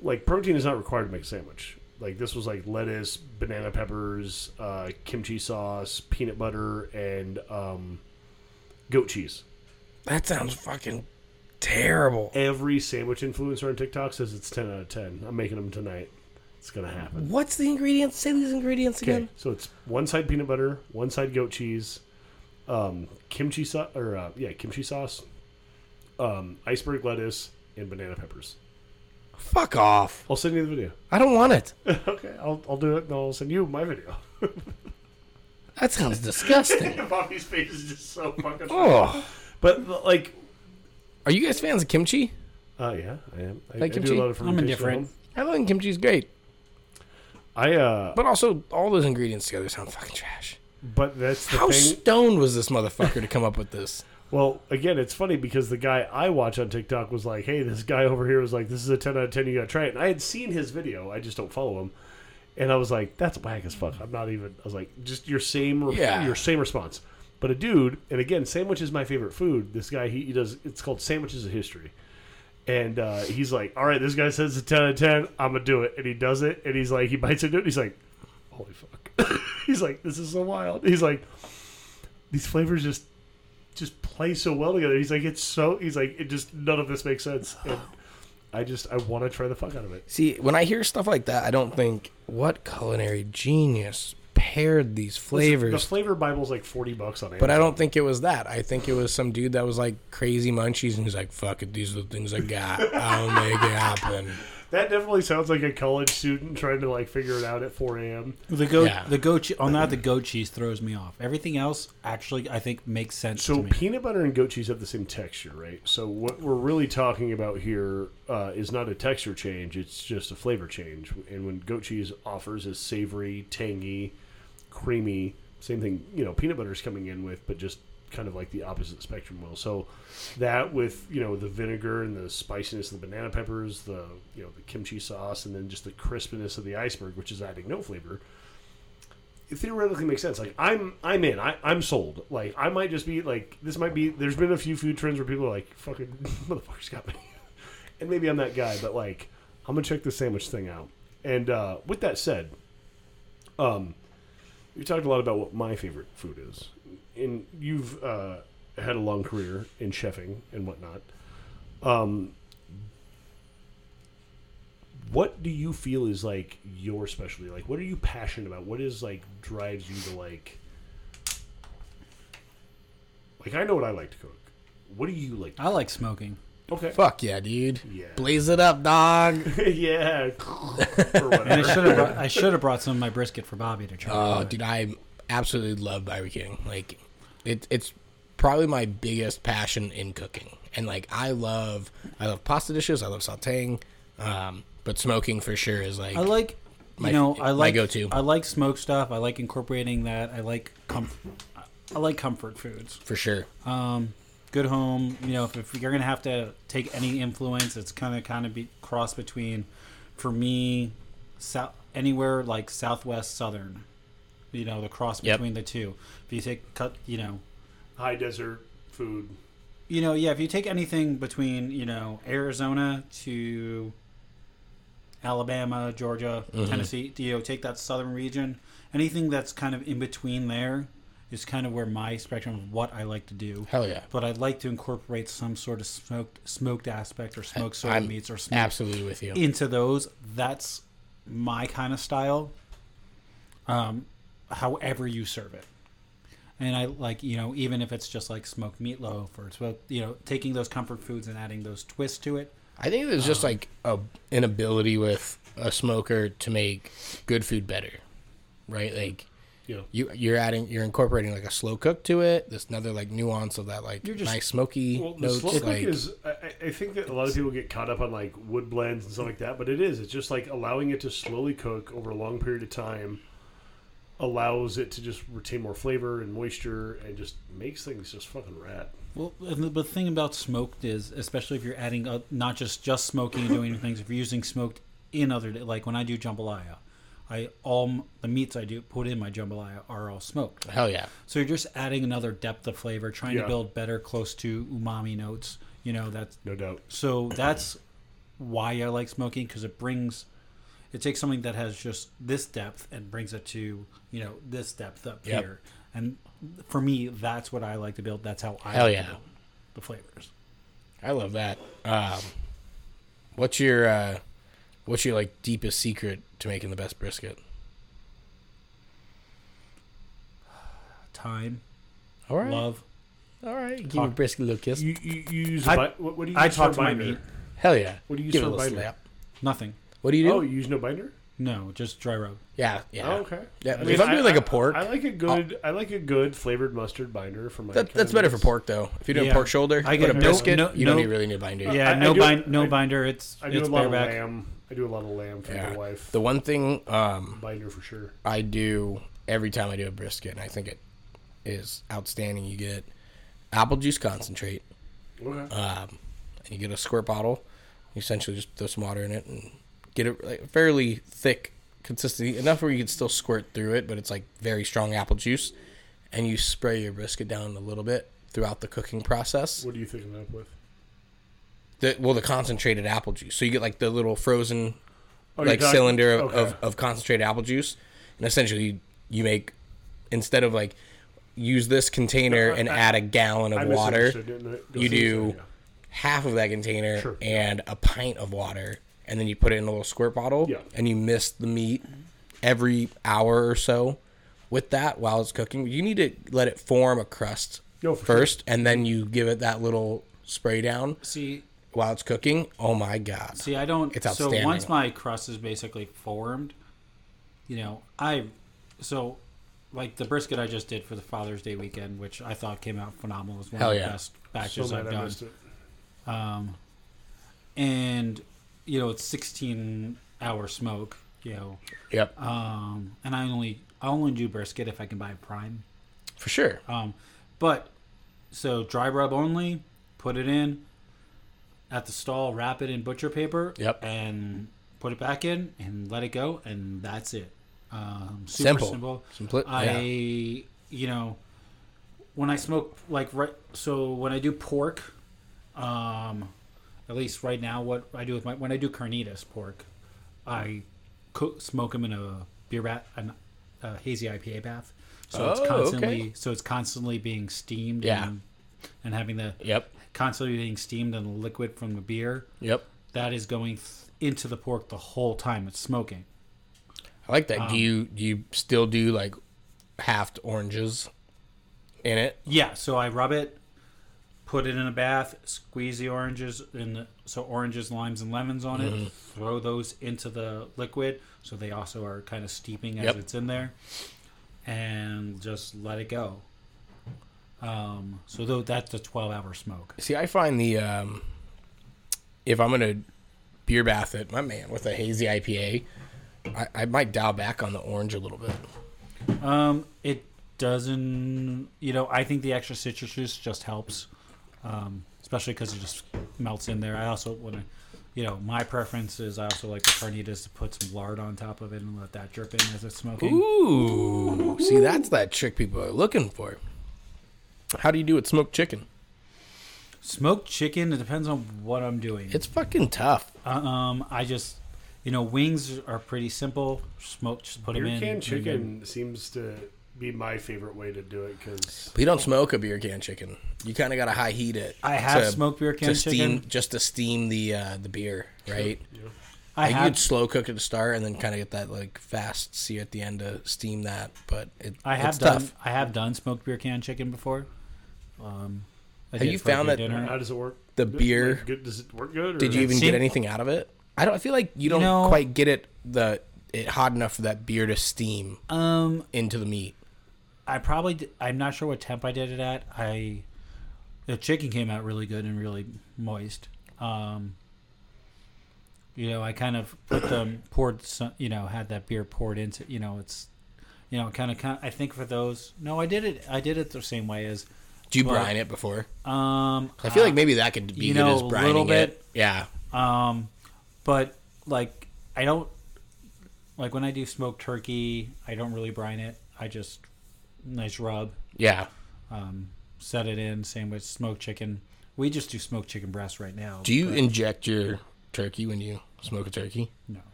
Speaker 1: like protein is not required to make a sandwich like this was like lettuce banana peppers uh, kimchi sauce peanut butter and um, goat cheese
Speaker 3: That sounds fucking terrible.
Speaker 1: every sandwich influencer on tiktok says it's 10 out of 10 i'm making them tonight it's gonna happen
Speaker 3: What's the ingredients? Say these ingredients
Speaker 1: okay
Speaker 3: again.
Speaker 1: so it's one side peanut butter one side goat cheese um, kimchi sauce or uh, yeah kimchi sauce um, iceberg lettuce and banana peppers
Speaker 3: Fuck off.
Speaker 1: I'll send you the video.
Speaker 3: I don't want it.
Speaker 1: [LAUGHS] okay, I'll, I'll do it and I'll send you my video. [LAUGHS]
Speaker 3: That sounds disgusting.
Speaker 1: Bobby's face is just so [LAUGHS] fucking.
Speaker 3: oh,
Speaker 1: But like,
Speaker 3: are you guys fans of kimchi?
Speaker 1: uh, yeah, I am. I,
Speaker 3: Like
Speaker 1: I do
Speaker 3: kimchi?
Speaker 1: a lot of
Speaker 2: I'm
Speaker 1: fermentation. at
Speaker 2: indifferent.
Speaker 1: home.
Speaker 3: I think kimchi's great,
Speaker 1: I uh,
Speaker 3: but also all those ingredients together sound fucking trash.
Speaker 1: but that's the
Speaker 3: How
Speaker 1: thing.
Speaker 3: stoned was this motherfucker to come up with this?
Speaker 1: Well, again, it's funny because the guy I watch on TikTok was like, "Hey, this guy over here was like, this is a ten out of ten. You gotta try it." And I had seen his video. I just don't follow him. And I was like, "That's whack as fuck." I'm not even. I was like, "Just your same, re-
Speaker 3: Yeah.
Speaker 1: your same response." But a dude, and again, sandwich is my favorite food. This guy, he, he does. It's called sandwiches of history. And uh, he's like, "All right, this guy says it's a ten out of ten. I'm gonna do it." And he does it. And he's like, he bites into it. And he's like, "Holy fuck!" [LAUGHS] he's like, "This is so wild." He's like, "These flavors just just play so well together. He's like, it's so. He's like, it just none of this makes
Speaker 3: [SIGHS]
Speaker 1: sense. And I just I want to try the fuck out of it.
Speaker 3: See, when I hear stuff like that, I don't think what culinary genius paired these flavors.
Speaker 1: The flavor bible's like forty bucks on Amazon.
Speaker 3: but I don't think it was that. I think it was some dude that was like crazy munchies and he's like, "Fuck it, these are the things I got. I'll make it happen."
Speaker 1: that definitely sounds like a college student trying to like figure it out at four a.m.
Speaker 2: The goat,
Speaker 3: Yeah.
Speaker 2: the goat, che- oh, not the goat cheese throws me off. Everything else actually, I think, makes sense to
Speaker 1: So
Speaker 2: me.
Speaker 1: peanut butter and goat cheese have the same texture, right? So what we're really talking about here uh, is not a texture change; it's just a flavor change. And when goat cheese offers is savory, tangy, creamy, same thing. You know, peanut butter is coming in with, but just kind of like the opposite spectrum will. So that with you know the vinegar and the spiciness of the banana peppers, the you know the kimchi sauce, and then just the crispness of the iceberg, which is adding no flavor it theoretically makes sense. Like I'm I'm in. I, I'm sold. Like I might just be like this might be there's been a few food trends where people are like, fucking [LAUGHS] motherfuckers got me. and maybe I'm that guy, but like I'm gonna check this sandwich thing out. And uh, with that said, um you talked a lot about what my favorite food is. And you've uh had a long career in chefing and whatnot. Um, what do you feel is like your specialty? Like, what are you passionate about? What is like drives you to like? Like, I know what I like to cook. What do you like? To,
Speaker 2: I like smoking.
Speaker 1: okay.
Speaker 3: Fuck yeah, dude.
Speaker 1: Yeah.
Speaker 3: Blaze it up, dog.
Speaker 1: [LAUGHS] yeah. or
Speaker 2: And I
Speaker 1: whatever.
Speaker 2: should have brought, I should have brought some of my brisket for Bobby to try.
Speaker 3: Oh, dude, I absolutely love barbecuing. Like, it, it's probably my biggest passion in cooking. And like, I love, I love pasta dishes. I love sautéing. Um, but smoking for sure is like,
Speaker 2: I like you
Speaker 3: My-
Speaker 2: know
Speaker 3: my
Speaker 2: I like
Speaker 3: go-to.
Speaker 2: I like smoke stuff. I like incorporating that. I like comfort. I like comfort foods.
Speaker 3: for sure.
Speaker 2: Um, good home. You know, if, if you're gonna have to take any influence, it's kind of kind of be cross between, for me, south anywhere like Southwest Southern. You know, the cross
Speaker 3: Yep.
Speaker 2: between the two. If you take cut, you know,
Speaker 1: High desert food.
Speaker 2: you know, yeah. If you take anything between you know Arizona to Alabama, Georgia, Tennessee, you know, take that southern region. Anything that's kind of in between there is kind of where my spectrum of what I like to do.
Speaker 3: Hell yeah.
Speaker 2: But I'd like to incorporate some sort of smoked smoked aspect or smoked sort
Speaker 3: I'm
Speaker 2: of meats or smoked
Speaker 3: absolutely with you.
Speaker 2: into those. That's my kind of style. Um, however you serve it, and I like you know even if it's just like smoked meatloaf or smoked you know taking those comfort foods and adding those twists to it.
Speaker 3: I think there's
Speaker 1: Um,
Speaker 3: just like a an ability with a smoker to make good food better, right? Like
Speaker 1: You know.
Speaker 3: you you're adding you're incorporating like a slow cook to it. This another like nuance of that like
Speaker 2: You're just-
Speaker 3: nice smoky
Speaker 1: Well, the
Speaker 3: notes.
Speaker 1: slow cook
Speaker 3: like
Speaker 1: is. I, I- I think that a lot of people get caught up on like wood blends and stuff like that, but it is. It's just like allowing it to slowly cook over a long period of time allows it to just retain more flavor and moisture and just makes things just fucking rad.
Speaker 2: Well, and the, the thing about smoked is, especially if you're adding uh, not just just smoking and doing things, if you're using smoked in other like when I do jambalaya, I all m- the meats I do put in my jambalaya are all smoked.
Speaker 3: hell yeah.
Speaker 2: So you're just adding another depth of flavor, trying
Speaker 1: Yeah.
Speaker 2: to build better, close to umami notes. You know that's
Speaker 1: No doubt.
Speaker 2: so that's why I like smoking because it brings, it takes something that has just this depth and brings it to you know this depth up
Speaker 3: Yep.
Speaker 2: here. And for me, that's what I like to build. That's how I
Speaker 3: Hell
Speaker 2: like
Speaker 3: yeah.
Speaker 2: to build the flavors.
Speaker 3: I love that. Um, what's your uh, what's your like deepest secret to making the best brisket?
Speaker 2: Time,
Speaker 3: All right,
Speaker 2: love.
Speaker 3: all right. Give your brisket a little kiss.
Speaker 1: You, you, you use.
Speaker 2: I-
Speaker 1: a bi- what, what do you
Speaker 2: I
Speaker 1: use
Speaker 2: talk
Speaker 1: for
Speaker 2: to
Speaker 1: a
Speaker 2: my
Speaker 1: binder?
Speaker 2: meat.
Speaker 3: Hell yeah.
Speaker 1: What do you use
Speaker 3: Give
Speaker 1: for
Speaker 3: it
Speaker 1: a
Speaker 3: a little
Speaker 1: binder?
Speaker 3: slap.
Speaker 2: Nothing.
Speaker 3: What do you do?
Speaker 1: Oh, you use no binder?
Speaker 2: No, just dry rub.
Speaker 3: yeah, yeah.
Speaker 1: Oh, okay.
Speaker 3: Yeah,
Speaker 1: I
Speaker 3: if
Speaker 1: mean,
Speaker 3: I'm
Speaker 1: I-
Speaker 3: doing like a
Speaker 1: I-
Speaker 3: pork,
Speaker 1: I like a good. I like a good flavored mustard binder for my.
Speaker 3: that,
Speaker 1: kind
Speaker 3: that's
Speaker 1: of
Speaker 3: better for
Speaker 1: meats.
Speaker 3: pork though. If you're doing
Speaker 2: Yeah.
Speaker 3: pork shoulder,
Speaker 2: I
Speaker 3: I
Speaker 2: get
Speaker 3: get a
Speaker 2: no-
Speaker 3: brisket.
Speaker 2: no-
Speaker 3: you
Speaker 2: no-
Speaker 3: don't need- really need a binder.
Speaker 2: Yeah,
Speaker 1: I- I
Speaker 2: no
Speaker 1: do-
Speaker 2: bind, no
Speaker 1: I-
Speaker 2: binder. It's
Speaker 1: I do
Speaker 2: it's
Speaker 1: a lot
Speaker 2: bareback.
Speaker 1: of lamb. I do a lot of lamb for
Speaker 3: Yeah.
Speaker 1: my wife.
Speaker 3: The one thing um,
Speaker 1: binder for sure.
Speaker 3: I do every time I do a brisket, and I think it is outstanding, you get apple juice concentrate,
Speaker 1: Okay.
Speaker 3: um, and you get a squirt bottle. You essentially just throw some water in it and get it like, fairly thick consistency, enough where you can still squirt through it, but it's like very strong apple juice. And you spray your brisket down a little bit throughout the cooking process.
Speaker 1: what do you think I'm up with?
Speaker 3: The, well, the concentrated apple juice. So you get like the little frozen
Speaker 1: Oh, you're
Speaker 3: like
Speaker 1: talking-
Speaker 3: cylinder of,
Speaker 1: okay.
Speaker 3: of, of concentrated apple juice and essentially you make instead of like use this container
Speaker 1: No, I-
Speaker 3: and
Speaker 1: I-
Speaker 3: add a gallon
Speaker 1: I
Speaker 3: of water
Speaker 1: misunderstood, didn't I?
Speaker 3: you do
Speaker 1: Yeah.
Speaker 3: half of that container
Speaker 1: Sure.
Speaker 3: and a pint of water and then you put it in a little squirt bottle
Speaker 1: Yeah.
Speaker 3: and you mist the meat every hour or so with that while it's cooking you need to let it form a crust
Speaker 1: No, for sure.
Speaker 3: first and then you give it that little spray down
Speaker 2: See,
Speaker 3: while it's cooking oh my god
Speaker 2: See, I don't.
Speaker 3: It's
Speaker 2: so
Speaker 3: outstanding.
Speaker 2: once my crust is basically formed, you know, I so like the brisket I just did for the Father's Day weekend, which I thought came out phenomenal. It was one
Speaker 3: Hell
Speaker 2: of the
Speaker 3: yeah.
Speaker 2: best
Speaker 1: So
Speaker 2: batches
Speaker 1: mad
Speaker 2: I've
Speaker 1: I
Speaker 2: done.
Speaker 1: missed it.
Speaker 2: And you know, it's 16 hour smoke. You know,
Speaker 3: yep
Speaker 2: um, and I only I only do brisket if I can buy a prime.
Speaker 3: for sure
Speaker 2: Um, but so dry rub only. Put it in at the stall, wrap it in butcher paper.
Speaker 3: Yep.
Speaker 2: And put it back in and let it go, and that's it. Um, super
Speaker 3: Simple.
Speaker 2: simple.
Speaker 3: Simpli-
Speaker 2: I,
Speaker 3: yeah.
Speaker 2: you know, when I smoke like right, so when I do pork, um, at least right now, what I do with my when I do carnitas pork, I cook smoke them in a beer bath, an, a hazy IPA bath. So it's
Speaker 3: Oh, okay.
Speaker 2: constantly, so it's constantly being steamed
Speaker 3: Yeah.
Speaker 2: and and having the
Speaker 3: Yep.
Speaker 2: constantly being steamed and liquid from the beer
Speaker 3: Yep.
Speaker 2: that is going th- into the pork the whole time it's smoking.
Speaker 3: I like that. do you do you still do like halved oranges in it?
Speaker 2: Yeah, so I rub it, put it in a bath, squeeze the oranges and so oranges, limes, and lemons on it.
Speaker 3: Mm-hmm.
Speaker 2: Throw those into the liquid, so they also are kind of steeping as
Speaker 3: Yep.
Speaker 2: it's in there, and just let it go. Um, so though that's a twelve-hour smoke.
Speaker 3: See, I find the um, if I'm gonna beer bath it, my man with a hazy IPA, I, I might dial back on the orange a little bit.
Speaker 2: Um, it doesn't, you know, I think the extra citrus juice just helps, um, especially because it just melts in there. I also want to, you know, my preference is I also like the carnitas to put some lard on top of it and let that drip in as it's smoking.
Speaker 3: Ooh, see, that's that trick people are looking for. How do you do with smoked chicken?
Speaker 2: Smoked chicken, it depends on what I'm doing.
Speaker 3: It's fucking tough.
Speaker 2: Uh, um, I just, you know, wings are pretty simple. Smoked, just put
Speaker 1: Beer
Speaker 2: them in.
Speaker 1: can
Speaker 2: and then-
Speaker 1: chicken seems to be my favorite way to do it because
Speaker 3: But you don't smoke a beer can chicken. You kind of got to high heat it.
Speaker 2: I have smoked beer can
Speaker 3: to steam,
Speaker 2: chicken.
Speaker 3: just to steam the uh, the beer, right?
Speaker 2: I
Speaker 3: Like, you
Speaker 2: have
Speaker 3: could slow cook it to start and then kind of get that like fast sear at the end to steam that, but it,
Speaker 2: I have
Speaker 3: it's
Speaker 2: done
Speaker 3: tough.
Speaker 2: I have done smoked beer can chicken before. Um, I
Speaker 3: Have
Speaker 2: did
Speaker 3: you
Speaker 2: for a
Speaker 3: found
Speaker 2: good
Speaker 3: that-
Speaker 1: how does it work?
Speaker 3: The
Speaker 1: Good-
Speaker 3: beer-
Speaker 1: like, good, does it work good? Or
Speaker 3: Did you even
Speaker 2: See-
Speaker 3: get anything out of it? I don't. I feel like you don't
Speaker 2: know-
Speaker 3: quite get it the it hot enough for that beer to steam
Speaker 2: Um,
Speaker 3: into the meat.
Speaker 2: I probably d- I'm not sure what temp I did it at. I the chicken came out really good and really moist. Um, you know, I kind of put them poured some. You know, had that beer poured into. You know, it's you know kind of kind. I think for those. No, I did it. I did it the same way as
Speaker 3: Do you
Speaker 2: Well,
Speaker 3: brine it before?
Speaker 2: um.
Speaker 3: I feel like maybe that could be
Speaker 2: you
Speaker 3: good
Speaker 2: know,
Speaker 3: as
Speaker 2: a
Speaker 3: brining
Speaker 2: little
Speaker 3: it.
Speaker 2: bit.
Speaker 3: Yeah,
Speaker 2: Um, but like I don't like when I do smoked turkey. I don't really brine it. I just nice rub,
Speaker 3: yeah.
Speaker 2: um, set it in. Same with smoked chicken. We just do smoked chicken breast right now.
Speaker 3: Do you
Speaker 2: but
Speaker 3: inject your turkey when you smoke a turkey?
Speaker 2: no.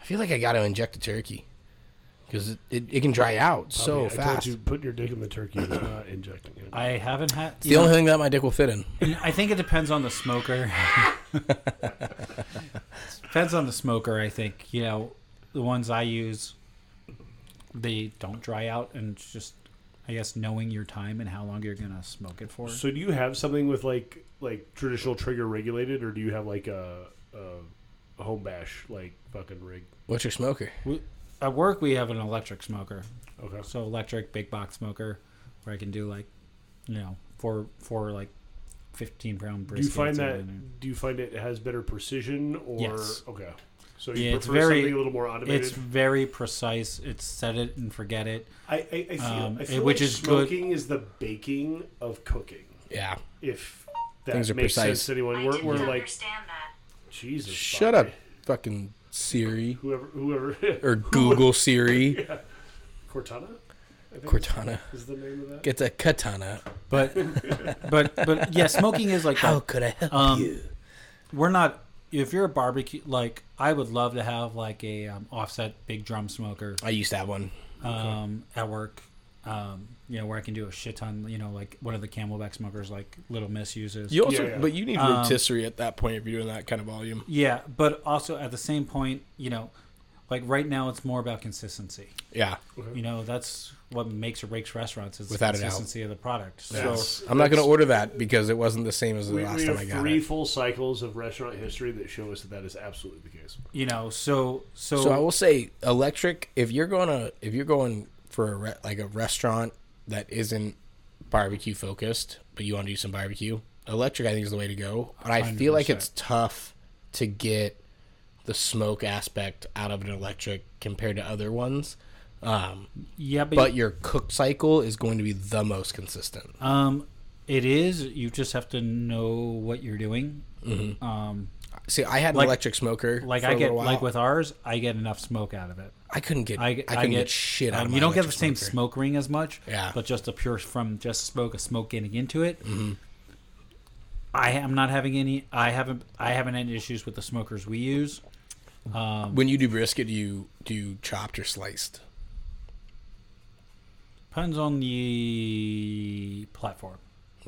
Speaker 3: I feel like I got to inject a turkey because it, it, it can dry out so
Speaker 1: I
Speaker 3: fast.
Speaker 1: told you putting your dick in the turkey is not [COUGHS] injecting it.
Speaker 2: I haven't had.
Speaker 3: It's the only thing that my dick will fit in.
Speaker 2: I think it depends on the
Speaker 3: [LAUGHS]
Speaker 2: smoker. depends on the smoker. I think you know the ones I use. They don't dry out, and it's just I guess knowing your time and how long you're gonna smoke it for.
Speaker 1: So do you have something with like like traditional trigger regulated, or do you have like a, a home bash like fucking rig?
Speaker 3: What's your smoker?
Speaker 2: We, at work, we have an electric smoker.
Speaker 1: Okay.
Speaker 2: So electric big box smoker, where I can do like, you know, four four like, fifteen pound
Speaker 1: Do you
Speaker 2: briskets.
Speaker 1: find
Speaker 2: or
Speaker 1: that
Speaker 2: whatever.
Speaker 1: do you find it has better precision or
Speaker 2: Yes.
Speaker 1: okay? So you
Speaker 2: Yeah, it's
Speaker 1: prefer
Speaker 2: very-
Speaker 1: something a little more automated.
Speaker 2: it's very precise. It's set it and forget it.
Speaker 1: I, I, I feel,
Speaker 2: um,
Speaker 1: I feel
Speaker 2: which
Speaker 1: like
Speaker 2: is good.
Speaker 1: smoking is the baking of cooking.
Speaker 3: Yeah.
Speaker 1: If that
Speaker 3: Things are
Speaker 1: makes
Speaker 3: precise.
Speaker 1: sense to anyone,
Speaker 4: I
Speaker 1: we're,
Speaker 4: didn't
Speaker 1: we're like
Speaker 4: understand that.
Speaker 1: Jesus.
Speaker 3: Shut up,
Speaker 1: Bobby.
Speaker 3: fucking Siri
Speaker 1: Whoever whoever [LAUGHS]
Speaker 3: or Google Siri,
Speaker 1: Cortana I think
Speaker 3: [LAUGHS] Cortana.
Speaker 1: is the name of that.
Speaker 3: Get the katana.
Speaker 2: But [LAUGHS] but but yeah, smoking is like that.
Speaker 3: How could I help
Speaker 2: Um,
Speaker 3: you?
Speaker 2: we're not. If you're a barbecue, like I would love to have like a um, offset big drum smoker.
Speaker 3: I used to have one.
Speaker 2: um, at work. Um, you know where I can do a shit ton. You know, like one of the Camelback smokers, like Little Miss uses.
Speaker 3: You also,
Speaker 1: Yeah, yeah.
Speaker 3: but you need
Speaker 2: Um,
Speaker 3: rotisserie at that point if you're doing that kind of volume.
Speaker 2: Yeah, but also at the same point, you know, like right now it's more about consistency.
Speaker 3: Yeah.
Speaker 2: You know, that's what makes or breaks restaurants is
Speaker 3: Without a
Speaker 2: the
Speaker 3: doubt.
Speaker 2: consistency of the product. So
Speaker 1: Yes.
Speaker 3: I'm not going to order that because it wasn't the same as the
Speaker 1: We,
Speaker 3: last
Speaker 1: we
Speaker 3: time
Speaker 1: have
Speaker 3: I got
Speaker 1: three
Speaker 3: it.
Speaker 1: full cycles of restaurant history that show us that that is absolutely the case.
Speaker 2: you know, so so,
Speaker 3: So I will say, electric. If you're going to, if you're going for a re- like a restaurant that isn't barbecue focused, but you want to do some barbecue, electric I think is the way to go. But I feel like it's tough to get the smoke aspect out of an electric compared to other ones. Um,
Speaker 2: yeah, but,
Speaker 3: but your cook cycle is going to be the most consistent.
Speaker 2: um, it is. You just have to know what you're doing.
Speaker 3: Mm.
Speaker 2: Um,
Speaker 3: See, I had an
Speaker 2: Like-
Speaker 3: electric smoker.
Speaker 2: like
Speaker 3: for
Speaker 2: I
Speaker 3: a
Speaker 2: get
Speaker 3: little while.
Speaker 2: like with ours, I get enough smoke out of it.
Speaker 3: I couldn't get. I,
Speaker 2: I,
Speaker 3: couldn't get, shit out
Speaker 2: um,
Speaker 3: of my
Speaker 2: You don't get the
Speaker 3: electric
Speaker 2: same
Speaker 3: smoker.
Speaker 2: smoke ring as much.
Speaker 3: Yeah. Mm-hmm.
Speaker 2: But just a pure from just smoke, a smoke getting into it. I am not having any. I haven't. I haven't had issues with the smokers we use.
Speaker 3: When you do brisket, do you do you chopped or sliced?
Speaker 2: Depends on the platform.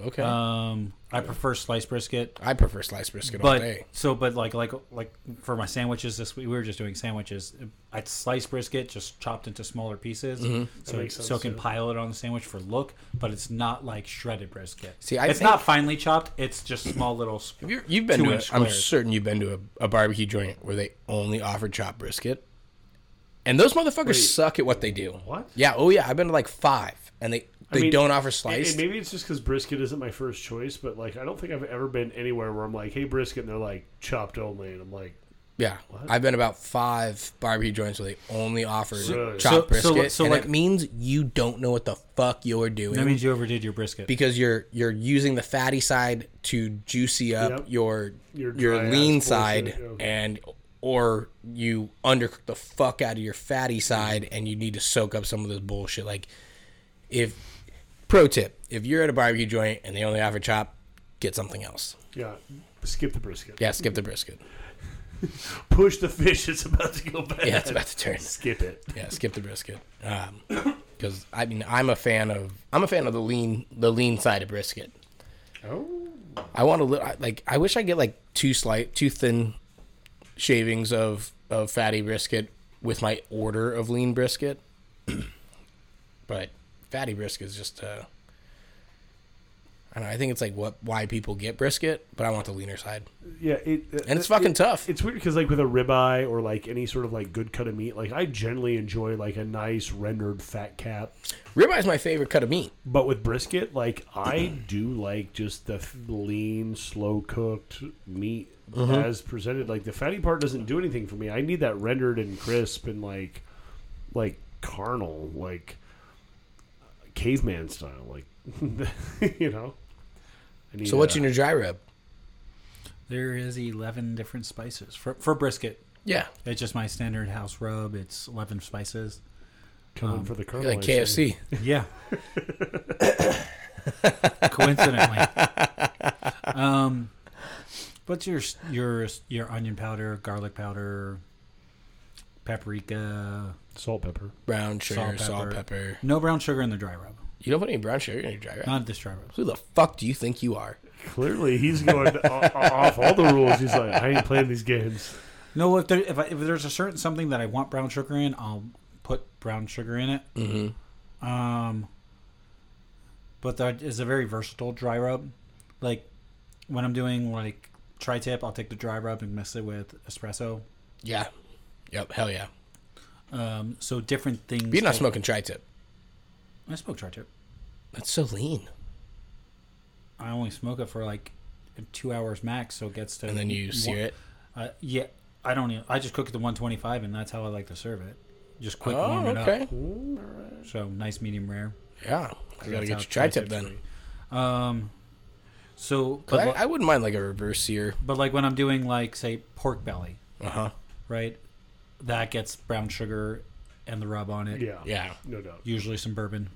Speaker 3: Okay.
Speaker 2: Um, I prefer sliced brisket,
Speaker 3: I prefer sliced brisket all
Speaker 2: but
Speaker 3: day.
Speaker 2: so but like like like for my sandwiches this week we were just doing sandwiches. I'd slice brisket just chopped into smaller pieces,
Speaker 3: Mm-hmm.
Speaker 2: so
Speaker 1: makes
Speaker 2: so
Speaker 1: sense,
Speaker 2: it can
Speaker 1: yeah.
Speaker 2: pile it on the sandwich for look. But it's not like shredded brisket.
Speaker 3: See, I
Speaker 2: it's
Speaker 3: think-
Speaker 2: not finely chopped. It's just small little. sp-
Speaker 3: You're, you've been to. A,
Speaker 2: Two-inch
Speaker 3: I'm
Speaker 2: squares.
Speaker 3: certain you've been to a, a barbecue joint where they only offer chopped brisket, and those motherfuckers suck at what they do.
Speaker 1: What?
Speaker 3: Yeah. Oh yeah. I've been to like five, and they they
Speaker 1: mean,
Speaker 3: don't offer
Speaker 1: And-
Speaker 3: sliced.
Speaker 1: and maybe it's just because brisket isn't my first choice, but like I don't think I've ever been anywhere where I'm like, "Hey, brisket," and they're like, "Chopped only," and I'm like,
Speaker 3: yeah. I've been about five barbecue joints where they only offer
Speaker 1: Really?
Speaker 3: chopped
Speaker 2: So- so-
Speaker 3: brisket,
Speaker 2: so,
Speaker 3: and
Speaker 2: like-
Speaker 3: it means you don't know what the fuck you're doing.
Speaker 2: That means you overdid your brisket.
Speaker 3: because you're you're using the fatty side to juicy up
Speaker 1: Yep.
Speaker 3: your your,
Speaker 1: Your dry
Speaker 3: lean
Speaker 1: ass bullshit,
Speaker 3: side
Speaker 1: yeah.
Speaker 3: and or you undercook the fuck out of your fatty side and you need to soak up some of this bullshit like if pro tip if you're at a barbecue joint and they only offer chop get something else
Speaker 1: "Yeah, skip the brisket.
Speaker 3: yeah skip the brisket
Speaker 1: Push the fish. It's about to go bad.
Speaker 3: yeah it's about to
Speaker 1: [LAUGHS]
Speaker 3: turn
Speaker 1: skip it."
Speaker 3: yeah skip the brisket because i mean i'm a fan of i'm a fan of the lean the lean side of brisket
Speaker 1: Oh,
Speaker 3: I want to li- I- like. I wish I get like two slight, two thin shavings of of fatty brisket with my order of lean brisket. [CLEARS THROAT] but fatty brisket is just. Uh, I don't know. I think it's like what why people get brisket, but I want the leaner side,
Speaker 1: yeah. It,
Speaker 3: and it's fucking tough.
Speaker 1: it's weird because like with a ribeye or like any sort of like good cut of meat, like I generally enjoy like a nice rendered fat cap,
Speaker 3: Ribeye is my favorite cut of meat.
Speaker 1: but with brisket, like I do like just the f- lean, slow cooked meat
Speaker 3: Mm-hmm.
Speaker 1: as presented. Like the fatty part doesn't do anything for me. I need that rendered and crisp and like like carnal, like caveman style, like [LAUGHS] you know. I need uh,
Speaker 3: So what's
Speaker 1: a-
Speaker 3: in your dry rub?
Speaker 2: there is eleven different spices for for brisket.
Speaker 3: Yeah,
Speaker 2: It's just my standard house rub. It's eleven spices.
Speaker 1: coming for the carnal?
Speaker 3: Um, like
Speaker 1: I see.
Speaker 3: KFC.
Speaker 2: Yeah. Coincidentally. Um, but your your your onion powder, garlic powder, paprika,
Speaker 1: salt, pepper.
Speaker 3: [LAUGHS] brown sugar,
Speaker 2: salt, pepper.
Speaker 3: salt pepper.
Speaker 2: No brown sugar in the dry rub.
Speaker 3: You don't put any brown sugar in your dry rub.
Speaker 2: Not this dry rub.
Speaker 3: Who the fuck do you think you are?
Speaker 1: Clearly, he's going o- off all the rules. He's like, I ain't playing these games.
Speaker 2: No, if there if, I, if there's a certain something that I want brown sugar in, I'll put brown sugar in it. Mm-hmm. Um, but that is a very versatile dry rub. Like when I'm doing like tri-tip, I'll take the dry rub and mix it with espresso.
Speaker 3: Yeah. Yep. Hell yeah.
Speaker 2: Um, so different things.
Speaker 3: But you're not
Speaker 2: go-
Speaker 3: smoking tri tip.
Speaker 2: I smoke tri-tip.
Speaker 3: That's so lean.
Speaker 2: I only smoke it for like two hours max, so it gets to.
Speaker 3: And then you
Speaker 2: one-
Speaker 3: sear it.
Speaker 2: Uh, yeah, I don't. Even, I just cook it to 125, and that's how I like to serve it. Just quick warm
Speaker 3: Oh,
Speaker 2: it
Speaker 3: okay.
Speaker 2: up. So nice medium rare.
Speaker 3: Yeah. I gotta
Speaker 2: That's
Speaker 3: get
Speaker 2: how
Speaker 3: your tri tip
Speaker 2: tri-tip's
Speaker 3: then.
Speaker 2: Um, so but
Speaker 3: I,
Speaker 2: li-
Speaker 3: I wouldn't mind like a reverse sear.
Speaker 2: but like when I'm doing like say pork belly,
Speaker 3: Uh huh.
Speaker 2: Uh-huh. right? That gets brown sugar and the rub on it.
Speaker 1: Yeah.
Speaker 3: Yeah.
Speaker 1: No doubt.
Speaker 2: Usually some bourbon.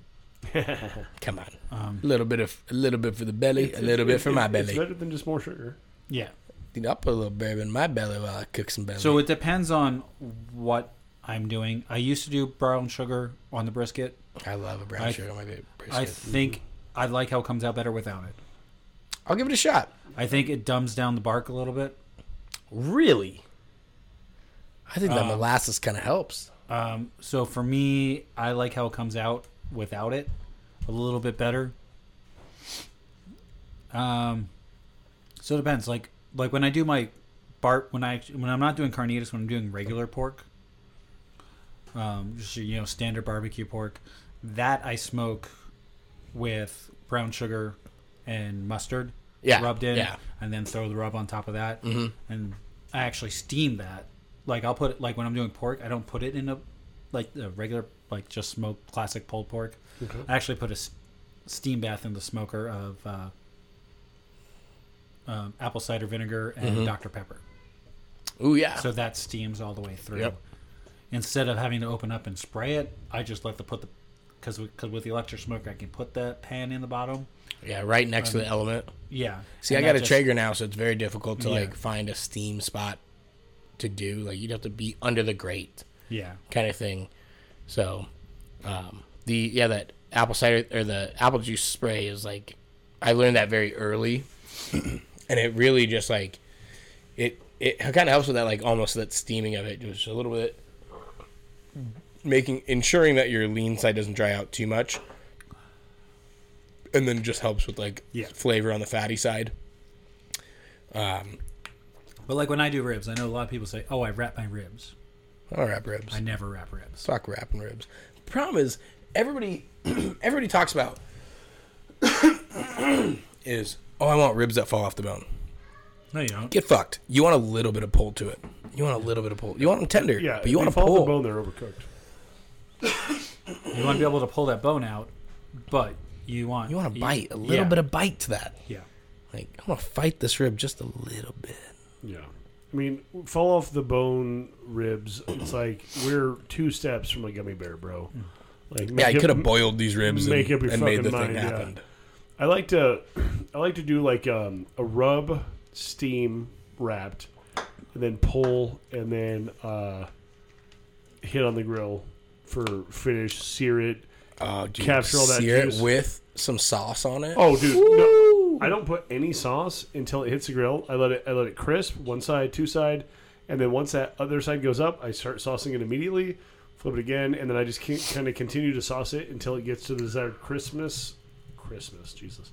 Speaker 3: Come on.
Speaker 2: Um,
Speaker 3: a little bit of a little bit for the belly, a little bit for my
Speaker 1: It's
Speaker 3: belly.
Speaker 1: better than just more sugar.
Speaker 2: Yeah.
Speaker 3: Dude, I'll put a little bourbon in my belly while I cook some belly.
Speaker 2: So it depends on what I'm doing. I used to do brown sugar on the brisket.
Speaker 3: I love a brown
Speaker 2: I-
Speaker 3: sugar on my bit-
Speaker 2: I
Speaker 3: brisket.
Speaker 2: think I like how it comes out better without it.
Speaker 3: I'll give it a shot.
Speaker 2: I think it dumbs down the bark a little bit.
Speaker 3: Really? I think that molasses kind of helps.
Speaker 2: Um, so for me, I like how it comes out without it a little bit better. Um, so it depends. Like like when I do my bar when I when I'm not doing carnitas when I'm doing regular pork, um, just your, you know standard barbecue pork, that I smoke with brown sugar and mustard
Speaker 3: Yeah,
Speaker 2: rubbed in,
Speaker 3: yeah. Mm-hmm.
Speaker 2: and then throw the rub on top of that, and I actually steam that. Like I'll put it like when I'm doing pork, I don't put it in a like the regular like just smoked classic pulled pork. I actually put a s- steam bath in the smoker of uh, um, apple cider vinegar and
Speaker 3: Mm-hmm.
Speaker 2: Dr Pepper,
Speaker 3: Ooh yeah.
Speaker 2: so that steams all the way through.
Speaker 3: Yep.
Speaker 2: Instead of having to open up and spray it, I just like to put the because because with the electric smoker, I can put that pan in the bottom.
Speaker 3: yeah, right next to the element.
Speaker 2: Yeah.
Speaker 3: See,
Speaker 2: um, And
Speaker 3: I got
Speaker 2: that
Speaker 3: a
Speaker 2: just-
Speaker 3: Traeger now, so it's very difficult to
Speaker 2: Yeah.
Speaker 3: like find a steam spot to do. Like you'd have to be under the grate
Speaker 2: Yeah.
Speaker 3: kind of thing. So, um, the yeah, that apple cider or the apple juice spray is like I learned that very early, [CLEARS THROAT] and it really just like it it kind of helps with that like almost that steaming of it, just a little bit making ensuring that your lean side doesn't dry out too much, and then it just helps with like
Speaker 2: Yeah.
Speaker 3: flavor on the fatty side.
Speaker 2: But like when I do ribs, I know a lot of people say, "Oh, I wrap my ribs."
Speaker 3: I don't wrap ribs.
Speaker 2: I never wrap ribs.
Speaker 3: Fuck wrapping ribs. Problem is, everybody, [CLEARS THROAT] everybody talks about [CLEARS THROAT] is oh, I want ribs that fall off the bone.
Speaker 2: No, you don't.
Speaker 3: Get fucked. You want a little bit of pull to it. You want a little bit of pull. You want them tender,
Speaker 1: Yeah,
Speaker 3: but you want
Speaker 1: if
Speaker 3: to
Speaker 1: they fall off
Speaker 3: pull.
Speaker 1: the bone, they're overcooked.
Speaker 2: You want to be able to pull that bone out, but you want
Speaker 3: You want to bite a little
Speaker 2: yeah.
Speaker 3: bit of bite to that.
Speaker 2: Yeah.
Speaker 3: Like I want to fight this rib just a little bit.
Speaker 1: Yeah. I mean, fall off the bone ribs. It's like we're two steps from a gummy bear, bro. Like,
Speaker 3: Yeah, I
Speaker 1: make
Speaker 3: could
Speaker 1: up-
Speaker 3: have boiled these ribs
Speaker 1: make up
Speaker 3: and,
Speaker 1: your
Speaker 3: and made the
Speaker 1: fucking
Speaker 3: thing
Speaker 1: mind, yeah.
Speaker 3: happen.
Speaker 1: I like to, I like to do like um, a rub, steam wrapped, and then pull, and then uh, hit on the grill for finish, sear it.
Speaker 3: Oh, dude,
Speaker 1: Capture all that
Speaker 3: sear
Speaker 1: juice.
Speaker 3: it with some sauce on [LAUGHS] it.
Speaker 1: Oh, dude, no, I don't put any sauce until it hits the grill. I let it, I let it crisp one side, two side, and then once that other side goes up, I start saucing it immediately. Flip it again, and then I just kind of continue to sauce it until it gets to the desired crispness. Christmas, Jesus.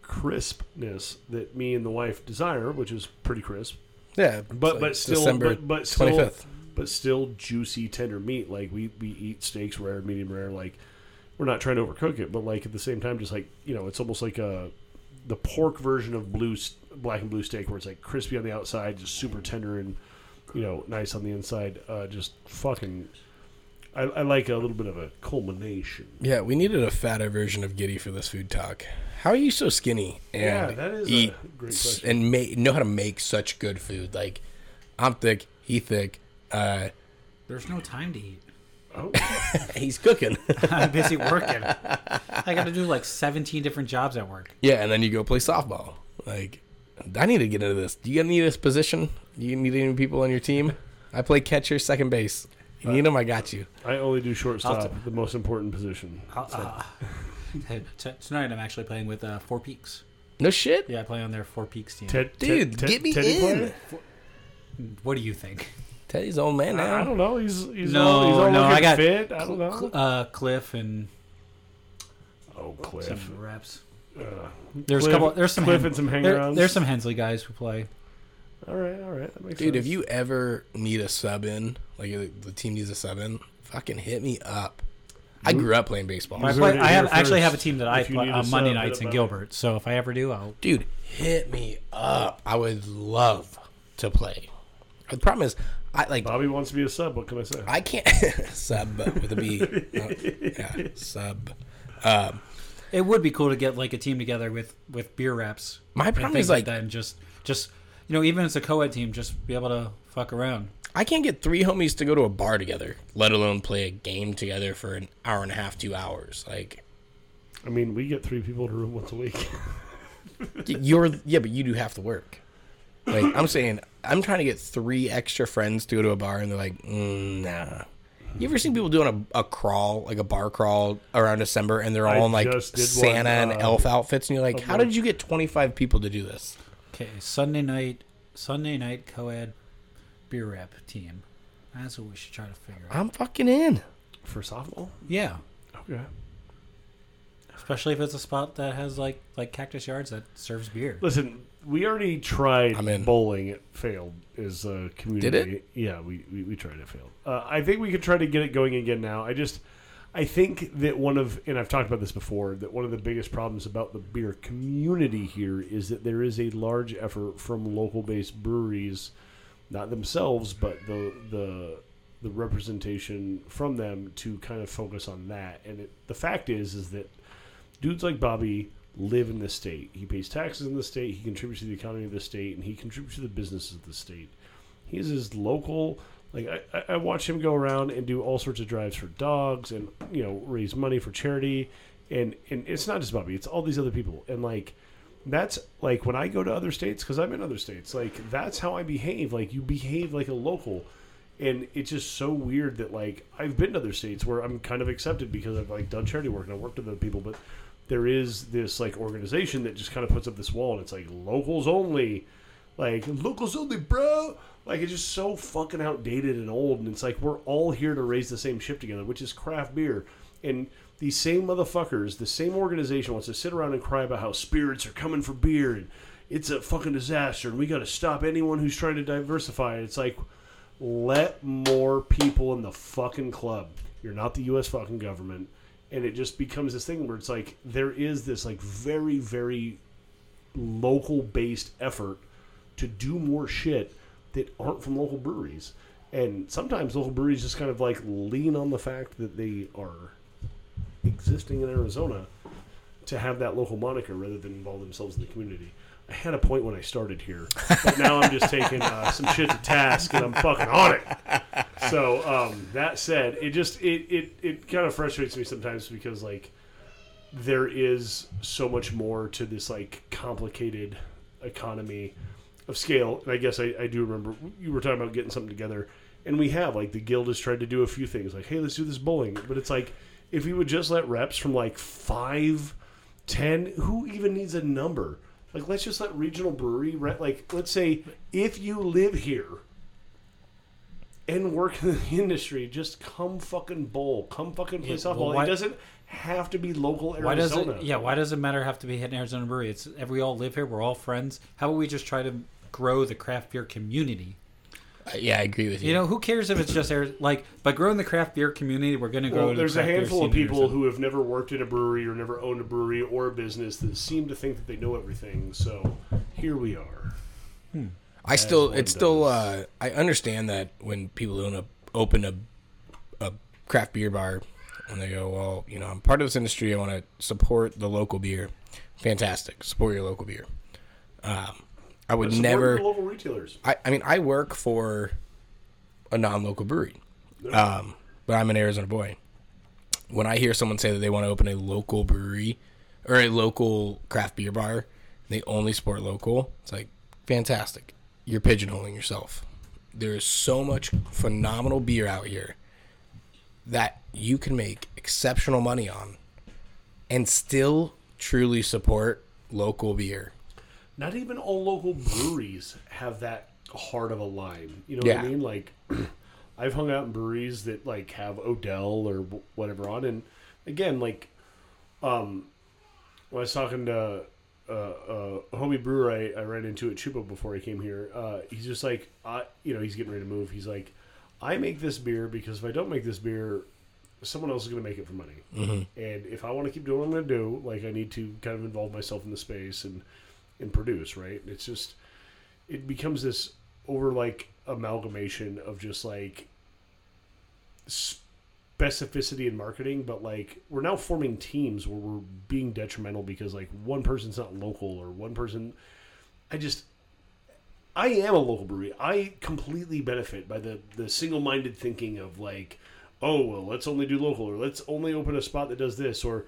Speaker 1: Crispness that me and the wife desire, which is pretty crisp,
Speaker 3: yeah,
Speaker 1: but
Speaker 3: it's like
Speaker 1: but still
Speaker 3: December
Speaker 1: but, but still
Speaker 3: 25th.
Speaker 1: but still juicy tender meat. Like we we eat steaks rare, medium rare. Like we're not trying to overcook it, but like at the same time, just like you know, it's almost like a the pork version of blue s- black and blue steak, where it's like crispy on the outside, just super tender and you know nice on the inside. Uh, just fucking. I, I like a little bit of a culmination.
Speaker 3: Yeah, we needed a fatter version of Giddy for this food talk. How are you so skinny and
Speaker 1: Yeah, that is a
Speaker 3: eat
Speaker 1: great
Speaker 3: s-
Speaker 1: question.
Speaker 3: and ma- know how to make such good food? Like, I'm thick, he thick, uh,
Speaker 2: There's no time to eat. [LAUGHS]
Speaker 1: Oh,
Speaker 3: he's cooking. [LAUGHS]
Speaker 2: I'm busy working. I got to do like 17 different jobs at work.
Speaker 3: yeah, and then you go play softball. Like, I need to get into this. Do you need this position? Do you need any people on your team? I play catcher, second base.
Speaker 1: Uh,
Speaker 3: You need them, I got you.
Speaker 1: I only do shortstop,
Speaker 2: I'll
Speaker 1: the most important position.
Speaker 2: I'll-
Speaker 3: [LAUGHS]
Speaker 2: uh, t- t- tonight I'm actually playing with uh, Four Peaks.
Speaker 3: No shit,
Speaker 2: Yeah, I play on their Four Peaks team.
Speaker 1: Ted,
Speaker 3: dude.
Speaker 1: Ted-
Speaker 3: get me
Speaker 1: Teddy
Speaker 3: in.
Speaker 1: player?
Speaker 2: What do you think?
Speaker 3: Teddy's old man now.
Speaker 1: I don't know. He's he's
Speaker 2: No,
Speaker 1: all, he's all
Speaker 2: no, I
Speaker 1: looking
Speaker 2: got-
Speaker 1: fit. I don't know.
Speaker 2: Uh, Cliff and
Speaker 1: Oh,
Speaker 2: some
Speaker 1: Cliff.
Speaker 2: reps.
Speaker 1: Uh,
Speaker 2: There's
Speaker 1: Cliff-
Speaker 2: a couple. There's some
Speaker 1: Cliff
Speaker 2: Hen-
Speaker 1: and some
Speaker 2: there-
Speaker 1: hang-arounds.
Speaker 2: There's some Hensley guys who play.
Speaker 1: all right, all right. That makes
Speaker 3: Dude,
Speaker 1: sense.
Speaker 3: if you ever need a sub in, like if the team needs a sub in, fucking hit me up. I grew up playing baseball.
Speaker 2: I,
Speaker 1: heard
Speaker 2: play,
Speaker 1: it
Speaker 2: I
Speaker 1: here
Speaker 2: have, actually
Speaker 1: first.
Speaker 2: have a team that I
Speaker 1: If you
Speaker 2: play
Speaker 1: need
Speaker 2: on
Speaker 1: a
Speaker 2: Monday
Speaker 1: sub, hit
Speaker 2: nights
Speaker 1: up
Speaker 2: in
Speaker 1: Bobby.
Speaker 2: Gilbert. So if I ever do, I'll.
Speaker 3: Dude, hit me up. I would love to play. The problem is, I like
Speaker 1: Bobby wants to be a sub, what can I say?
Speaker 3: I can't [LAUGHS] sub with a [LAUGHS] B. No, yeah, sub.
Speaker 2: It would be cool to get like a team together with with beer reps.
Speaker 3: My
Speaker 2: and
Speaker 3: problem
Speaker 2: things
Speaker 3: is, like-
Speaker 2: that, and just just you know, even as a co-ed team, just be able to fuck around.
Speaker 3: I can't get three homies to go to a bar together, let alone play a game together for an hour and a half, two hours. Like
Speaker 1: I mean, we get three people to room once a week.
Speaker 3: Y- You're yeah, but you do half the work. Like I'm saying, I'm trying to get three extra friends to go to a bar, and they're like, mm, nah. You ever seen people doing a, a crawl, like a bar crawl around December, and they're all
Speaker 1: I
Speaker 3: in like
Speaker 1: just did
Speaker 3: Santa
Speaker 1: one,
Speaker 3: and
Speaker 1: um,
Speaker 3: elf outfits, and you're like, how did you get 25 people to do this?
Speaker 2: Okay, Sunday night, Sunday night co-ed beer rep team. That's what we should try to figure out.
Speaker 3: I'm fucking in.
Speaker 1: For softball?
Speaker 2: Yeah,
Speaker 1: Okay.
Speaker 2: especially if it's a spot that has like like Cactus Yards that serves beer.
Speaker 1: Listen, we already tried
Speaker 3: I'm in.
Speaker 1: bowling. It failed as a community.
Speaker 3: Did it?
Speaker 1: Yeah, we, we, we tried. It failed. Uh, I think we could try to get it going again now. I just, I think that one of, and I've talked about this before, that one of the biggest problems about the beer community here is that there is a large effort from local based breweries, not themselves, but the, the, the representation from them to kind of focus on that. And it, the fact is, is that dudes like Bobby live in the state. He pays taxes in the state. He contributes to the economy of the state, and he contributes to the businesses of the state. He is his local. Like I- I, I watch him go around and do all sorts of drives for dogs, and you know raise money for charity, and and it's not just Bobby. It's all these other people, and like that's like when I go to other states because I'm in other states. Like that's how I behave. Like you behave like a local, and it's just so weird that like I've been to other states where I'm kind of accepted because I've like done charity work and I worked with other people, but there is this like organization that just kind of puts up this wall and it's like locals only, like locals only, bro. Like it's just so fucking outdated and old, and it's like we're all here to raise the same ship together, which is craft beer. And these same motherfuckers, the same organization wants to sit around and cry about how spirits are coming for beer and it's a fucking disaster and we got to stop anyone who's trying to diversify. It's like let more people in the fucking club. You're not the U.S. fucking government, and it just becomes this thing where it's like there is this like very very local based effort to do more shit that aren't from local breweries. And sometimes local breweries just kind of like lean on the fact that they are existing in Arizona to have that local moniker rather than involve themselves in the community. I had a point when I started here, but now I'm just taking uh, some shit to task and I'm fucking on it. So um, that said, it just it, it it kind of frustrates me sometimes because like there is so much more to this like complicated economy of scale. And I guess I, I do remember you were talking about getting something together, and we have like the guild has tried to do a few things like hey let's do this bowling, but it's like if we would just let reps from like five, ten, who even needs a number? Like, let's just let regional brewery, re- like, let's say if you live here and work in the [LAUGHS] industry, just come fucking bowl, come fucking play
Speaker 2: Yeah,
Speaker 1: softball.
Speaker 2: well,
Speaker 1: It
Speaker 2: why-
Speaker 1: doesn't have to be local Arizona.
Speaker 2: Why does it? Yeah. Why does it matter? Have to be an Arizona brewery. It's if we all live here, we're all friends. How about we just try to grow the craft beer community?
Speaker 3: Uh, yeah, I agree with you.
Speaker 2: You know, who cares if it's just Ari- like by growing the craft beer community, we're going to grow.
Speaker 1: Well,
Speaker 2: the
Speaker 1: there's a
Speaker 2: craft beer
Speaker 1: handful of
Speaker 2: scene in
Speaker 1: people
Speaker 2: Arizona.
Speaker 1: who have never worked in a brewery or never owned a brewery or a business that seem to think that they know everything. So here we are.
Speaker 3: I still,
Speaker 1: one
Speaker 3: it's still, uh, I understand that when people own a, open a, a craft beer bar, and they go, well, you know, I'm part of this industry. I want to support the local beer. Fantastic. Support your local beer. Um, I would
Speaker 1: Support
Speaker 3: never.
Speaker 1: your local retailers.
Speaker 3: I, I mean, I work for a non-local brewery, um, but I'm an Arizona boy. When I hear someone say that they want to open a local brewery or a local craft beer bar, they only support local. It's like fantastic. You're pigeonholing yourself. There is so much phenomenal beer out here that you can make exceptional money on, and still truly support local beer.
Speaker 1: not even all local breweries have that heart of a line. You know what
Speaker 3: Yeah.
Speaker 1: I mean? Like, [CLEARS THROAT] I've hung out in breweries that like have Odell or wh- whatever on, and again, like, um, when I was talking to uh, uh, a homie brewer I, I ran into at Chupa before I came here, uh, he's just like, I, you know, he's getting ready to move. He's like, I make this beer because if I don't make this beer, someone else is going to make it for money. And if I want to keep doing what I'm going to do, like I need to kind of involve myself in the space and and produce, right? It's just it becomes this over like amalgamation of just like specificity in marketing, but like we're now forming teams where we're being detrimental because like one person's not local or one person I just I am a local brewery. I completely benefit by the the single minded thinking of like, oh well, let's only do local or let's only open a spot that does this or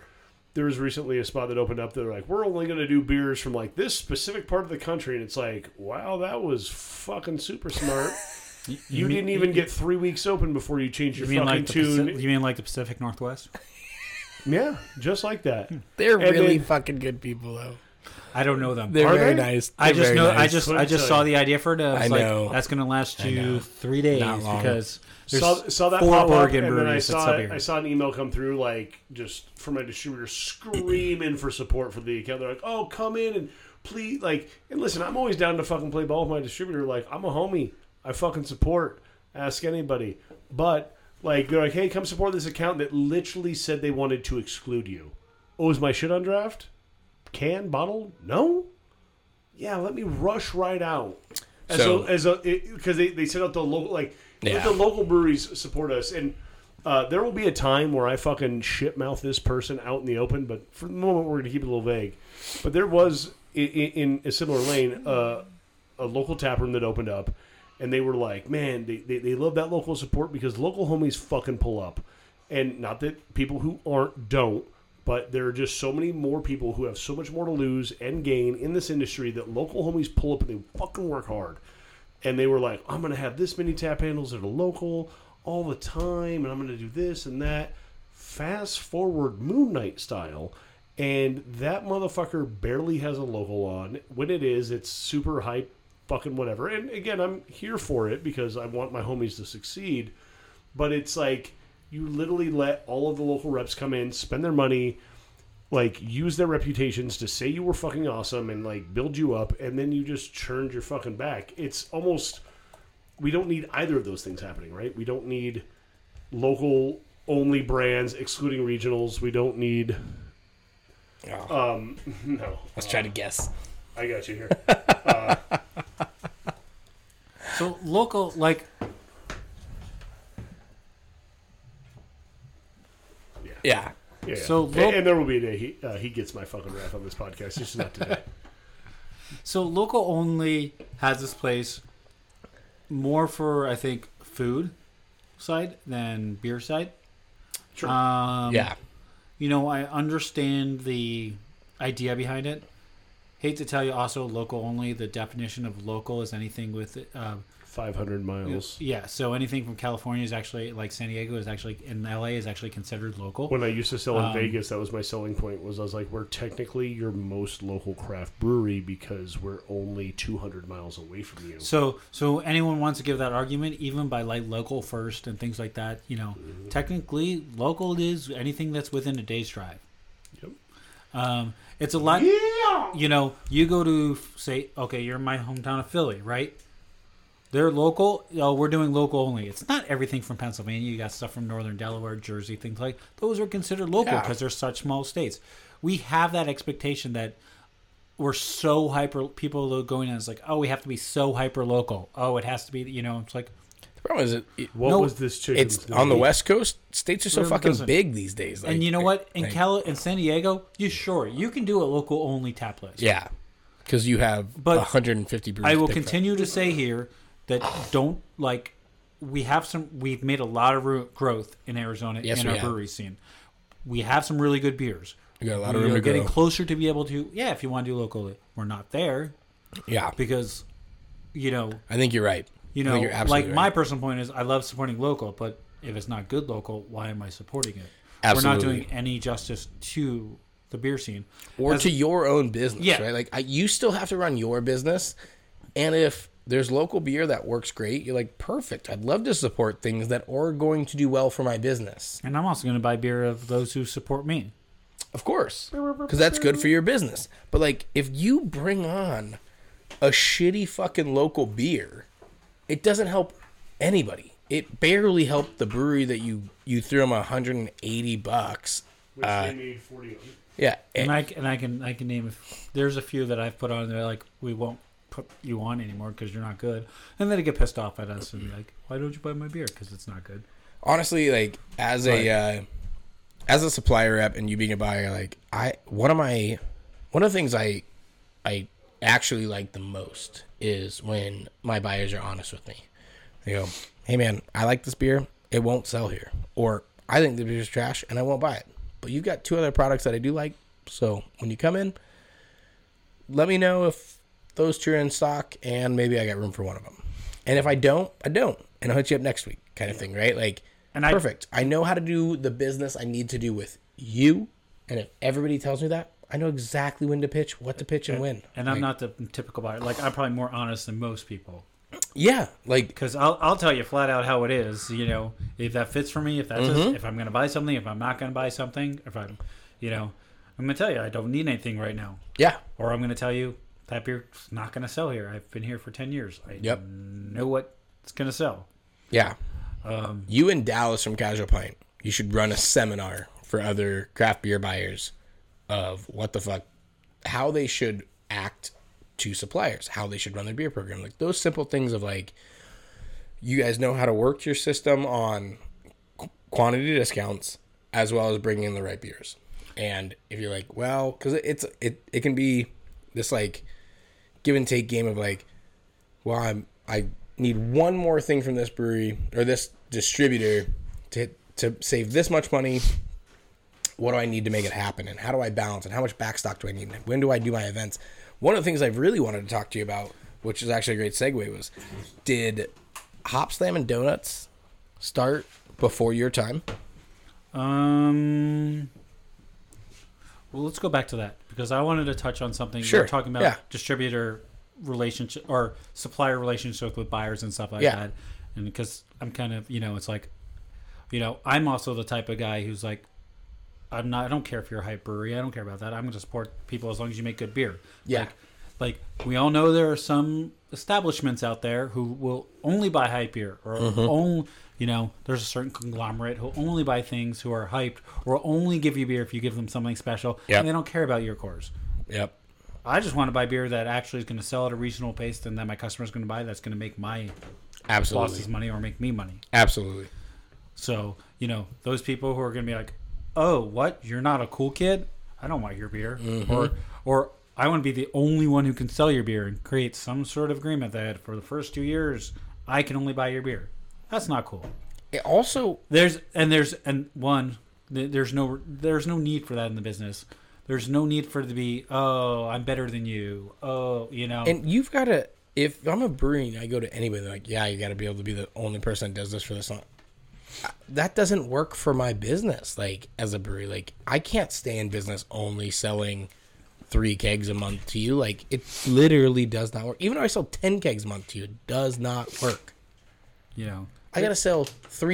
Speaker 1: there was recently a spot that opened up. They're like, we're only going to do beers from like this specific part of the country, and it's like, wow, that was fucking super
Speaker 2: [LAUGHS]
Speaker 1: smart. you
Speaker 2: mean-
Speaker 1: didn't even get three weeks open before you changed your
Speaker 2: You mean
Speaker 1: fucking
Speaker 2: like the
Speaker 1: tune.
Speaker 2: Pacific, you mean like the Pacific Northwest?
Speaker 1: Yeah, just like that.
Speaker 2: Hmm.
Speaker 3: They're
Speaker 1: And
Speaker 3: really
Speaker 1: then-
Speaker 3: fucking good people, though.
Speaker 2: I don't know them.
Speaker 3: They're
Speaker 1: Are
Speaker 3: very
Speaker 1: they?
Speaker 3: nice.
Speaker 2: I
Speaker 3: They're
Speaker 2: just
Speaker 3: very
Speaker 2: know. I
Speaker 3: nice.
Speaker 2: just
Speaker 1: Let me
Speaker 2: I just
Speaker 1: tell
Speaker 2: saw
Speaker 1: you.
Speaker 2: the idea for it. I, was
Speaker 3: I
Speaker 2: like,
Speaker 3: know.
Speaker 2: that's going to last
Speaker 3: know.
Speaker 2: you three days
Speaker 3: Not long.
Speaker 2: because there's
Speaker 1: saw, saw that
Speaker 2: four
Speaker 1: pop
Speaker 2: Oregon
Speaker 1: up, and then I
Speaker 2: breweries that
Speaker 1: saw
Speaker 2: sell
Speaker 1: it-
Speaker 2: beer.
Speaker 1: I saw an email come through like just from my distributor screaming for support for the account. They're like, "Oh, come in and please like and listen." I'm always down to fucking play ball with my distributor. Like I'm a homie. I fucking support. Ask anybody. But like they're like, "Hey, come support this account that literally said they wanted to exclude you." Oh, is my shit on draft? Can bottle? No. Yeah, let me rush right out. As
Speaker 3: So-
Speaker 1: a, as a because they, they set out the local like
Speaker 3: Yeah.
Speaker 1: let the local breweries support us and uh, there will be a time where I fucking shitmouth this person out in the open, but for the moment we're going to keep it a little vague. But there was in, in a similar lane uh, a local tap room that opened up, and they were like, "Man, they, they they love that local support because local homies fucking pull up, and not that people who aren't don't." But there are just so many more people who have so much more to lose and gain in this industry that local homies pull up and they fucking work hard and they were like, I'm gonna have this many tap handles at a local all the time, and I'm gonna do this and that. Fast forward Moon Knight style, and that motherfucker barely has a local on. When it is, it's super hype, fucking whatever. And again, I'm here for it because I want my homies to succeed. But it's like you literally let all of the local reps come in, spend their money, like use their reputations to say you were fucking awesome and like build you up, and then you just churned your fucking back. It's almost we don't need either of those things happening, right? We don't need local only brands excluding regionals. We don't need [LAUGHS]
Speaker 3: Oh,
Speaker 2: uh,
Speaker 1: um no.
Speaker 3: let's try to guess.
Speaker 1: I got you here.
Speaker 2: So local, like
Speaker 3: Yeah.
Speaker 1: Yeah.
Speaker 2: So
Speaker 1: and,
Speaker 2: lo-
Speaker 1: and there will be a day he uh, he gets my fucking wrath on this podcast. It's just not today.
Speaker 2: so, local only has this place more for I think food side than beer side.
Speaker 1: Sure.
Speaker 2: Um,
Speaker 3: yeah.
Speaker 2: you know, I understand the idea behind it. Hate to tell you, also local only. The definition of local is anything with, uh,
Speaker 1: Five hundred miles.
Speaker 2: yeah. So anything from California is actually like San Diego is actually in LA is actually considered local.
Speaker 1: When I used to sell in
Speaker 2: Um,
Speaker 1: Vegas, that was my selling point. Was I was like, we're technically your most local craft brewery because we're only two hundred miles away from you.
Speaker 2: So, so anyone wants to give that argument, even by like local first and things like that. You know, technically, local is anything that's within a day's drive.
Speaker 1: Yep.
Speaker 2: Um, it's a lot. You know, you go to say, okay, you're in my hometown of Philly, right? They're local. Oh, we're doing local only. It's not everything from Pennsylvania. You got stuff from northern Delaware, Jersey, things like those are considered local
Speaker 3: Yeah.
Speaker 2: because they're such small states. We have that expectation that we're so hyper. People are going and it's like, oh, we have to be so hyper local. Oh, it has to be. You know, it's like
Speaker 3: The problem is it, it-
Speaker 1: What
Speaker 2: No,
Speaker 1: was this chicken's
Speaker 3: it's on the
Speaker 1: name?
Speaker 3: West Coast. States are so
Speaker 2: Really
Speaker 3: fucking
Speaker 2: doesn't.
Speaker 3: big these days. like-
Speaker 2: and you know what? In
Speaker 3: like-
Speaker 2: Cal, in San Diego, you sure you can do a local only tap list.
Speaker 3: Yeah. Because you have
Speaker 2: But
Speaker 3: 150 brews.
Speaker 2: I will
Speaker 3: to pick from.
Speaker 2: continue to say here that don't like we have some we've made a lot of ro- growth in Arizona
Speaker 3: Yes,
Speaker 2: in
Speaker 3: we
Speaker 2: our
Speaker 3: have.
Speaker 2: brewery scene. We have some really good beers.
Speaker 3: We got a lot of
Speaker 2: We're
Speaker 3: room to
Speaker 2: getting
Speaker 3: grow.
Speaker 2: closer to be able to yeah, if you want to do locally. We're not there
Speaker 3: Yeah.
Speaker 2: because you know,
Speaker 3: I think you're right.
Speaker 2: you
Speaker 3: I
Speaker 2: know,
Speaker 3: think you're
Speaker 2: like
Speaker 3: absolutely
Speaker 2: my
Speaker 3: right.
Speaker 2: personal point is I love supporting local, but if it's not good local, why am I supporting it? We're
Speaker 3: Absolutely.
Speaker 2: not doing any justice to the beer scene.
Speaker 3: or to your own business,
Speaker 2: Yeah.
Speaker 3: right? Like I, you still have to run your business, and if there's local beer that works great, you're like perfect. I'd love to support things that are going to do well for my business,
Speaker 2: And I'm also going to buy beer of those who support me.
Speaker 3: of course, because that's good for your business. But like, if you bring on a shitty fucking local beer, it doesn't help anybody. It barely helped the brewery that you you threw them 180 bucks.
Speaker 1: Which they made forty. of.
Speaker 3: Yeah, eh, and-
Speaker 2: and I c- and I can I can name. If, there's a few that I've put on there like we won't put you on anymore because you're not good, and then they get pissed off at us and be like, why don't you buy my beer because it's not good.
Speaker 3: honestly like as a uh, as a supplier rep and you being a buyer like i one of my one of the things i i actually like the most is when my buyers are honest with me they go hey man i like this beer it won't sell here or i think the beer's trash and i won't buy it but you've got two other products that i do like so when you come in let me know if those two are in stock and maybe i got room for one of them and if i don't i don't and i'll hit you up next week kind of thing right like
Speaker 2: And I-
Speaker 3: perfect I, know how to do the business i need to do with you and if everybody tells me that i know exactly when to pitch what to pitch and when
Speaker 2: And I'm not the typical buyer. Like I'm probably more honest than most people
Speaker 3: yeah like
Speaker 2: because I'll I'll tell you flat out how it is. You know, if that fits for me, if that's
Speaker 3: Mm-hmm.
Speaker 2: if I'm going to buy something, if I'm not going to buy something, if I'm, you know, I'm going to tell you I don't need anything right now.
Speaker 3: yeah
Speaker 2: or I'm going to tell you that beer's not going to sell here. I've been here for 10 years. I
Speaker 3: Yep.
Speaker 2: know what it's going to sell.
Speaker 3: yeah
Speaker 2: Um,
Speaker 3: you and dallas from casual pint you should run a seminar for other craft beer buyers of what the fuck how they should act to suppliers how they should run their beer program like those simple things of like you guys know how to work your system on qu- quantity discounts as well as bringing in the right beers. And if you're like, well, because it's it it can be this like give and take game of like, well, I'm I need one more thing from this brewery or this distributor to to save this much money. What do I need to make it happen? And how do I balance? And how much backstock do I need? When do I do my events? One of the things I've really wanted to talk to you about, which is actually a great segue, was did Hop Slam and Donuts start before your time?
Speaker 2: Um, Well, let's go back to that because I wanted to touch on something. You
Speaker 3: Sure,
Speaker 2: were talking about
Speaker 3: yeah.
Speaker 2: distributor relationship or supplier relationship with buyers and stuff like
Speaker 3: Yeah.
Speaker 2: that. And because I'm kind of, you know, it's like, you know, I'm also the type of guy who's like, I'm not. I don't care if you're a hype brewery. I don't care about that. I'm going to support people as long as you make good beer.
Speaker 3: Yeah.
Speaker 2: Like, like we all know there are some establishments out there who will only buy hype beer or only you know there's a certain conglomerate who only buy things who are hyped or only give you beer if you give them something special
Speaker 3: Yep.
Speaker 2: and they don't care about your cores
Speaker 3: Yep.
Speaker 2: i just want to buy beer that actually is going to sell at a reasonable pace and that my customer's going to buy that's going to make my
Speaker 3: Absolutely.
Speaker 2: bosses money or make me money
Speaker 3: Absolutely.
Speaker 2: so you know those people who are going to be like oh what you're not a cool kid i don't want your beer or or i want to be the only one who can sell your beer and create some sort of agreement that for the first two years i can only buy your beer that's not cool
Speaker 3: It also,
Speaker 2: There's and there's and one th- there's no there's no need for that in the business. There's no need for it to be oh I'm better than you oh you know
Speaker 3: and you've got to, if I'm a brewery and I go to anybody, they're like, yeah, you got to be able to be the only person that does this for this long. I- That doesn't work for my business, like as a brewery. Like, I can't stay in business only selling three kegs a month to you. Like, it literally does not work. Even though I sell 10 kegs a month to you, it does not work.
Speaker 2: you know
Speaker 3: I got to sell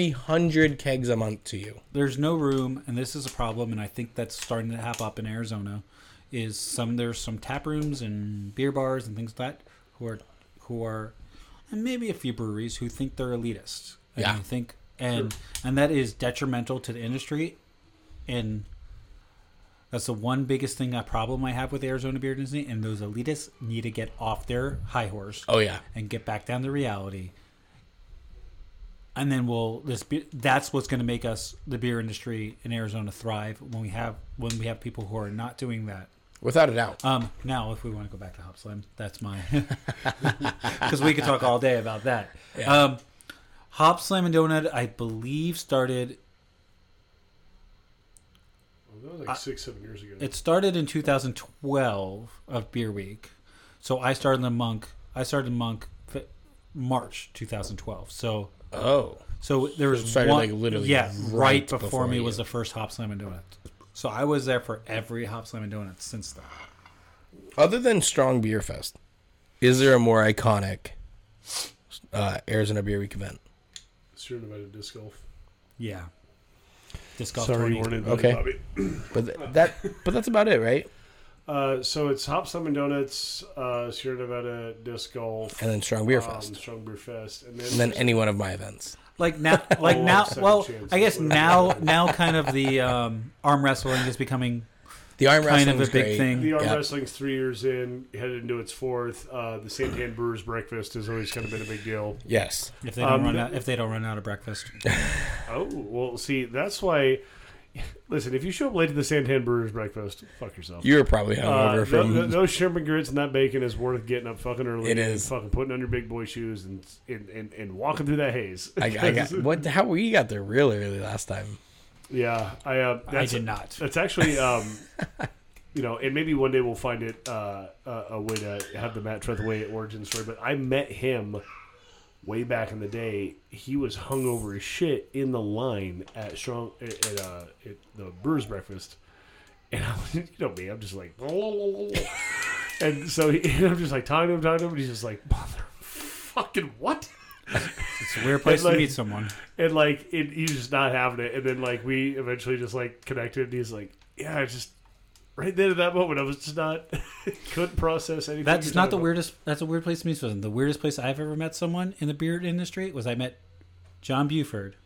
Speaker 3: 300 kegs a month to you.
Speaker 2: there's no room and this is a problem and I think that's starting to happen up in Arizona is some there's some tap rooms and beer bars and things like that who are who are and maybe a few breweries who think they're elitist and
Speaker 3: Yeah.
Speaker 2: I think and and that is detrimental to the industry and That's the one biggest thing, a problem I have with Arizona Beer Disney, and those elitists need to get off their high horse
Speaker 3: Oh, yeah.
Speaker 2: and get back down to reality. And then we'll this be, that's what's going to make us the beer industry in Arizona thrive when we have when we have people who are not doing that.
Speaker 3: Without a doubt.
Speaker 2: Um, now, if we want to go back to Hop Slam, that's [LAUGHS] mine because we could talk all day about that. Um, Hop Slam and Donut, I believe, started
Speaker 1: Well, Oh, that was like six, seven years ago.
Speaker 2: it started in 2012 of beer week so i started in the monk i started in monk f- march 2012 so
Speaker 3: Oh.
Speaker 2: so there was
Speaker 3: started,
Speaker 2: one,
Speaker 3: like, literally
Speaker 2: yeah
Speaker 3: right
Speaker 2: right, before,
Speaker 3: before
Speaker 2: me
Speaker 3: you.
Speaker 2: was the first hop slam and donut so i was there for every hop slam and donut since then
Speaker 3: Other than Strong Beer Fest, is there a more iconic uh, Arizona Beer Week event?
Speaker 1: Soon invited to disc golf.
Speaker 2: yeah disc golf
Speaker 1: Sorry,
Speaker 2: 20.
Speaker 1: you weren't invited,
Speaker 3: Okay.
Speaker 1: Bobby.
Speaker 3: But th- that, but that's about it, right?
Speaker 1: Uh, so it's Hop Summon Donuts, uh, Sierra Nevada Disc Golf,
Speaker 3: And then Strong Beer
Speaker 1: um,
Speaker 3: Fest,
Speaker 1: Strong Beer Fest, and then,
Speaker 3: and then any one of my events.
Speaker 1: [LAUGHS]
Speaker 2: like now like
Speaker 1: Oh,
Speaker 2: now
Speaker 1: second
Speaker 2: well
Speaker 1: chances,
Speaker 2: i guess
Speaker 1: whatever.
Speaker 2: now now kind of the um, arm wrestling is becoming
Speaker 3: The arm
Speaker 2: kind
Speaker 3: wrestling
Speaker 2: of a big
Speaker 3: great.
Speaker 2: thing
Speaker 1: the arm
Speaker 3: Yeah.
Speaker 1: wrestling's three years in, headed into its fourth. Uh, the Santan Brewers Breakfast has always kind of been a big deal.
Speaker 3: Yes,
Speaker 2: if they don't
Speaker 1: Um,
Speaker 2: run out if they don't run out of breakfast
Speaker 1: [LAUGHS] Oh well, see that's why. Listen, if you show up late to the Santan Brewers Breakfast, fuck yourself.
Speaker 3: you were probably
Speaker 1: Uh,
Speaker 3: hungover
Speaker 1: no,
Speaker 3: from.
Speaker 1: no, no shrimp and grits and that bacon is worth getting up fucking early.
Speaker 3: It
Speaker 1: and
Speaker 3: is.
Speaker 1: fucking putting on your big boy shoes and and, and, and walking through that haze.
Speaker 3: I, I got what? How we got there really early last time?
Speaker 1: yeah, I uh,
Speaker 2: i
Speaker 1: that's,
Speaker 2: did not
Speaker 1: [LAUGHS] That's actually, um, you know, and maybe one day we'll find it uh, a, a way to have the Matt Trethewey origin story. But I met him way back in the day. He was hungover as shit in the line at strong at, at, uh, at the Brewers Breakfast, and I was, you know me, I'm [LAUGHS] just like, [LAUGHS] and so he, [LAUGHS] and I'm just like talking to him, talking to him, and he's just like, motherfucking what?
Speaker 2: it's a weird place
Speaker 1: like-
Speaker 2: to meet someone
Speaker 1: and like it, he was just not having it. And then like we eventually just like connected. And he's like, yeah, I just right then at that moment I was just not [LAUGHS] couldn't process anything.
Speaker 2: That's
Speaker 1: you're
Speaker 2: not the
Speaker 1: talking about.
Speaker 2: weirdest. That's a weird place to meet someone. The weirdest place I've ever met someone in the beard industry was I met John Buford.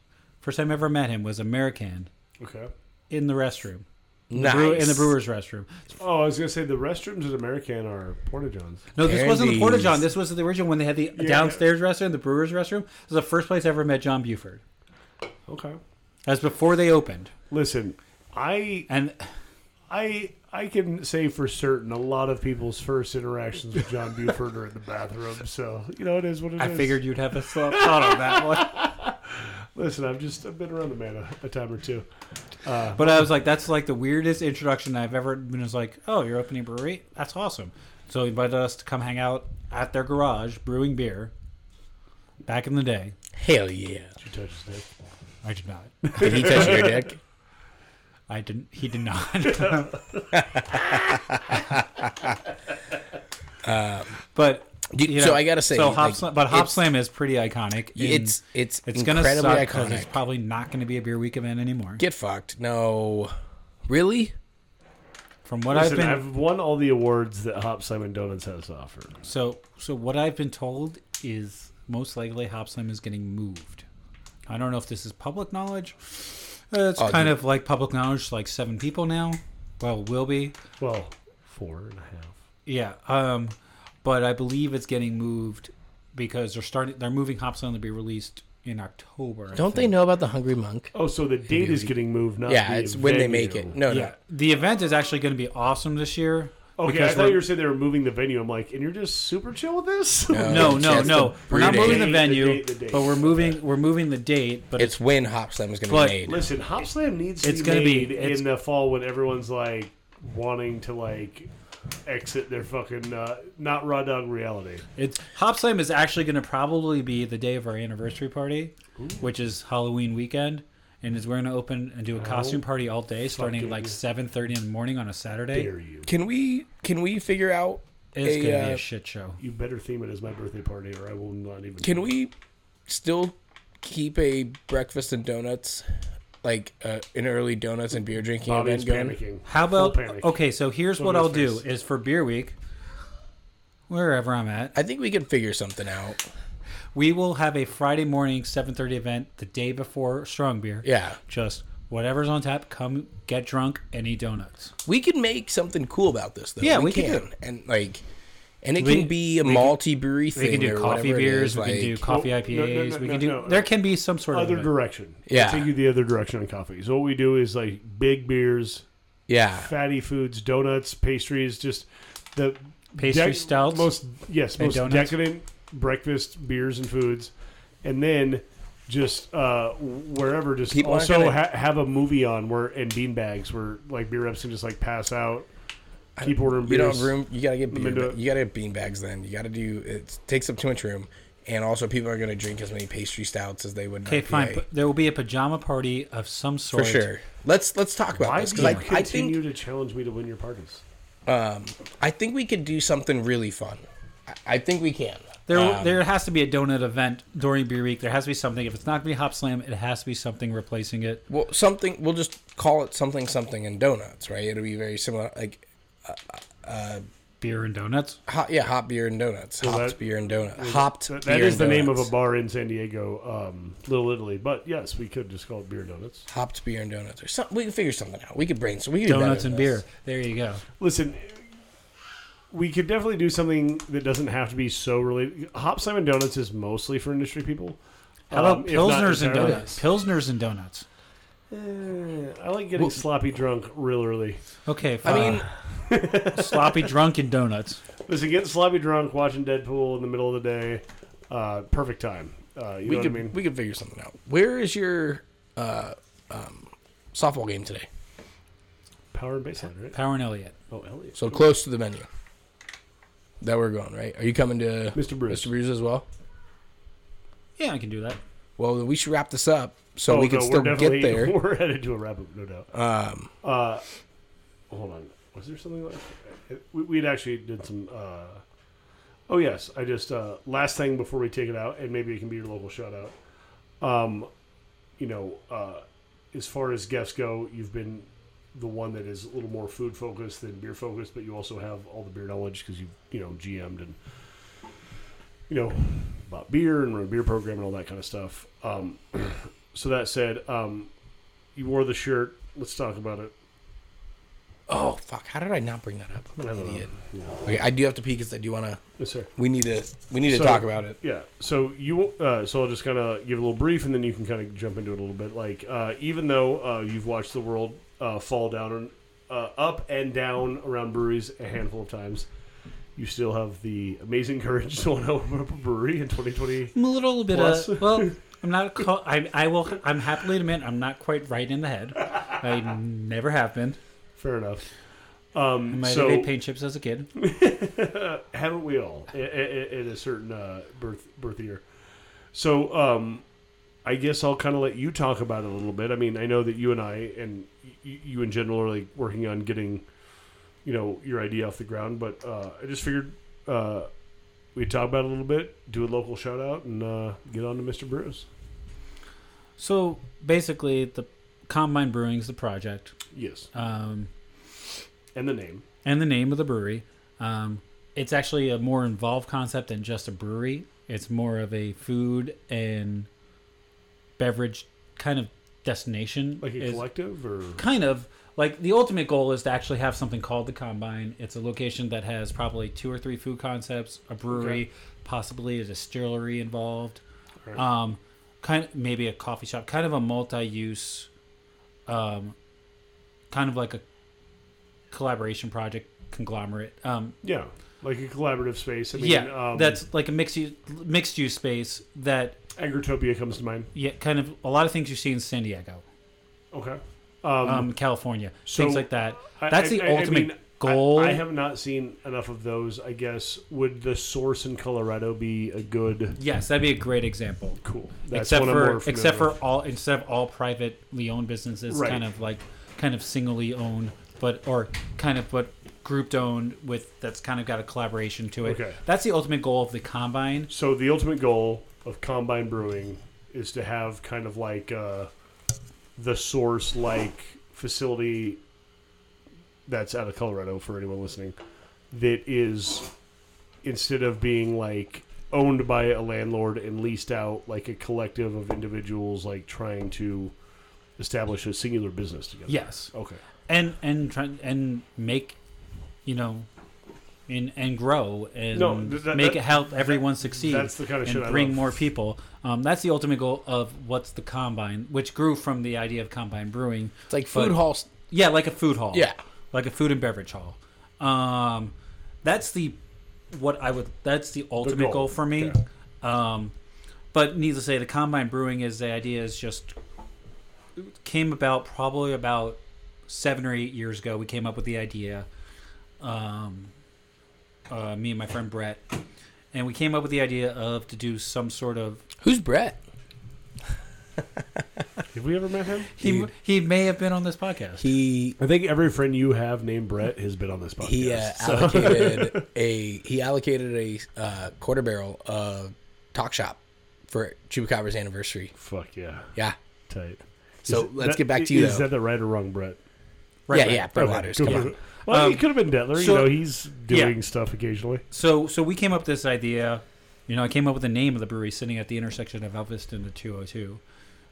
Speaker 2: First time I ever met him was American
Speaker 1: Okay.
Speaker 2: in the restroom,
Speaker 3: Nice.
Speaker 2: Brew- in the brewer's restroom.
Speaker 1: Oh, I was gonna say the restrooms at American are Porta Johns.
Speaker 2: No, this wasn't the Porta
Speaker 3: Andy's.
Speaker 2: John. This was the original when they had the downstairs restroom, the brewer's restroom. It was the first place I ever met John Buford.
Speaker 1: Okay.
Speaker 2: That was before they opened,
Speaker 1: Listen, I
Speaker 2: and
Speaker 1: I I can say for certain a lot of people's first interactions with John Buford are in the bathroom. So you know it is what it is.
Speaker 2: I figured you'd have a thought thought on that one.
Speaker 1: Listen, I've just I've been around the man a, a time or two.
Speaker 2: But I was like, that's like the weirdest introduction I've ever been. Is like, oh, you're opening a brewery? That's awesome. So he invited us to come hang out at their garage brewing beer. Back in the day,
Speaker 3: Hell yeah!
Speaker 1: Did you touch his dick?
Speaker 2: I did not. [LAUGHS]
Speaker 3: Did he touch your dick?
Speaker 2: I didn't. He did not. [LAUGHS] but
Speaker 3: Do- Um, so I gotta say,
Speaker 2: so hop
Speaker 3: like,
Speaker 2: slam, but hop
Speaker 3: it's-
Speaker 2: slam is pretty iconic. and
Speaker 3: it's- it's
Speaker 2: it's gonna
Speaker 3: incredibly
Speaker 2: suck because it's
Speaker 3: iconic.
Speaker 2: probably not going to be a beer week event anymore.
Speaker 3: Get fucked. No. Really?
Speaker 2: From what
Speaker 1: Listen,
Speaker 2: I've been
Speaker 1: I've won all the awards that Hop Simon Donuts has to offer.
Speaker 2: so so what I've been told is most likely hop slam is getting moved. I don't know if this is public knowledge. Uh, it's
Speaker 3: Oh,
Speaker 2: kind
Speaker 3: dude.
Speaker 2: of like public knowledge, like seven people now. Well, will be.
Speaker 1: Well, four and a half.
Speaker 2: Yeah, um, but I believe it's getting moved because they're starting. They're moving Hop Slam to be released in October. I
Speaker 3: Don't they
Speaker 2: think.
Speaker 3: know about the Hungry Monk?
Speaker 1: Oh, so the date is getting moved, not
Speaker 3: yeah,
Speaker 1: the
Speaker 3: it's when they make
Speaker 1: venue.
Speaker 3: it. No,
Speaker 2: Yeah, the event is actually going to be awesome this year.
Speaker 1: Okay, I
Speaker 2: because
Speaker 1: thought you
Speaker 2: we're-
Speaker 1: were saying they were moving the venue. I'm like, and you're just super chill with this?
Speaker 2: No,
Speaker 3: no.
Speaker 2: no,
Speaker 3: that's
Speaker 2: no.
Speaker 3: the
Speaker 2: We're not
Speaker 3: brew
Speaker 2: moving
Speaker 3: date.
Speaker 2: the
Speaker 1: date.
Speaker 2: venue,
Speaker 1: The date, the date.
Speaker 2: but we're moving. We're moving the date, but
Speaker 3: It's when Hop Slam is going to
Speaker 2: But-
Speaker 3: be made.
Speaker 1: [LAUGHS] Listen, Hop Slam needs to
Speaker 2: It's
Speaker 1: be
Speaker 2: gonna be-
Speaker 1: made
Speaker 2: it's-
Speaker 1: in the fall when everyone's like wanting to like exit their fucking uh, not raw dog reality.
Speaker 2: It's Hop Slam is actually going to probably be the day of our anniversary party, which is Halloween weekend, and is we're going to open and do a costume
Speaker 1: Oh,
Speaker 2: party all day, starting
Speaker 1: fucking
Speaker 2: at like seven thirty in the morning on a Saturday.
Speaker 1: Dare you?
Speaker 3: Can we can we figure out
Speaker 2: It's
Speaker 3: a,
Speaker 2: going to be
Speaker 3: uh,
Speaker 2: a shit show.
Speaker 1: You better theme it as my birthday party, or I will not even.
Speaker 3: can we still keep a breakfast and donuts like uh, an early donuts and beer drinking
Speaker 1: Bobby is
Speaker 3: event going?
Speaker 1: panicking.
Speaker 2: How
Speaker 1: Full
Speaker 2: about
Speaker 1: panic.
Speaker 2: okay? So here's
Speaker 1: Go
Speaker 2: what
Speaker 1: to
Speaker 2: I'll
Speaker 1: his
Speaker 2: do:
Speaker 1: face.
Speaker 2: is for Beer Week, wherever I'm at,
Speaker 3: I think we can figure something out.
Speaker 2: we will have a Friday morning 7:30 event the day before Strong Beer.
Speaker 3: Yeah.
Speaker 2: just whatever's on tap. Come get drunk and eat donuts.
Speaker 3: We can make something cool about this though.
Speaker 2: Yeah, we could
Speaker 3: can.
Speaker 2: do
Speaker 3: And like and it
Speaker 2: We-
Speaker 3: can be a
Speaker 2: we can-
Speaker 3: malty brewery thing.
Speaker 2: We can do
Speaker 3: or
Speaker 2: coffee
Speaker 3: whatever it
Speaker 2: beers.
Speaker 3: is,
Speaker 2: we can do
Speaker 3: like-
Speaker 2: coffee
Speaker 1: Well,
Speaker 2: IPAs.
Speaker 1: no, no, no,
Speaker 2: we can
Speaker 1: no,
Speaker 2: do.
Speaker 1: no.
Speaker 2: There can be some sort
Speaker 1: Other
Speaker 2: of.
Speaker 1: direction.
Speaker 3: Yeah.
Speaker 1: Take you the other direction on coffee. So what we do is like big beers,
Speaker 3: Yeah.
Speaker 1: fatty foods, donuts, pastries, just the
Speaker 2: Pastry stouts?
Speaker 1: Most yes,
Speaker 2: And
Speaker 1: most
Speaker 2: donuts?
Speaker 1: decadent breakfast beers and foods, and then just uh, wherever just
Speaker 3: People aren't
Speaker 1: also
Speaker 3: gonna-
Speaker 1: ha- have a movie on where and beanbags where like beer reps can just like pass out, keep ordering
Speaker 3: You don't
Speaker 1: beers.
Speaker 3: have room. You gotta get beer.
Speaker 1: into
Speaker 3: ba-
Speaker 1: it.
Speaker 3: You gotta get bean bags. Then you gotta do. It takes up too much room, and also people are gonna drink as many pastry stouts as they would. an
Speaker 2: Okay,
Speaker 3: IPA.
Speaker 2: fine. But there will be a pajama party of some sort.
Speaker 3: for sure. Let's let's talk about
Speaker 1: Why
Speaker 3: this
Speaker 1: do
Speaker 3: because
Speaker 1: you
Speaker 3: I, I
Speaker 1: continue
Speaker 3: think
Speaker 1: to challenge me to win your parties?
Speaker 3: um, I think we could do something really fun. I, I think we can.
Speaker 2: There,
Speaker 3: Um,
Speaker 2: there has to be a donut event during Beer Week. There has to be something. If it's not going to be Hop Slam, it has to be something replacing it.
Speaker 3: well, something. We'll just call it something something and donuts, right? It'll be very similar. Like
Speaker 2: Beer and donuts.
Speaker 3: hot, yeah, hot beer and donuts. hopped
Speaker 1: that-
Speaker 3: beer and donut. Hopped.
Speaker 1: That, that
Speaker 3: beer
Speaker 1: is
Speaker 3: and
Speaker 1: the name of a
Speaker 3: donuts.
Speaker 1: bar in San Diego, um, Little Italy. But yes, we could just call it beer donuts.
Speaker 3: Hopped beer and donuts, or something. We can figure something out. We could brainstorm. We could do better
Speaker 2: Donuts
Speaker 3: than
Speaker 2: and
Speaker 3: this.
Speaker 2: beer. There you go.
Speaker 1: Listen, we could definitely do something that doesn't have to be so related. Hop Simon Donuts is mostly for industry people.
Speaker 2: How about
Speaker 1: Um, if not
Speaker 2: pilsners and
Speaker 1: entirely.
Speaker 2: donuts? Pilsners and donuts.
Speaker 1: Eh, I like getting sloppy drunk real early.
Speaker 2: Okay,
Speaker 3: I
Speaker 2: fine.
Speaker 3: mean,
Speaker 2: [LAUGHS] sloppy drunk and donuts.
Speaker 1: Listen, getting sloppy drunk, watching Deadpool in the middle of the day, uh, perfect time. Uh, you
Speaker 3: we
Speaker 1: know
Speaker 3: could
Speaker 1: what I mean?
Speaker 3: we could figure something out. Where is your uh, um, softball game today?
Speaker 1: Power and baseline, right?
Speaker 2: Power and Elliot.
Speaker 1: Oh, Elliot.
Speaker 3: So close to the venue that we're going, right? Are you coming to
Speaker 1: Mr. Bruce.
Speaker 3: Mr. Bruce as well?
Speaker 2: Yeah, I can do that.
Speaker 3: Well, then we should wrap this up so
Speaker 1: Oh,
Speaker 3: we can
Speaker 1: no,
Speaker 3: still
Speaker 1: we're
Speaker 3: get
Speaker 1: definitely-
Speaker 3: there.
Speaker 1: [LAUGHS] We're headed to a wrap up, no [LAUGHS] doubt.
Speaker 3: Um,
Speaker 1: Uh, hold on. Was there something like we we'd actually did some? Uh, oh yes, I just uh, last thing before we take it out, and maybe it can be your local shout out. Um, you know, uh, as far as guests go, you've been the one that is a little more food focused than beer focused, but you also have all the beer knowledge because you you know GM'd and you know bought beer and run a beer program and all that kind of stuff. Um, [CLEARS THROAT] so that said, um, you wore the shirt. Let's talk about it.
Speaker 3: oh fuck! How did I not bring that up? I'm
Speaker 1: I
Speaker 3: an
Speaker 1: don't know.
Speaker 3: idiot.
Speaker 1: Yeah.
Speaker 3: Okay, I do have to pee because I do want to.
Speaker 1: Yes, sir.
Speaker 3: We need to. We need to
Speaker 1: So-
Speaker 3: talk about it.
Speaker 1: Yeah. So you. Uh, so I'll just kind of give a little brief, and then you can kind of jump into it a little bit. Like, uh, even though uh, you've watched the world uh, fall down and uh, up and down around breweries a handful of times, you still have the amazing [LAUGHS] courage to want to open up a brewery in 2020.
Speaker 2: I'm a little bit
Speaker 1: Plus.
Speaker 2: of [LAUGHS] well. I'm not. Call, I I will. I'm happily admit I'm not quite right in the head. I never have been.
Speaker 1: Fair enough.
Speaker 2: I
Speaker 1: Um,
Speaker 2: might
Speaker 1: so
Speaker 2: have ate paint chips as a kid.
Speaker 1: haven't we all i- i- i- in a certain uh, birth birth year? So um, I guess I'll kind of let you talk about it a little bit. I mean, I know that you and I and you, you in general are like working on getting, you know, your idea off the ground. But uh, I just figured uh, we talk about it a little bit, do a local shout out, and uh, get on to Mr. Brews.
Speaker 2: So basically, the Combine Brewing's the project,
Speaker 1: Yes,
Speaker 2: um,
Speaker 1: and the name.
Speaker 2: and the name of the brewery. Um, it's actually a more involved concept than just a brewery. It's more of a food and beverage kind of destination.
Speaker 1: Like a
Speaker 2: is-
Speaker 1: collective, or
Speaker 2: kind of like the ultimate goal is to actually have something called the combine it's a location that has probably two or three food concepts a brewery
Speaker 1: Okay.
Speaker 2: possibly a distillery involved
Speaker 1: Alright.
Speaker 2: um kind of maybe a coffee shop kind of a multi-use um kind of like a collaboration project conglomerate um
Speaker 1: yeah, like a collaborative space. I mean,
Speaker 2: yeah
Speaker 1: um,
Speaker 2: that's like a mixed use mixed use space that
Speaker 1: Agritopia comes to mind.
Speaker 2: yeah kind of a lot of things you see in san diego
Speaker 1: Okay,
Speaker 2: um, california
Speaker 1: Mm-hmm. so
Speaker 2: things like that
Speaker 1: I-
Speaker 2: that's
Speaker 1: I-
Speaker 2: the
Speaker 1: I- I
Speaker 2: ultimate
Speaker 1: mean, I-
Speaker 2: goal
Speaker 1: I, have not seen enough of those. I guess would the source in Colorado be a good
Speaker 2: Yes, that'd be a great example.
Speaker 1: cool? That's
Speaker 2: except
Speaker 1: one I'm more
Speaker 2: for
Speaker 1: familiar
Speaker 2: except for
Speaker 1: with.
Speaker 2: all instead of all privately owned businesses,
Speaker 1: Right.
Speaker 2: kind of like kind of singly owned, but or kind of but grouped owned with that's kind of got a collaboration to it.
Speaker 1: Okay.
Speaker 2: That's the ultimate goal of the combine.
Speaker 1: so the ultimate goal of Combine Brewing is to have kind of like uh, the source like facility that's out of Colorado for anyone listening that is instead of being like owned by a landlord and leased out like a collective of individuals like trying to establish a singular business together.
Speaker 2: Yes,
Speaker 1: Okay.
Speaker 2: and and try, and make you know. And, and grow and
Speaker 1: No, th- that-
Speaker 2: make
Speaker 1: that-
Speaker 2: it help everyone succeed
Speaker 1: that's the kind of
Speaker 2: and
Speaker 1: shit I
Speaker 2: bring
Speaker 1: love.
Speaker 2: more people um, that's the ultimate goal of what's the combine which grew from the idea of combine brewing
Speaker 3: It's like food
Speaker 2: But-
Speaker 3: halls.
Speaker 2: Yeah, like a food hall.
Speaker 3: Yeah.
Speaker 2: like a food and beverage hall. Um, that's the what I would. That's the ultimate goal.
Speaker 1: goal.
Speaker 2: for me.
Speaker 1: Okay.
Speaker 2: Um, but needless to say, the combine brewing is the idea is just came about probably about seven or eight years ago. We came up with the idea. Um, uh, me and my friend Brett, and we came up with the idea of to do some sort of
Speaker 3: Who's Brett?
Speaker 1: Have we ever met him?
Speaker 2: he
Speaker 3: Dude.
Speaker 2: he may have been on this podcast.
Speaker 3: He
Speaker 1: I think every friend you have named Brett has been on this podcast.
Speaker 3: he uh,
Speaker 1: [LAUGHS]
Speaker 3: allocated a he allocated a uh, quarter barrel of talk shop for Chupacabra's anniversary.
Speaker 1: Fuck yeah.
Speaker 3: Yeah.
Speaker 1: Tight.
Speaker 3: So
Speaker 1: Is
Speaker 3: let's
Speaker 1: that-
Speaker 3: get back to you
Speaker 1: Is
Speaker 3: though.
Speaker 1: that the right or wrong Brett?
Speaker 2: Right,
Speaker 3: yeah,
Speaker 2: right.
Speaker 3: yeah, Brett Waters.
Speaker 1: Okay,
Speaker 3: Come
Speaker 1: cool.
Speaker 3: on.
Speaker 1: Well, he
Speaker 2: Um,
Speaker 1: could have been Detler.
Speaker 2: so-
Speaker 1: you know, he's doing
Speaker 2: yeah.
Speaker 1: stuff occasionally.
Speaker 2: So so we came up with this idea. You know, I came up with the name of the brewery sitting at the intersection of Elviston and 202.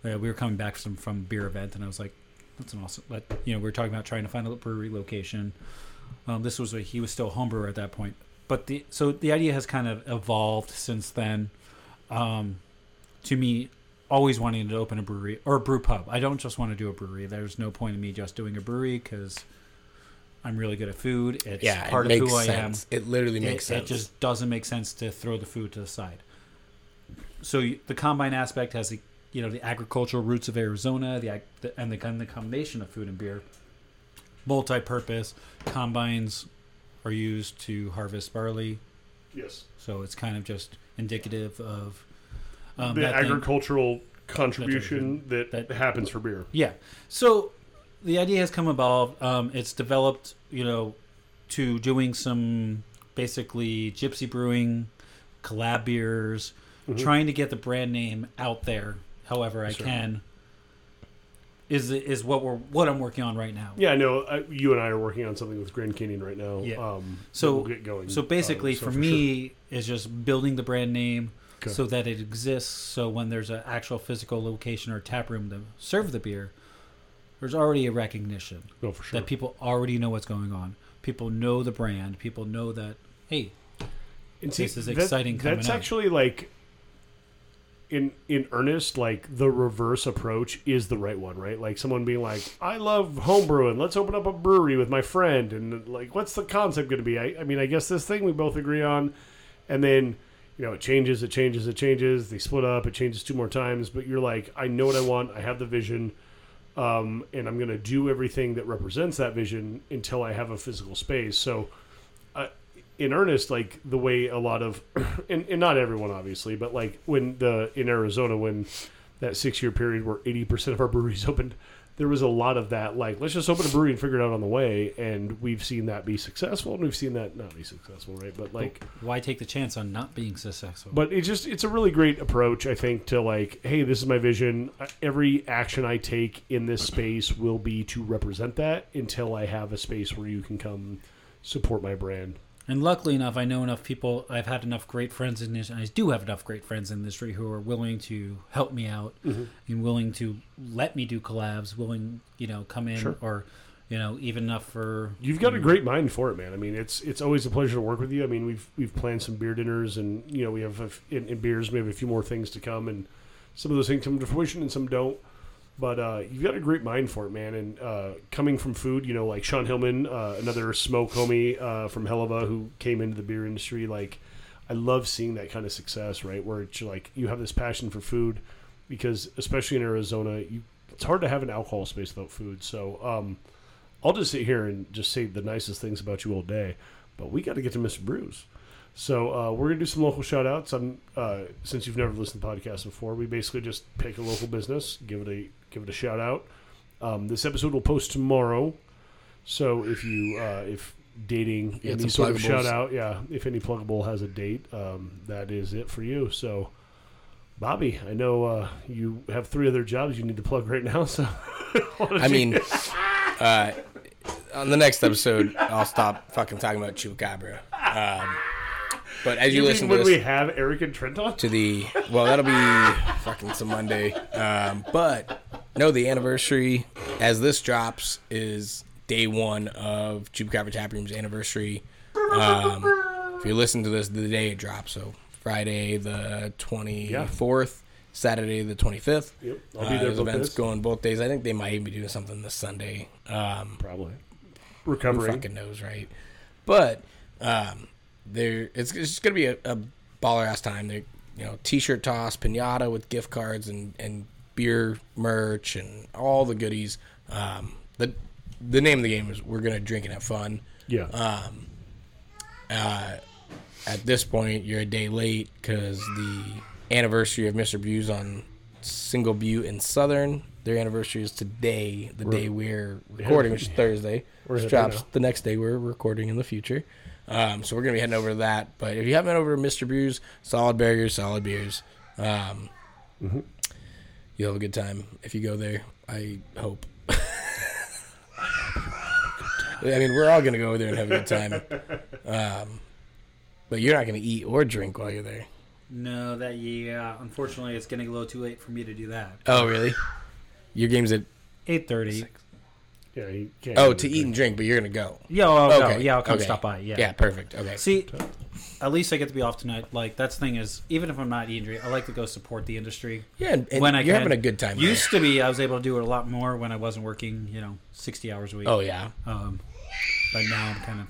Speaker 2: Uh, we were coming back from from a beer event, and I was like, "That's an awesome." But you know, we were talking about trying to find a brewery location. Um, this was a, he was still a home brewer at that point, but the so the idea has kind of evolved since then. Um, to me, always wanting to open a brewery or a brew pub. I don't just want to do a brewery. There's no point in me just doing a brewery because I'm really good at food. It's
Speaker 3: Yeah,
Speaker 2: part
Speaker 3: it
Speaker 2: of
Speaker 3: makes
Speaker 2: who I am
Speaker 3: sense. It literally
Speaker 2: it,
Speaker 3: makes sense.
Speaker 2: it just doesn't make sense to throw the food to the side. So you, the combine aspect has the you know the agricultural roots of Arizona, the, ag- the and the and the combination of food and beer. Multi-purpose combines are used to harvest barley,
Speaker 1: Yes.
Speaker 2: so it's kind of just indicative of um,
Speaker 1: the
Speaker 2: that thing.
Speaker 1: agricultural contribution that,
Speaker 2: that-
Speaker 1: happens for beer.
Speaker 2: Yeah. So the idea has come about. Um, it's developed, you know, to doing some basically gypsy brewing, collab beers, trying to get the brand name out there however I
Speaker 1: Mm-hmm. Sure.
Speaker 2: can. Is is what we're what I'm working on right now.
Speaker 1: Yeah, no, I, uh, you and I are working on something with Grand Canyon right now.
Speaker 2: Yeah.
Speaker 1: Um,
Speaker 2: So-
Speaker 1: that we'll get going.
Speaker 2: So basically,
Speaker 1: um, so
Speaker 2: for, me, it's just building the brand name
Speaker 1: Okay.
Speaker 2: so that it exists. So when there's an actual physical location or tap room to serve the beer, there's already a recognition.
Speaker 1: sure. no, for sure.
Speaker 2: that people already know what's going on. People know the brand. People know that hey,
Speaker 1: And
Speaker 2: This is exciting coming
Speaker 1: That's
Speaker 2: up.
Speaker 1: actually like in in earnest, like the reverse approach is the right one, right? Like someone being like, "I love homebrewing. Let's open up a brewery with my friend." And like, what's the concept going to be? I, I mean, I guess this thing we both agree on, and then you know it changes, it changes, it changes. They split up, it changes two more times. But you're like, I know what I want. I have the vision. Um, and I'm going to do everything that represents that vision until I have a physical space. So, uh, in earnest, like the way a lot of, [CLEARS THROAT] and, and not everyone obviously, but like when the in Arizona when that six year period where eighty percent of our breweries [LAUGHS] opened, there was a lot of that. Like, let's just open a brewery and figure it out on the way. And we've seen that be successful, and we've seen that not be successful, right? But like,
Speaker 2: Why take the chance on not being successful?
Speaker 1: but it's just it's a really great approach, I think, to like, hey, this is my vision. Uh, Every action I take in this space will be to represent that until I have a space where you can come support my brand.
Speaker 2: And luckily enough, I know enough people. I've had enough great friends in this. I do have enough great friends in the industry who are willing to help me out and willing to let me do collabs. Willing, you know, come in
Speaker 1: Sure.
Speaker 2: or, you know, even enough for
Speaker 1: You've got a great mind for it, man. I mean, it's it's always a pleasure to work with you. I mean, we've we've planned some beer dinners, and you know, we have a f in, in beers. We have a few more things to come, and some of those things come to fruition, and some don't. But uh, you've got a great mind for it, man. And uh, coming from food, you know, like Sean Hillman, uh, another smoke homie uh, from Hellava who came into the beer industry. Like, I love seeing that kind of success, right? Where it's like you have this passion for food, because especially in Arizona, you it's hard to have an alcohol space without food. So. Um, I'll just sit here and just say the nicest things about you all day, but we got to get to Mr. Brews. So uh, we're gonna do some local shout outs. I'm uh, since you've never listened to podcasts before, we basically just pick a local business, give it a give it a shout out. Um, this episode will post tomorrow, so if you uh, if dating
Speaker 3: Yeah,
Speaker 1: any
Speaker 3: some
Speaker 1: sort of
Speaker 3: pluggables.
Speaker 1: shout out, yeah, if any pluggable has a date, um, that is it for you. So, Bobby, I know uh, you have three other jobs you need to plug right now, so why don't
Speaker 3: I
Speaker 1: you-
Speaker 3: mean, uh, on the next episode, I'll stop fucking talking about Chupacabra. Um, but
Speaker 1: [LAUGHS]
Speaker 3: as
Speaker 1: You
Speaker 3: you,
Speaker 1: mean
Speaker 3: listen to
Speaker 1: when
Speaker 3: this,
Speaker 1: we have Eric and Trent on?
Speaker 3: to the well, that'll be fucking some Monday. Um, but no, the anniversary as this drops is day one of Chupacabra Tap Room's anniversary. Um, if you listen to this, the day it drops, so Friday the twenty fourth, Saturday the twenty fifth.
Speaker 1: Yep, I'll be there
Speaker 3: there's
Speaker 1: both
Speaker 3: events
Speaker 1: days.
Speaker 3: going both days. I think they might even be doing something this Sunday. Um,
Speaker 1: Probably.
Speaker 3: who
Speaker 1: Recovering.
Speaker 3: fucking knows, right? But um, there, it's, it's just gonna be a, a baller ass time. There, you know, t-shirt toss, pinata with gift cards and and beer merch and all the goodies. Um, the the name of the game is we're gonna drink and have fun.
Speaker 1: Yeah.
Speaker 3: At this point, you're a day late because the anniversary of Mr. Buse on Single Butte and Southern. Their anniversary is today, the day we're recording, which is Thursday. Which
Speaker 1: ahead
Speaker 3: drops
Speaker 1: now.
Speaker 3: the next day we're recording in the future. Um, so we're gonna be heading over to that. But if you haven't been over to Mr. Brews, solid burgers, solid beers. Um, You'll have a good time if you go there. I hope. [LAUGHS] I mean, we're all gonna go over there and have a good time. Um, but you're not gonna eat or drink while you're there.
Speaker 2: no. That yeah, unfortunately, it's getting a little too late for me to do that.
Speaker 3: Oh, really? Your game's at
Speaker 2: Eight thirty.
Speaker 1: yeah, he can't
Speaker 3: oh
Speaker 1: even
Speaker 3: to eat
Speaker 1: drink.
Speaker 3: and drink, but you're gonna go.
Speaker 2: Yeah, I'll go.
Speaker 3: Okay,
Speaker 2: yeah, I'll come
Speaker 3: okay.
Speaker 2: stop by. Yeah.
Speaker 3: Yeah, perfect. Okay.
Speaker 2: See, at least I get to be off tonight. Like that's the thing is, even if I'm not eating, drink, I like to go support the industry.
Speaker 3: yeah, and, and
Speaker 2: when I
Speaker 3: you're
Speaker 2: can.
Speaker 3: having a good time. there.
Speaker 2: Used to be, I was able to do it a lot more when I wasn't working. You know, sixty hours a week.
Speaker 3: Oh yeah.
Speaker 2: Um, but now I'm kind of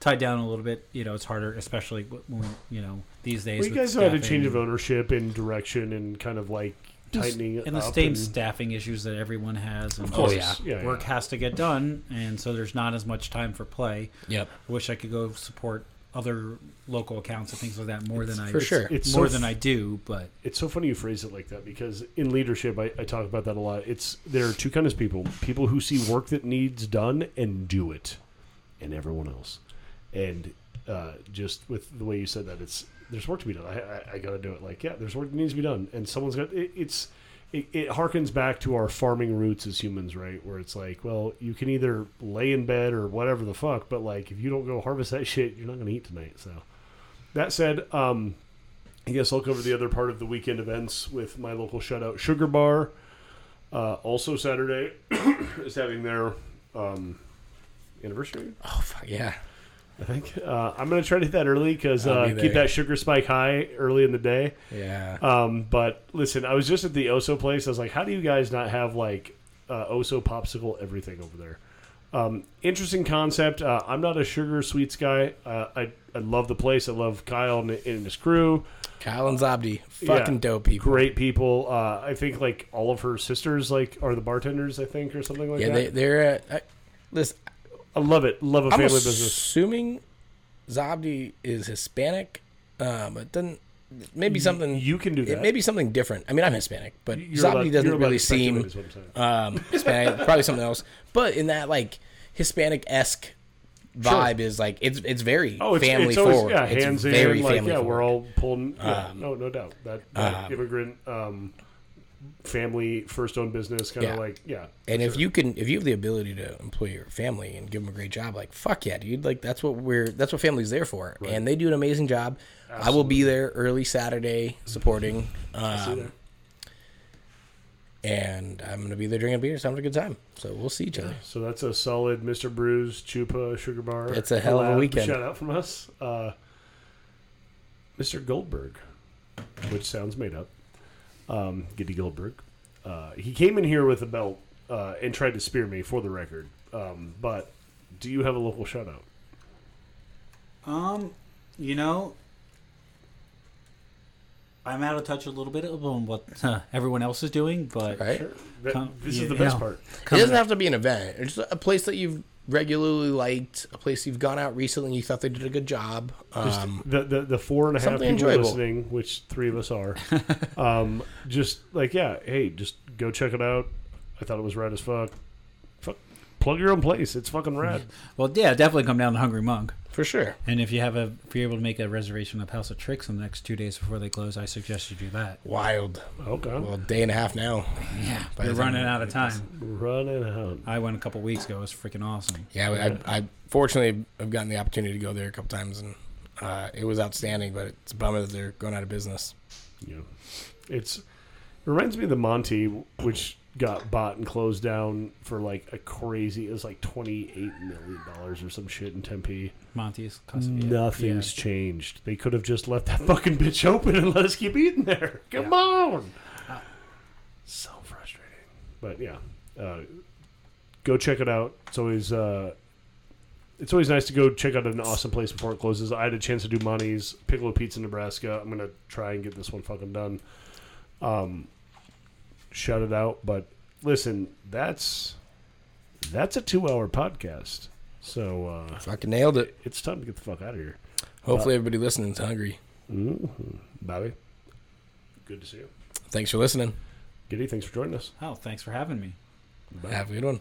Speaker 2: tied down a little bit. You know, it's harder, especially w- when you know these days.
Speaker 1: Well, you
Speaker 2: with
Speaker 1: guys had a
Speaker 2: staffing
Speaker 1: change of ownership and direction and kind of like tightening it
Speaker 2: and the
Speaker 1: up
Speaker 2: same
Speaker 1: and-
Speaker 2: staffing issues that everyone has. And
Speaker 3: course.
Speaker 2: just
Speaker 1: Yeah, yeah.
Speaker 2: work has to get done, and so there's not as much time for play.
Speaker 3: Yep.
Speaker 2: I wish I could go support other local accounts and things like that more than I
Speaker 3: for sure.
Speaker 1: It's
Speaker 2: more
Speaker 1: so
Speaker 2: than
Speaker 1: f-
Speaker 2: I do, but
Speaker 1: It's so funny you phrase it like that because in leadership, I, I talk about that a lot. It's there are two kinds of people: people who see work that needs done and do it, and everyone else. And uh, just with the way you said that, it's there's work to be done. I, I, I got to do it. Like yeah, there's work that needs to be done, and someone's got it, it's. It, it harkens back to our farming roots as humans, right? Where it's like, well, you can either lay in bed or whatever the fuck, but like if you don't go harvest that [LAUGHS] shit, you're not going to eat tonight. So, that said, um, I guess I'll cover the other part of the weekend events with my local shoutout, Sugar Bar. Uh, also Saturday [COUGHS] is having their um, anniversary.
Speaker 3: Oh fuck yeah.
Speaker 1: I think uh, I'm gonna try to hit that early because
Speaker 3: I'll
Speaker 1: uh,
Speaker 3: be
Speaker 1: keep
Speaker 3: there.
Speaker 1: that sugar spike high early in the day.
Speaker 3: Yeah.
Speaker 1: Um, but listen, I was just at the Oso place. I was like, how do you guys not have like uh, Oso popsicle everything over there? Um, interesting concept. Uh, I'm not a sugar sweets guy. Uh, I I love the place. I love Kyle and, and his crew.
Speaker 3: Kyle and Zabdi, fucking
Speaker 1: Yeah.
Speaker 3: dope people.
Speaker 1: great people. Uh, I think like all of her sisters like are the bartenders, I think, or something like
Speaker 3: Yeah,
Speaker 1: that.
Speaker 3: they, they're. Uh, I, listen,
Speaker 1: I love it. Love a
Speaker 3: I'm
Speaker 1: family business.
Speaker 3: assuming Zabdi is Hispanic, uh, but doesn't maybe something
Speaker 1: you can do
Speaker 3: It
Speaker 1: that.
Speaker 3: may be something different. I mean, I'm Hispanic, but
Speaker 1: You're allowed-
Speaker 3: Zobby
Speaker 1: you're
Speaker 3: doesn't
Speaker 1: allowed
Speaker 3: really
Speaker 1: to speculate,
Speaker 3: seem
Speaker 1: is what I'm saying.
Speaker 3: um, Hispanic. probably something else. But in that like Hispanic esque vibe is like it's it's very
Speaker 1: Oh, it's,
Speaker 3: family
Speaker 1: it's always,
Speaker 3: forward.
Speaker 1: Yeah,
Speaker 3: it's
Speaker 1: hands
Speaker 3: very
Speaker 1: in. Like,
Speaker 3: family
Speaker 1: yeah,
Speaker 3: forward. Um,
Speaker 1: we're all pulling. yeah, no, no doubt. That, that immigrant um, family, first owned business, kind of
Speaker 3: Yeah.
Speaker 1: like, yeah.
Speaker 3: and if you can, if you have the ability to employ your family and give them a great job, like fuck yeah, dude! Like that's what we're that's what family's there for, and they do an amazing job. I will be there early Saturday supporting, um, and I'm gonna be there drinking beers, having a good time. So we'll see each other.
Speaker 1: So that's a solid Mr. Brews, Chupa, Sugar Bar.
Speaker 3: It's a hell of a
Speaker 1: collab.
Speaker 3: weekend.
Speaker 1: Shout out from us. Uh, Mr. Goldberg, which sounds made up. Um, Giddy Goldberg. Uh, he came in here with a belt uh, and tried to spear me for the record. Um, but do you have a local shout out?
Speaker 2: Um, you know, I'm out of touch a little bit on what [LAUGHS] uh, everyone else is doing, but
Speaker 3: Right?
Speaker 1: That-
Speaker 2: Come-
Speaker 1: this
Speaker 2: you
Speaker 1: is the best
Speaker 2: know.
Speaker 1: part.
Speaker 3: It
Speaker 2: coming
Speaker 3: doesn't have to be an event. It's just a place that you've regularly liked, a place you've gone out recently and you thought they did a good job. Um,
Speaker 1: the, the the four and a half
Speaker 3: Something
Speaker 1: people
Speaker 3: enjoyable.
Speaker 1: listening, which three of us
Speaker 3: [LAUGHS]
Speaker 1: are, um, just like yeah, hey, just go check it out. I thought it was rad as fuck. Fuck, plug your own place. It's fucking
Speaker 3: [LAUGHS]
Speaker 1: rad.
Speaker 2: well, yeah, definitely come down to Hungry Monk.
Speaker 3: for sure.
Speaker 2: And if you have a, if you're able to make a reservation at House of Tricks in the next two days before they close, I suggest you do that.
Speaker 3: Wild.
Speaker 1: Okay,
Speaker 3: Well, day and a half now.
Speaker 2: Yeah,
Speaker 3: by
Speaker 2: you're
Speaker 3: the time-
Speaker 2: running out of time.
Speaker 1: running out.
Speaker 2: I went a couple weeks ago. It was freaking awesome.
Speaker 3: Yeah, I, I fortunately I've gotten the opportunity to go there a couple times and uh, it was outstanding. But it's a bummer that they're going out of business.
Speaker 1: Yeah, it's it reminds me of the Monty, which got bought and closed down for like a crazy. It was like twenty eight million dollars or some shit in Tempe.
Speaker 2: Monty's custody.
Speaker 1: Nothing's changed. They could have just left that [LAUGHS] fucking bitch open and let us keep eating there. Come on. So frustrating. But yeah, uh, go check it out. It's always uh, it's always nice to go check out an awesome place before it closes. I had a chance to do Monty's Piccolo Pizza, in Nebraska. I'm gonna try and get this one fucking done. Um, shut it out. But listen, that's that's a two hour podcast. So. Uh,
Speaker 3: Fucking nailed it.
Speaker 1: it's time to get the fuck out of here.
Speaker 3: Hopefully everybody listening's hungry.
Speaker 1: Mm-hmm. Bobby, good to see you.
Speaker 3: Thanks for listening.
Speaker 1: Giddy, thanks for joining us.
Speaker 2: Oh, thanks for having me.
Speaker 3: Have a good one.